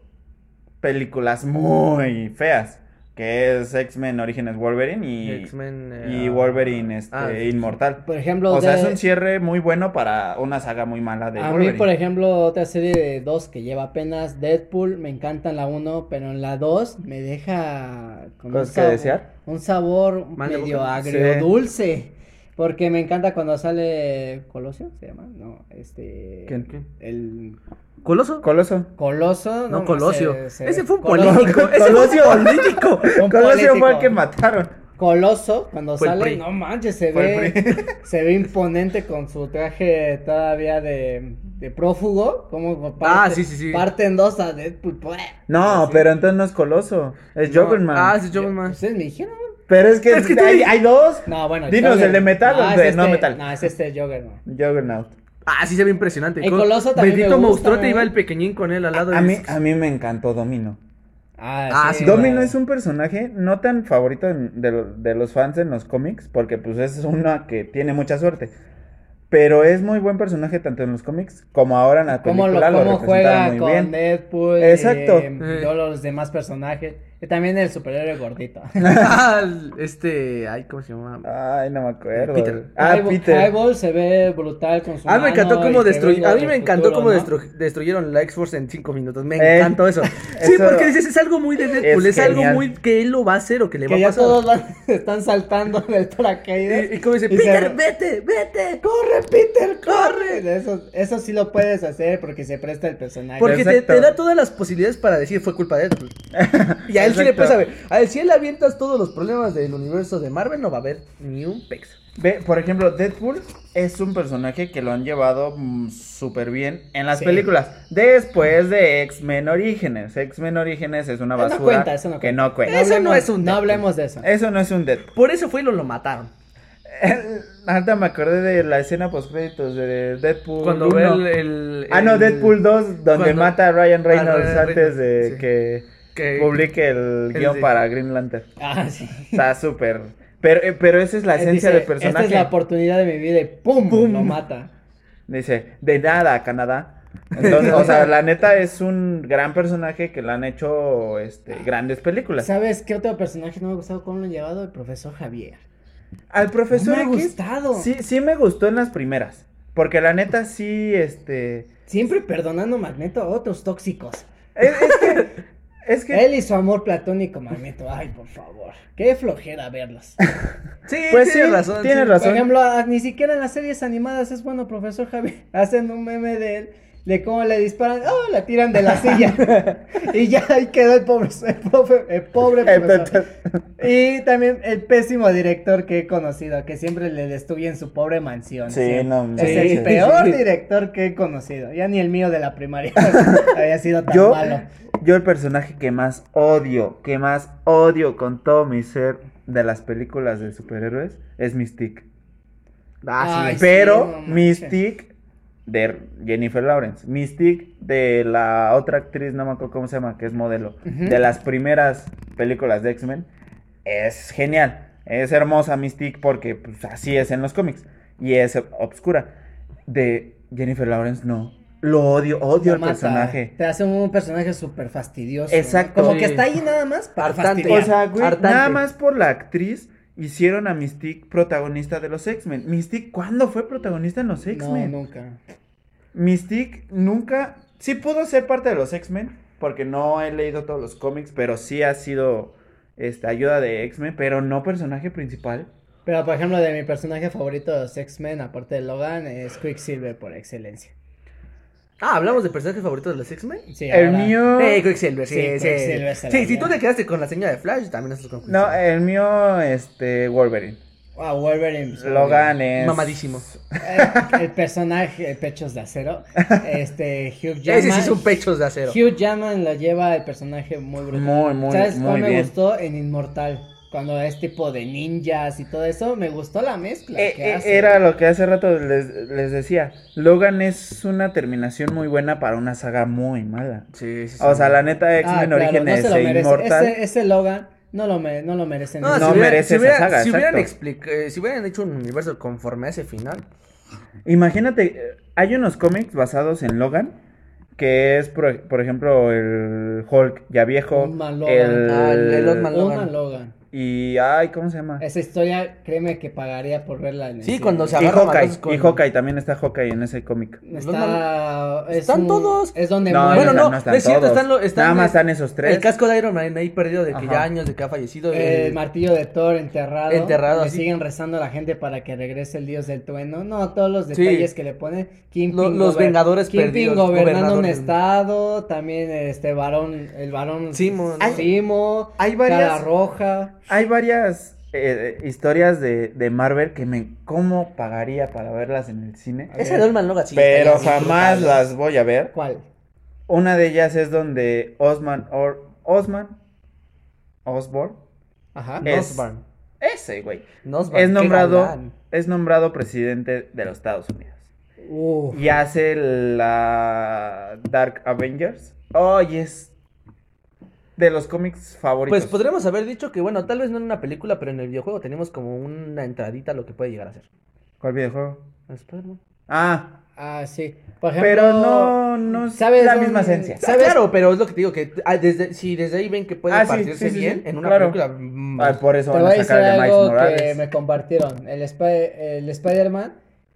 [SPEAKER 3] películas muy feas. Que es X-Men Orígenes Wolverine y,
[SPEAKER 4] X-Men, eh,
[SPEAKER 3] y Wolverine este,
[SPEAKER 4] ah, sí.
[SPEAKER 3] Inmortal.
[SPEAKER 5] Por ejemplo,
[SPEAKER 3] O sea,
[SPEAKER 5] de-
[SPEAKER 3] es un cierre muy bueno para una saga muy mala de
[SPEAKER 5] a
[SPEAKER 3] Wolverine.
[SPEAKER 5] mí, por ejemplo, otra serie de dos que lleva apenas Deadpool, me encanta la uno, pero en la dos me deja con
[SPEAKER 3] ¿Cosas que desear?
[SPEAKER 5] un sabor
[SPEAKER 4] Mal de
[SPEAKER 5] medio
[SPEAKER 4] boca.
[SPEAKER 5] agrio
[SPEAKER 3] Sí.
[SPEAKER 5] dulce, porque me encanta cuando sale Colosio, se llama, no, este
[SPEAKER 3] ¿Quién?
[SPEAKER 5] el
[SPEAKER 4] ¿Coloso?
[SPEAKER 3] Coloso.
[SPEAKER 5] Coloso,
[SPEAKER 4] No,
[SPEAKER 5] no,
[SPEAKER 4] Colosio.
[SPEAKER 5] se- se-
[SPEAKER 4] Ese fue
[SPEAKER 3] [LAUGHS]
[SPEAKER 4] un
[SPEAKER 5] Colosio.
[SPEAKER 4] político. Ese fue un político.
[SPEAKER 3] Colosio
[SPEAKER 5] Un
[SPEAKER 3] fue el
[SPEAKER 5] político.
[SPEAKER 3] que mataron.
[SPEAKER 5] Coloso, cuando
[SPEAKER 4] Fue el
[SPEAKER 5] sale,
[SPEAKER 4] PRI.
[SPEAKER 5] no manches, se
[SPEAKER 3] Fue el
[SPEAKER 5] ve, se ve imponente con su traje todavía de, de prófugo, como parte-
[SPEAKER 4] sí, sí, sí.
[SPEAKER 5] parte en dos a Deadpool, pues,
[SPEAKER 3] No, pero entonces no es Coloso, es
[SPEAKER 4] No,
[SPEAKER 3] Juggerman.
[SPEAKER 4] Ah, es Juggerman.
[SPEAKER 5] ustedes me dijeron.
[SPEAKER 3] Pero es que,
[SPEAKER 4] Es que tú
[SPEAKER 3] hay,
[SPEAKER 4] dices-
[SPEAKER 3] hay dos.
[SPEAKER 5] No, bueno.
[SPEAKER 3] Dinos, ¿el de metal o
[SPEAKER 5] es
[SPEAKER 3] de no
[SPEAKER 5] este-
[SPEAKER 3] metal?
[SPEAKER 5] No, es este Juggernaut.
[SPEAKER 3] Juggernaut.
[SPEAKER 4] Ah, sí se ve impresionante.
[SPEAKER 5] El
[SPEAKER 4] Con-
[SPEAKER 5] Coloso también me
[SPEAKER 4] Bendito
[SPEAKER 5] gusta, ¿eh?
[SPEAKER 4] monstruote
[SPEAKER 5] ¿no?
[SPEAKER 4] iba el pequeñín con él al lado.
[SPEAKER 3] A
[SPEAKER 4] y-
[SPEAKER 3] mí,
[SPEAKER 4] [LAUGHS]
[SPEAKER 3] a mí me encantó Domino.
[SPEAKER 4] Ah, sí,
[SPEAKER 3] Domino es un personaje no tan favorito en- de, lo- de los fans en los cómics, porque pues es una que tiene mucha suerte. Pero es muy buen personaje tanto en los cómics como ahora en la
[SPEAKER 5] ¿Cómo, lo,
[SPEAKER 3] película. lo
[SPEAKER 5] cómo
[SPEAKER 3] representaron
[SPEAKER 5] juega
[SPEAKER 3] muy
[SPEAKER 5] con
[SPEAKER 3] bien.
[SPEAKER 5] Deadpool?
[SPEAKER 3] Exacto.
[SPEAKER 5] Y, eh, todos los demás personajes. Y también el superhéroe gordito.
[SPEAKER 4] Ah, el- este, ay, ¿cómo se llama?
[SPEAKER 3] Ay, no me acuerdo.
[SPEAKER 4] Peter.
[SPEAKER 3] Ah,
[SPEAKER 5] Highball-
[SPEAKER 3] Peter.
[SPEAKER 5] Highball se ve brutal con su
[SPEAKER 4] A mí Ah, me encantó
[SPEAKER 5] mano
[SPEAKER 4] cómo
[SPEAKER 5] y que
[SPEAKER 4] destruyó.
[SPEAKER 5] venga
[SPEAKER 4] A mí me
[SPEAKER 5] del
[SPEAKER 4] encantó
[SPEAKER 5] futuro,
[SPEAKER 4] cómo
[SPEAKER 5] ¿no?
[SPEAKER 4] destru- destruyeron la X-Force en cinco minutos. Me
[SPEAKER 3] Eh,
[SPEAKER 4] encantó
[SPEAKER 3] [LAUGHS]
[SPEAKER 4] eso. Sí,
[SPEAKER 3] eso
[SPEAKER 4] porque dices, es algo muy de Deadpool.
[SPEAKER 3] es
[SPEAKER 4] Es, algo
[SPEAKER 3] genial.
[SPEAKER 4] muy que él lo va a hacer o que le va
[SPEAKER 5] Que
[SPEAKER 4] a
[SPEAKER 5] ya
[SPEAKER 4] pasar.
[SPEAKER 5] todos van- [LAUGHS] están saltando del paracaídas.
[SPEAKER 4] Y, y como dice,
[SPEAKER 5] Y se
[SPEAKER 4] Peter,
[SPEAKER 5] re-
[SPEAKER 4] vete, vete.
[SPEAKER 5] ¡Corre, Peter, corre! Eso, eso sí lo puedes hacer porque se presta el personaje.
[SPEAKER 4] Porque te,
[SPEAKER 3] Exacto.
[SPEAKER 4] te da todas las posibilidades para decir fue culpa de [LAUGHS] Deadpool. Y a él sí le
[SPEAKER 3] Exacto.
[SPEAKER 4] puedes saber. A él si él avientas todos los problemas del universo de Marvel, no va a haber ni un pex.
[SPEAKER 3] Ve, por ejemplo, Deadpool es un personaje que lo han llevado mm, súper bien en las
[SPEAKER 5] Sí.
[SPEAKER 3] películas. Después de X-Men Orígenes. X-Men Orígenes es una
[SPEAKER 5] Eso no
[SPEAKER 3] basura
[SPEAKER 5] cuenta, eso no
[SPEAKER 3] que
[SPEAKER 5] cuenta.
[SPEAKER 3] no cuenta.
[SPEAKER 4] Eso no
[SPEAKER 5] hablemos-
[SPEAKER 4] es un Eh,
[SPEAKER 5] No
[SPEAKER 4] Deadpool.
[SPEAKER 5] hablemos de eso.
[SPEAKER 3] Eso no es un Deadpool.
[SPEAKER 4] Por eso fue y lo, lo mataron.
[SPEAKER 3] Ahorita me acordé de la escena post créditos de Deadpool.
[SPEAKER 4] Cuando
[SPEAKER 3] 1.
[SPEAKER 4] ve el, el-
[SPEAKER 3] Ah, no,
[SPEAKER 4] el-
[SPEAKER 3] Deadpool 2, donde
[SPEAKER 4] cuando-
[SPEAKER 3] mata a Ryan Reynolds
[SPEAKER 4] a Ryan Reynolds,
[SPEAKER 3] antes de
[SPEAKER 4] sí.
[SPEAKER 3] que
[SPEAKER 4] que-
[SPEAKER 3] publique el
[SPEAKER 4] el
[SPEAKER 3] guión
[SPEAKER 4] de-
[SPEAKER 3] para Green Lantern.
[SPEAKER 5] Ah, sí. [LAUGHS]
[SPEAKER 3] Está súper. Pero, eh, pero esa es la
[SPEAKER 5] Él
[SPEAKER 3] esencia
[SPEAKER 5] dice,
[SPEAKER 3] del personaje.
[SPEAKER 5] Esta es la oportunidad de mi vida y ¡pum! Lo mata.
[SPEAKER 3] Dice, de nada, Canadá. Entonces, o sea, la neta es un gran personaje que le han hecho este, grandes películas.
[SPEAKER 5] ¿Sabes qué otro personaje no me ha gustado? ¿Cómo lo han llevado? El profesor Javier.
[SPEAKER 3] Al profesor
[SPEAKER 5] No me ha
[SPEAKER 3] X,
[SPEAKER 5] gustado.
[SPEAKER 3] Sí, sí me gustó en las primeras. Porque la neta sí, este.
[SPEAKER 5] Siempre perdonando a Magneto a otros tóxicos.
[SPEAKER 3] Es, es que. Es que [LAUGHS]
[SPEAKER 5] Él y su amor platónico, Magneto. Ay, por favor. Qué flojera verlos.
[SPEAKER 4] Sí,
[SPEAKER 3] Pues
[SPEAKER 4] tienes
[SPEAKER 3] sí,
[SPEAKER 4] razón.
[SPEAKER 3] tienes
[SPEAKER 4] sí.
[SPEAKER 3] razón.
[SPEAKER 5] Por ejemplo, a- ni siquiera en las series animadas es bueno, profesor Javier. [LAUGHS] Hacen un meme de él, de cómo le disparan, ¡oh! La
[SPEAKER 3] [LAUGHS]
[SPEAKER 5] tiran de la silla. [LAUGHS] y ya ahí quedó el pobre, el pobre, el pobre profesor. y también el pésimo director que he conocido, que siempre le destruyen su pobre mansión.
[SPEAKER 3] Sí,
[SPEAKER 5] siempre.
[SPEAKER 3] no,
[SPEAKER 5] Es
[SPEAKER 3] sí,
[SPEAKER 5] el
[SPEAKER 3] sí,
[SPEAKER 5] peor
[SPEAKER 3] sí.
[SPEAKER 5] director que he conocido. Ya ni el mío de la
[SPEAKER 3] [LAUGHS]
[SPEAKER 5] primaria había sido tan
[SPEAKER 3] yo,
[SPEAKER 5] malo.
[SPEAKER 3] yo el personaje que más odio, que más odio con todo mi ser de las películas de superhéroes es Mystique.
[SPEAKER 4] Ah, sí.
[SPEAKER 5] Ay, sí, no
[SPEAKER 3] Pero
[SPEAKER 5] manches.
[SPEAKER 3] Mystique de Jennifer Lawrence, Mystique de la otra actriz, no me acuerdo cómo se llama, que es modelo,
[SPEAKER 5] Ujú.
[SPEAKER 3] de las primeras películas de X-Men, es genial. Es hermosa Mystique porque pues, así es en los cómics y es obscura. De Jennifer Lawrence no. Lo odio, odio
[SPEAKER 5] Lo
[SPEAKER 3] el
[SPEAKER 5] mata,
[SPEAKER 3] personaje.
[SPEAKER 5] Te hace un personaje súper fastidioso. ¿no?
[SPEAKER 3] Exacto.
[SPEAKER 5] Como
[SPEAKER 4] Sí.
[SPEAKER 5] que está ahí nada más para
[SPEAKER 4] Hartante.
[SPEAKER 5] fastidiar.
[SPEAKER 3] O sea, güey,
[SPEAKER 4] Hartante.
[SPEAKER 3] nada más por la actriz hicieron a Mystique protagonista de los X-Men. Mystique, ¿cuándo fue protagonista en los X-Men?
[SPEAKER 5] No, nunca.
[SPEAKER 3] Mystique nunca. Sí pudo ser parte de los X-Men, porque no he leído todos los cómics, pero sí ha sido este, ayuda de X-Men, pero no personaje principal.
[SPEAKER 5] Pero por ejemplo, de mi personaje favorito de los X-Men, aparte de Logan, es Quicksilver por excelencia.
[SPEAKER 4] Ah, hablamos de personajes favoritos de los X-Men.
[SPEAKER 5] Sí,
[SPEAKER 3] El
[SPEAKER 5] ahora-
[SPEAKER 3] mío.
[SPEAKER 4] Eh, Quicksilver, sí,
[SPEAKER 5] Sí,
[SPEAKER 4] sí.
[SPEAKER 5] Quicksilver se la
[SPEAKER 4] Sí, si
[SPEAKER 5] lleva.
[SPEAKER 4] tú te quedaste con la señora de Flash, también estás con
[SPEAKER 3] No,
[SPEAKER 4] Quicksilver.
[SPEAKER 3] el mío, este, Wolverine.
[SPEAKER 5] Ah, Wolverine.
[SPEAKER 3] Logan es.
[SPEAKER 4] Mamadísimo.
[SPEAKER 5] Eh, el personaje, eh, Pechos de Acero. Este, Hugh Jackman.
[SPEAKER 4] Ese sí son pechos de acero.
[SPEAKER 5] Hugh Jackman lo lleva el personaje muy brutal.
[SPEAKER 3] Muy, muy,
[SPEAKER 5] ¿Sabes
[SPEAKER 3] muy
[SPEAKER 5] cuál me
[SPEAKER 3] bien.
[SPEAKER 5] gustó? En Inmortal. Cuando es tipo de ninjas y todo eso, me gustó la mezcla.
[SPEAKER 3] Eh,
[SPEAKER 5] que
[SPEAKER 3] eh,
[SPEAKER 5] hace.
[SPEAKER 3] era lo que hace rato les, les decía. Logan es una terminación muy buena para una saga muy mala.
[SPEAKER 4] Sí, sí, sí.
[SPEAKER 3] O sea, la neta,
[SPEAKER 5] Ah,
[SPEAKER 3] X-Men
[SPEAKER 5] claro,
[SPEAKER 3] Orígenes
[SPEAKER 5] no se lo
[SPEAKER 3] e
[SPEAKER 5] merece.
[SPEAKER 3] Inmortal.
[SPEAKER 5] Ese, ese Logan no lo, me- no lo merece.
[SPEAKER 4] No,
[SPEAKER 5] nadie.
[SPEAKER 4] si
[SPEAKER 3] no
[SPEAKER 4] hubieran-
[SPEAKER 3] merece
[SPEAKER 4] si
[SPEAKER 3] esa
[SPEAKER 4] hubieran-
[SPEAKER 3] saga,
[SPEAKER 4] Si hubieran,
[SPEAKER 3] exacto.
[SPEAKER 4] explic- eh, si hubieran hecho un universo conforme a ese final.
[SPEAKER 3] Imagínate, eh, hay unos cómics basados en Logan, que es, por, por ejemplo, el Hulk ya viejo,
[SPEAKER 5] Oldman Logan.
[SPEAKER 3] el...
[SPEAKER 4] Ah, el Oldman Logan.
[SPEAKER 5] Oldman Logan.
[SPEAKER 3] y, ay, ¿cómo se llama?
[SPEAKER 5] Esa historia, créeme que pagaría por verla. En el
[SPEAKER 4] Sí,
[SPEAKER 5] cine.
[SPEAKER 4] cuando se
[SPEAKER 3] Y
[SPEAKER 4] agarra
[SPEAKER 3] Hawkeye,
[SPEAKER 4] balazos con-
[SPEAKER 3] y Hawkeye, también está Hawkeye en ese cómic.
[SPEAKER 5] Está, es
[SPEAKER 4] Están
[SPEAKER 5] un-
[SPEAKER 4] todos.
[SPEAKER 5] Es donde
[SPEAKER 3] No,
[SPEAKER 5] muere.
[SPEAKER 4] bueno, no,
[SPEAKER 3] no están
[SPEAKER 4] no es cierto,
[SPEAKER 3] todos.
[SPEAKER 4] están, lo- están-
[SPEAKER 3] Nada más están esos tres.
[SPEAKER 4] El casco de Iron Man ahí perdido de que
[SPEAKER 3] Ajá.
[SPEAKER 4] ya años de que ha fallecido.
[SPEAKER 5] El
[SPEAKER 4] el-
[SPEAKER 5] martillo de Thor enterrado.
[SPEAKER 4] Eh, Enterrado,
[SPEAKER 5] Le
[SPEAKER 4] sí.
[SPEAKER 5] siguen rezando a la gente para que regrese el dios del trueno. No, todos los detalles
[SPEAKER 4] Sí.
[SPEAKER 5] que le ponen. Kingpin
[SPEAKER 4] Lo- los
[SPEAKER 5] gober-
[SPEAKER 4] Vengadores
[SPEAKER 5] Kingpin
[SPEAKER 4] perdidos,
[SPEAKER 5] gobernando un
[SPEAKER 4] gobernador del-
[SPEAKER 5] estado. También este varón. El varón.
[SPEAKER 4] Simo, ¿no?
[SPEAKER 5] Simo.
[SPEAKER 3] Hay varias-
[SPEAKER 5] Cara roja.
[SPEAKER 3] Hay varias eh, historias de, de Marvel que me cómo pagaría para verlas en el cine.
[SPEAKER 4] Esa de Olman Logan sí
[SPEAKER 3] Pero
[SPEAKER 4] estaría bien
[SPEAKER 3] jamás
[SPEAKER 4] brutal.
[SPEAKER 3] las voy a ver.
[SPEAKER 5] ¿Cuál?
[SPEAKER 3] Una de ellas es donde Osman or Osman Osborn.
[SPEAKER 5] Ajá.
[SPEAKER 3] Es-
[SPEAKER 4] Nosbarn.
[SPEAKER 3] Ese güey.
[SPEAKER 4] Nosbarn,
[SPEAKER 3] Es
[SPEAKER 4] qué
[SPEAKER 3] nombrado
[SPEAKER 4] galán.
[SPEAKER 3] es nombrado presidente de los Estados Unidos.
[SPEAKER 5] Uf.
[SPEAKER 3] Y hace la Dark Avengers. Oye, es de los cómics favoritos.
[SPEAKER 4] Pues podríamos haber dicho que, bueno, tal vez no en una película, pero en el videojuego tenemos como una entradita a lo que puede llegar a ser.
[SPEAKER 3] ¿Cuál videojuego?
[SPEAKER 4] Spider-Man.
[SPEAKER 3] Ah,
[SPEAKER 5] Ah, sí. Por ejemplo,
[SPEAKER 3] pero no, no es
[SPEAKER 5] ¿sabes
[SPEAKER 3] la
[SPEAKER 5] un-
[SPEAKER 3] misma esencia.
[SPEAKER 4] Ah,
[SPEAKER 5] ¿Sabes?
[SPEAKER 4] Claro, pero es lo que te digo, que ah, desde, si desde ahí ven que puede
[SPEAKER 3] Ah, sí,
[SPEAKER 4] partirse
[SPEAKER 3] sí, sí,
[SPEAKER 4] bien
[SPEAKER 3] sí,
[SPEAKER 4] en una
[SPEAKER 3] claro.
[SPEAKER 4] película, mm,
[SPEAKER 3] Ah, por eso
[SPEAKER 5] te
[SPEAKER 3] van
[SPEAKER 5] voy
[SPEAKER 3] a
[SPEAKER 5] a decir
[SPEAKER 3] sacar de Miles
[SPEAKER 5] algo que
[SPEAKER 3] Morales.
[SPEAKER 5] me compartieron. El, Spi- el Spider-Man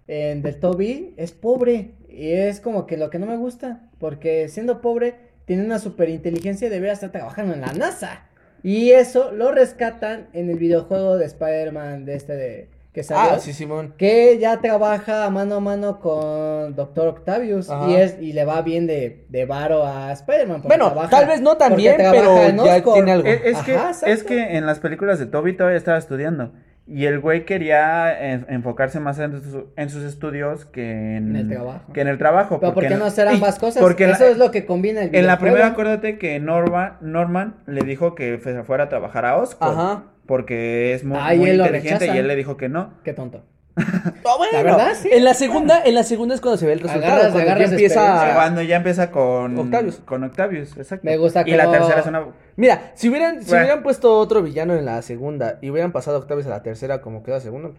[SPEAKER 5] eh, de Toby es pobre. Y es como que lo que no me gusta. Porque siendo pobre, tiene una superinteligencia y debería estar trabajando en la NASA. Y eso lo rescatan en el videojuego de Spider-Man de este de, que salió.
[SPEAKER 4] Ah, sí, Simón.
[SPEAKER 5] que ya trabaja mano a mano con Doctor Octavius
[SPEAKER 4] Ajá.
[SPEAKER 5] y es y le va bien de, de varo a Spider-Man. porque
[SPEAKER 4] Bueno,
[SPEAKER 5] trabaja-
[SPEAKER 4] tal vez no tan
[SPEAKER 5] porque
[SPEAKER 4] bien,
[SPEAKER 5] trabaja
[SPEAKER 4] pero
[SPEAKER 5] en
[SPEAKER 4] ya
[SPEAKER 5] Oscorp.
[SPEAKER 4] tiene algo.
[SPEAKER 3] Es, es que,
[SPEAKER 5] Ajá, exacto.
[SPEAKER 3] es que en las películas de Toby todavía estaba estudiando. Y el güey quería en- enfocarse más en, su- en sus estudios que en,
[SPEAKER 5] En el trabajo.
[SPEAKER 3] Que en el trabajo.
[SPEAKER 5] Pero ¿por
[SPEAKER 3] porque
[SPEAKER 5] qué
[SPEAKER 3] en-
[SPEAKER 5] no hacer
[SPEAKER 3] y-
[SPEAKER 5] ambas cosas?
[SPEAKER 3] Porque en la-
[SPEAKER 5] Eso es lo que combina el
[SPEAKER 3] en la
[SPEAKER 5] videojuego.
[SPEAKER 3] primera, acuérdate que Norman, Norman le dijo que fe- fuera a trabajar a Oscorp.
[SPEAKER 4] Ajá.
[SPEAKER 3] Porque es muy,
[SPEAKER 5] Ah, y
[SPEAKER 3] muy
[SPEAKER 5] él lo
[SPEAKER 3] inteligente
[SPEAKER 5] rechaza.
[SPEAKER 3] y él le dijo que no.
[SPEAKER 5] Qué tonto.
[SPEAKER 4] Ah, bueno.
[SPEAKER 5] La verdad, sí.
[SPEAKER 4] En la segunda, en la segunda es cuando se ve el resultado,
[SPEAKER 5] Agarras-
[SPEAKER 4] cuando ya
[SPEAKER 5] agarras
[SPEAKER 4] empieza.
[SPEAKER 5] experiencia.
[SPEAKER 3] Cuando ya empieza con
[SPEAKER 4] Octavius.
[SPEAKER 3] Con Octavius, exacto.
[SPEAKER 5] Ah. Me gusta
[SPEAKER 3] Y la
[SPEAKER 5] cómo-
[SPEAKER 3] tercera es una.
[SPEAKER 4] Mira, si hubieran, si
[SPEAKER 3] Bueno.
[SPEAKER 4] hubieran puesto otro villano en la segunda y hubieran pasado octaves a la tercera como queda segunda.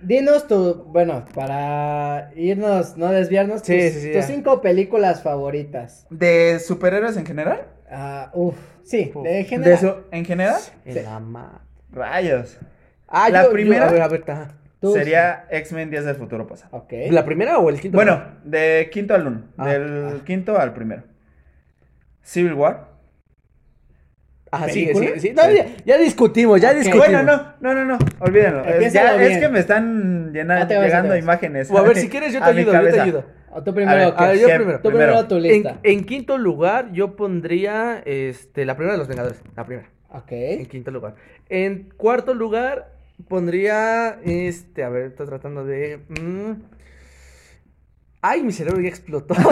[SPEAKER 5] Dinos tu, bueno, para irnos, no desviarnos,
[SPEAKER 4] Sí,
[SPEAKER 5] tus,
[SPEAKER 4] sí, sí,
[SPEAKER 5] tus
[SPEAKER 4] ya.
[SPEAKER 5] cinco películas favoritas.
[SPEAKER 3] ¿De superhéroes en general?
[SPEAKER 5] Ah, uf, sí,
[SPEAKER 4] Uf.
[SPEAKER 5] de general.
[SPEAKER 3] ¿De eso en general?
[SPEAKER 4] En
[SPEAKER 5] Sí.
[SPEAKER 4] la ma-
[SPEAKER 3] Rayos.
[SPEAKER 4] Ah,
[SPEAKER 3] La
[SPEAKER 4] yo- yo-
[SPEAKER 3] primera-
[SPEAKER 4] a ver, a ver, ta.
[SPEAKER 5] Tú,
[SPEAKER 3] Sería X-Men Días del Futuro Pasado.
[SPEAKER 5] Ok.
[SPEAKER 4] ¿La primera o el quinto?
[SPEAKER 3] Bueno, de quinto al uno.
[SPEAKER 4] Ah,
[SPEAKER 3] del
[SPEAKER 4] ah.
[SPEAKER 3] quinto al primero. Civil War.
[SPEAKER 4] Ajá, sí,
[SPEAKER 5] ¿película?
[SPEAKER 4] sí, sí. No, ya, ya discutimos, ya discutimos.
[SPEAKER 3] Bueno, no, no, no, no, olvídenlo. Es,
[SPEAKER 5] Piénsalo
[SPEAKER 3] ya- es
[SPEAKER 5] bien.
[SPEAKER 3] que me están llena-
[SPEAKER 5] Ya te vas, ya
[SPEAKER 3] llegando
[SPEAKER 5] te vas.
[SPEAKER 3] imágenes.
[SPEAKER 4] O a ver,
[SPEAKER 3] mi- [LAUGHS]
[SPEAKER 4] si quieres, yo te
[SPEAKER 3] a mi
[SPEAKER 4] ayudo, yo te
[SPEAKER 3] cabeza.
[SPEAKER 4] ayudo.
[SPEAKER 5] O tú primero,
[SPEAKER 3] ver,
[SPEAKER 5] ok.
[SPEAKER 4] a ver, yo
[SPEAKER 5] Tú
[SPEAKER 4] primero.
[SPEAKER 5] primero tu
[SPEAKER 4] En,
[SPEAKER 5] lista.
[SPEAKER 4] en quinto lugar, yo pondría este, la primera de los Vengadores. La primera. En
[SPEAKER 5] Ok.
[SPEAKER 4] quinto lugar. En cuarto lugar, pondría. Este, a ver, estoy tratando de. mm. Ay, mi cerebro ya explotó. no,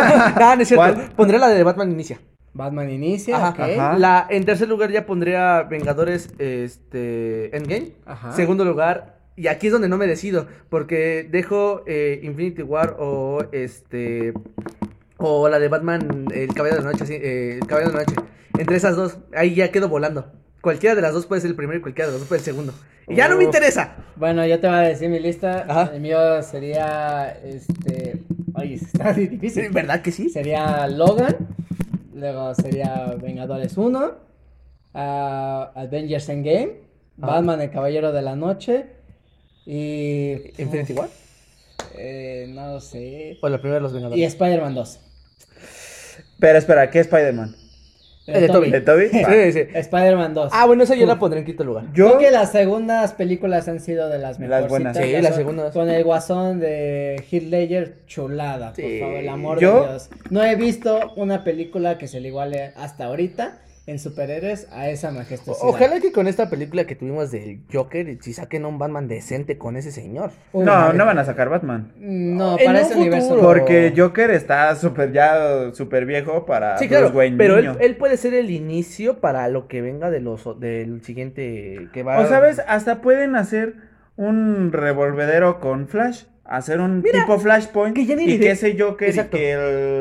[SPEAKER 4] no es cierto.
[SPEAKER 3] ¿Cuál?
[SPEAKER 4] Pondría la de Batman Inicia.
[SPEAKER 5] Batman inicia,
[SPEAKER 4] Ajá.
[SPEAKER 5] ok.
[SPEAKER 3] Ajá.
[SPEAKER 4] La, en tercer lugar ya pondría Vengadores este, Endgame.
[SPEAKER 5] Ajá.
[SPEAKER 4] Segundo lugar, y aquí es donde no me decido, porque dejo eh, Infinity War o este o la de Batman, el Caballero de la Noche, sí, eh, el Caballero de la Noche. Entre esas dos, ahí ya quedo volando. Cualquiera de las dos puede ser el primero y cualquiera de las dos puede ser el segundo. Y ya no me
[SPEAKER 5] Uf.
[SPEAKER 4] interesa.
[SPEAKER 5] Bueno, yo te voy a decir mi lista.
[SPEAKER 4] Ajá.
[SPEAKER 5] El mío sería, este... Oye, [LAUGHS] está difícil.
[SPEAKER 4] ¿Verdad que sí?
[SPEAKER 5] Sería Logan. Luego sería Vengadores 1. ah, Avengers Endgame.
[SPEAKER 4] Ah.
[SPEAKER 5] Batman el Caballero de la Noche. Y.
[SPEAKER 4] Infinity War
[SPEAKER 5] eh, no sé.
[SPEAKER 4] o la primera de los
[SPEAKER 5] Y
[SPEAKER 4] Vengadores.
[SPEAKER 5] Spider-Man 2.
[SPEAKER 3] Pero espera, ¿qué Spider-Man?
[SPEAKER 4] El Eh, de Tobey.
[SPEAKER 3] ¿De Toby? Ah.
[SPEAKER 4] Sí, sí.
[SPEAKER 5] Spider-Man 2.
[SPEAKER 4] Ah, bueno, esa yo la pondré en quinto lugar.
[SPEAKER 5] Creo
[SPEAKER 3] Yo,
[SPEAKER 5] que las segundas películas han sido de
[SPEAKER 3] Las
[SPEAKER 5] las mejores.
[SPEAKER 3] buenas.
[SPEAKER 4] Sí, las segundas.
[SPEAKER 5] Con el guasón de Heath Ledger, chulada,
[SPEAKER 4] Sí.
[SPEAKER 5] por favor, el amor
[SPEAKER 3] Yo-
[SPEAKER 5] de Dios. No he visto una película que se le iguale hasta ahorita en superhéroes a esa
[SPEAKER 4] O-
[SPEAKER 5] majestuosidad.
[SPEAKER 4] Ojalá que con esta película que tuvimos del Joker, si saquen a un Batman decente con ese señor.
[SPEAKER 5] Uy,
[SPEAKER 3] no,
[SPEAKER 5] madre.
[SPEAKER 3] no van a sacar Batman.
[SPEAKER 5] No,
[SPEAKER 4] En
[SPEAKER 5] para
[SPEAKER 4] un
[SPEAKER 5] ese universo.
[SPEAKER 4] futuro.
[SPEAKER 5] no.
[SPEAKER 3] Porque Joker está súper ya, súper viejo para
[SPEAKER 4] Sí,
[SPEAKER 3] Bruce
[SPEAKER 4] claro,
[SPEAKER 3] Wayne
[SPEAKER 4] pero él,
[SPEAKER 3] niño.
[SPEAKER 4] él puede ser el inicio para lo que venga de los, del siguiente que va.
[SPEAKER 3] O sabes, hasta pueden hacer un revolvedero con Flash. Hacer un tipo Flashpoint.
[SPEAKER 4] que ya ni
[SPEAKER 3] y
[SPEAKER 4] le
[SPEAKER 3] que
[SPEAKER 4] den-
[SPEAKER 3] ese Joker
[SPEAKER 4] Exacto.
[SPEAKER 3] y que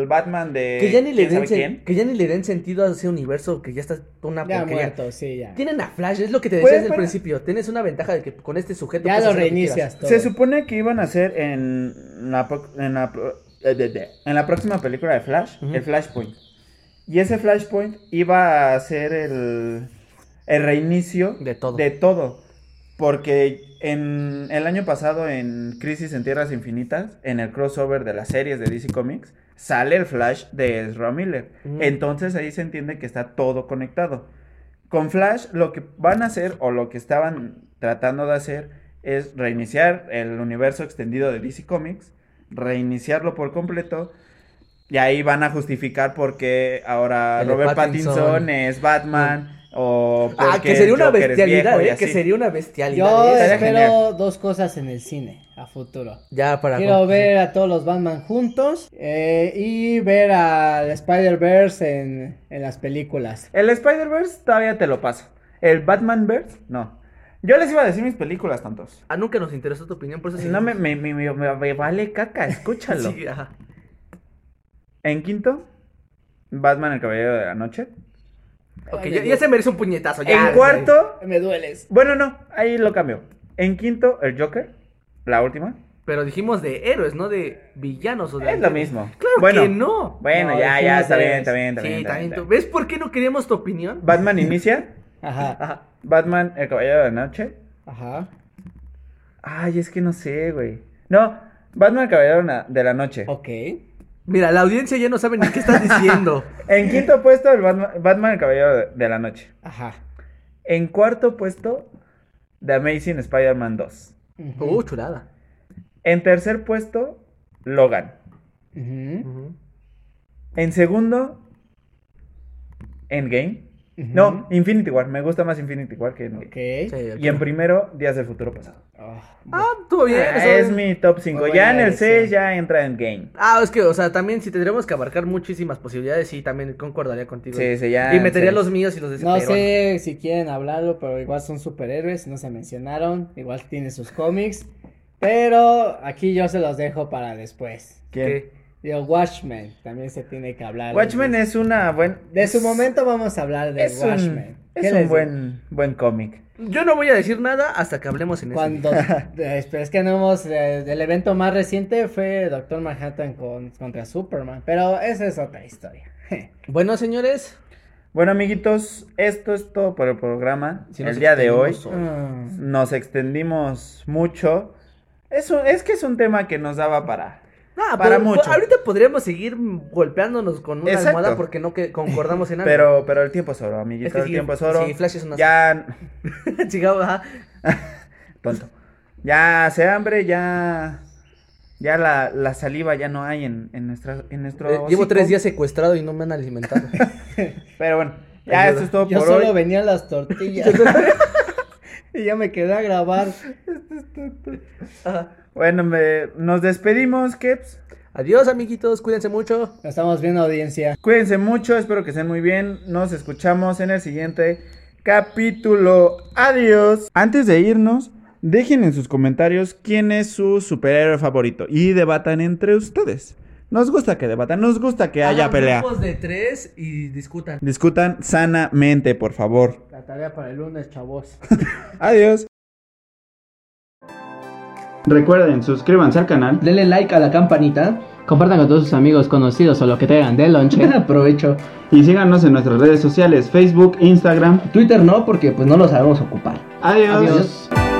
[SPEAKER 3] el Batman de.
[SPEAKER 4] Que ya, ni le
[SPEAKER 3] eh, ¿quién sabe
[SPEAKER 4] den sen-
[SPEAKER 3] quién?
[SPEAKER 4] que ya ni le den sentido a ese universo que ya está una
[SPEAKER 5] Ya
[SPEAKER 4] porquería.
[SPEAKER 5] muerto, sí, ya.
[SPEAKER 4] Tienen a Flash, es lo que te decía
[SPEAKER 3] Pues,
[SPEAKER 4] desde el
[SPEAKER 3] pero-
[SPEAKER 4] principio. Tienes una ventaja de que con este sujeto.
[SPEAKER 5] Ya
[SPEAKER 4] puedes
[SPEAKER 5] lo
[SPEAKER 4] hacer que
[SPEAKER 5] reinicias
[SPEAKER 4] quieras.
[SPEAKER 5] todo.
[SPEAKER 3] Se supone que iban a hacer en la, pro- en la, pro- eh, de- de- en la próxima película de Flash,
[SPEAKER 4] Ujú.
[SPEAKER 3] el Flashpoint. Y ese Flashpoint iba a ser el, el reinicio
[SPEAKER 4] De todo.
[SPEAKER 3] todo. Porque en el año pasado en Crisis en Tierras Infinitas, en el crossover de las series de DC Comics, sale el Flash de Ezra Miller.
[SPEAKER 4] Ujú.
[SPEAKER 3] Entonces ahí se entiende que está todo conectado. Con Flash lo que van a hacer o lo que estaban tratando de hacer es reiniciar el universo extendido de DC Comics, reiniciarlo por completo y ahí van a justificar por qué ahora
[SPEAKER 4] El de
[SPEAKER 3] Robert Pattinson.
[SPEAKER 4] Pattinson
[SPEAKER 3] es Batman, O
[SPEAKER 4] Ah,
[SPEAKER 3] porque
[SPEAKER 4] que sería
[SPEAKER 3] el
[SPEAKER 4] una
[SPEAKER 3] Joker es
[SPEAKER 4] bestialidad,
[SPEAKER 3] viejo y
[SPEAKER 4] ¿eh? Que
[SPEAKER 3] así.
[SPEAKER 4] sería una bestialidad.
[SPEAKER 5] Yo
[SPEAKER 4] ¿eh?
[SPEAKER 3] Estaría
[SPEAKER 5] espero
[SPEAKER 3] genial.
[SPEAKER 5] dos cosas en el cine a futuro.
[SPEAKER 4] Ya para
[SPEAKER 5] Quiero
[SPEAKER 4] concluir.
[SPEAKER 5] ver a todos los Batman juntos eh, y ver al Spider-Verse en, en las películas.
[SPEAKER 3] El Spider-Verse todavía te lo paso. El Batman-Verse, no. Yo les iba a decir mis películas, tantos.
[SPEAKER 4] Ah, nunca nos interesó tu opinión, por eso sí.
[SPEAKER 3] No me, me, me- me- me vale
[SPEAKER 4] [LAUGHS]
[SPEAKER 3] caca, escúchalo.
[SPEAKER 4] Sí, ajá.
[SPEAKER 3] En quinto, Batman el Caballero de la Noche.
[SPEAKER 4] Ok, ya,
[SPEAKER 5] Ay, me
[SPEAKER 4] ya
[SPEAKER 5] duele.
[SPEAKER 4] se merece un puñetazo. ya,
[SPEAKER 3] en
[SPEAKER 4] güey.
[SPEAKER 3] cuarto,
[SPEAKER 5] Me dueles.
[SPEAKER 3] bueno, no, ahí lo cambio. En quinto, el Joker, la última.
[SPEAKER 4] Pero dijimos de héroes, no de villanos o de.
[SPEAKER 3] Es lo mismo.
[SPEAKER 4] Claro
[SPEAKER 3] Bueno.
[SPEAKER 4] que no.
[SPEAKER 3] Bueno,
[SPEAKER 5] No,
[SPEAKER 3] ya,
[SPEAKER 5] es
[SPEAKER 3] ya,
[SPEAKER 5] una
[SPEAKER 3] está
[SPEAKER 5] serie.
[SPEAKER 3] bien, está bien, está bien. está
[SPEAKER 4] sí,
[SPEAKER 3] bien,
[SPEAKER 4] también.
[SPEAKER 3] está
[SPEAKER 4] tú-
[SPEAKER 3] bien.
[SPEAKER 4] ¿Ves por qué no queríamos tu opinión?
[SPEAKER 3] Batman inicia,
[SPEAKER 5] Ajá,
[SPEAKER 4] [LAUGHS] Ajá.
[SPEAKER 3] Batman el Caballero de la Noche.
[SPEAKER 5] ajá.
[SPEAKER 3] Ay, es que no sé, güey. No, Batman el Caballero de la- de la Noche.
[SPEAKER 5] Ok.
[SPEAKER 4] Mira, la audiencia ya no sabe ni qué estás
[SPEAKER 3] [LAUGHS]
[SPEAKER 4] diciendo.
[SPEAKER 3] En quinto puesto, el Batman, Batman el Caballero de- de la Noche.
[SPEAKER 5] Ajá.
[SPEAKER 3] En cuarto puesto, The Amazing Spider-Man 2.
[SPEAKER 5] Ujú,
[SPEAKER 4] uh, chulada.
[SPEAKER 3] En tercer puesto, Logan.
[SPEAKER 5] ujú,
[SPEAKER 4] Ujú.
[SPEAKER 3] En segundo, Endgame.
[SPEAKER 5] ujú.
[SPEAKER 3] No, Infinity War. Me gusta más Infinity War que Endgame.
[SPEAKER 5] Ok.
[SPEAKER 4] Sí,
[SPEAKER 3] Y en primero, Días del Futuro Pasado.
[SPEAKER 5] Ah,
[SPEAKER 4] Ah, todo bien.
[SPEAKER 3] Ah,
[SPEAKER 4] eso
[SPEAKER 3] es
[SPEAKER 4] bien.
[SPEAKER 3] mi top 5.
[SPEAKER 5] Muy
[SPEAKER 3] Ya en
[SPEAKER 5] buena
[SPEAKER 3] el 6
[SPEAKER 5] elección.
[SPEAKER 3] ya entra Endgame.
[SPEAKER 4] Ah, es que, o sea, también si tendríamos que abarcar muchísimas posibilidades, sí, también concordaría contigo.
[SPEAKER 3] Sí, sí, ya.
[SPEAKER 4] y metería
[SPEAKER 3] sí.
[SPEAKER 4] los míos y los de ese
[SPEAKER 5] No
[SPEAKER 4] perón.
[SPEAKER 5] sé si quieren hablarlo, pero igual son superhéroes, no se mencionaron, igual tiene sus cómics, pero aquí yo se los dejo para después.
[SPEAKER 3] ¿Quién?
[SPEAKER 4] ¿Qué?
[SPEAKER 5] Digo, Watchmen, también se tiene que hablar.
[SPEAKER 3] Watchmen es una buen.
[SPEAKER 5] De su momento vamos a hablar de
[SPEAKER 3] Es
[SPEAKER 5] Watchmen.
[SPEAKER 3] un,
[SPEAKER 5] ¿Qué
[SPEAKER 3] es
[SPEAKER 5] les
[SPEAKER 3] un
[SPEAKER 5] digo?
[SPEAKER 3] buen, buen cómic.
[SPEAKER 4] Yo no voy a decir nada hasta que hablemos en ese.
[SPEAKER 5] Cuando, [LAUGHS] eh, pero es que no hemos, eh, el evento más reciente fue Doctor Manhattan con- contra Superman, pero esa es otra historia.
[SPEAKER 4] Bueno, señores,
[SPEAKER 3] Bueno, amiguitos, esto es todo por el programa.
[SPEAKER 4] Si nos
[SPEAKER 3] el día de hoy.
[SPEAKER 4] extendimos
[SPEAKER 5] Mm.
[SPEAKER 3] Nos extendimos mucho. Es, un- es que es un tema que nos daba para.
[SPEAKER 4] nada,
[SPEAKER 3] Para
[SPEAKER 4] po-
[SPEAKER 3] mucho.
[SPEAKER 4] po- Ah, ahorita podríamos seguir golpeándonos con una
[SPEAKER 3] Exacto.
[SPEAKER 4] almohada porque no que- concordamos en algo.
[SPEAKER 3] Pero, pero el tiempo es oro, amiguito.
[SPEAKER 4] Es que
[SPEAKER 3] el
[SPEAKER 4] sí,
[SPEAKER 3] tiempo es oro.
[SPEAKER 4] sí, Flash es una- [LAUGHS]
[SPEAKER 3] Ya.
[SPEAKER 4] Chingado, ajá.
[SPEAKER 3] Tonto. Ya hace hambre, ya. Ya la, la saliva ya no hay en, en, nuestra, en nuestro.
[SPEAKER 4] Eh, llevo
[SPEAKER 3] hocico.
[SPEAKER 4] tres días secuestrado y no me
[SPEAKER 3] [LAUGHS]
[SPEAKER 4] han alimentado.
[SPEAKER 3] Pero bueno, ya
[SPEAKER 4] Ayuda.
[SPEAKER 3] esto es todo
[SPEAKER 5] Yo
[SPEAKER 3] por
[SPEAKER 5] solo
[SPEAKER 3] hoy.
[SPEAKER 5] venía a [LAUGHS] las tortillas y ya me quedé a grabar.
[SPEAKER 4] Ajá.
[SPEAKER 3] Bueno, me- nos despedimos, Keps.
[SPEAKER 4] Adiós, amiguitos, cuídense mucho.
[SPEAKER 5] Nos estamos viendo audiencia.
[SPEAKER 3] Cuídense mucho, espero que estén muy bien. Nos escuchamos en el siguiente capítulo. Adiós. Antes de irnos, dejen en sus comentarios quién es su superhéroe favorito y debatan entre ustedes. Nos gusta que debatan, nos gusta que haya
[SPEAKER 4] Hagan
[SPEAKER 3] pelea.
[SPEAKER 4] grupos de tres y discutan.
[SPEAKER 3] Discutan sanamente, por favor.
[SPEAKER 5] La tarea para el lunes, chavos.
[SPEAKER 3] Adiós. Recuerden, suscríbanse al canal.
[SPEAKER 5] Denle like a la campanita. Compartan con todos sus amigos, conocidos o lo que tengan de lonche. [LAUGHS] Aprovecho.
[SPEAKER 3] Y síganos en nuestras redes sociales, Facebook, Instagram.
[SPEAKER 5] Twitter no, porque pues no lo sabemos ocupar.
[SPEAKER 3] Adiós.
[SPEAKER 5] Adiós.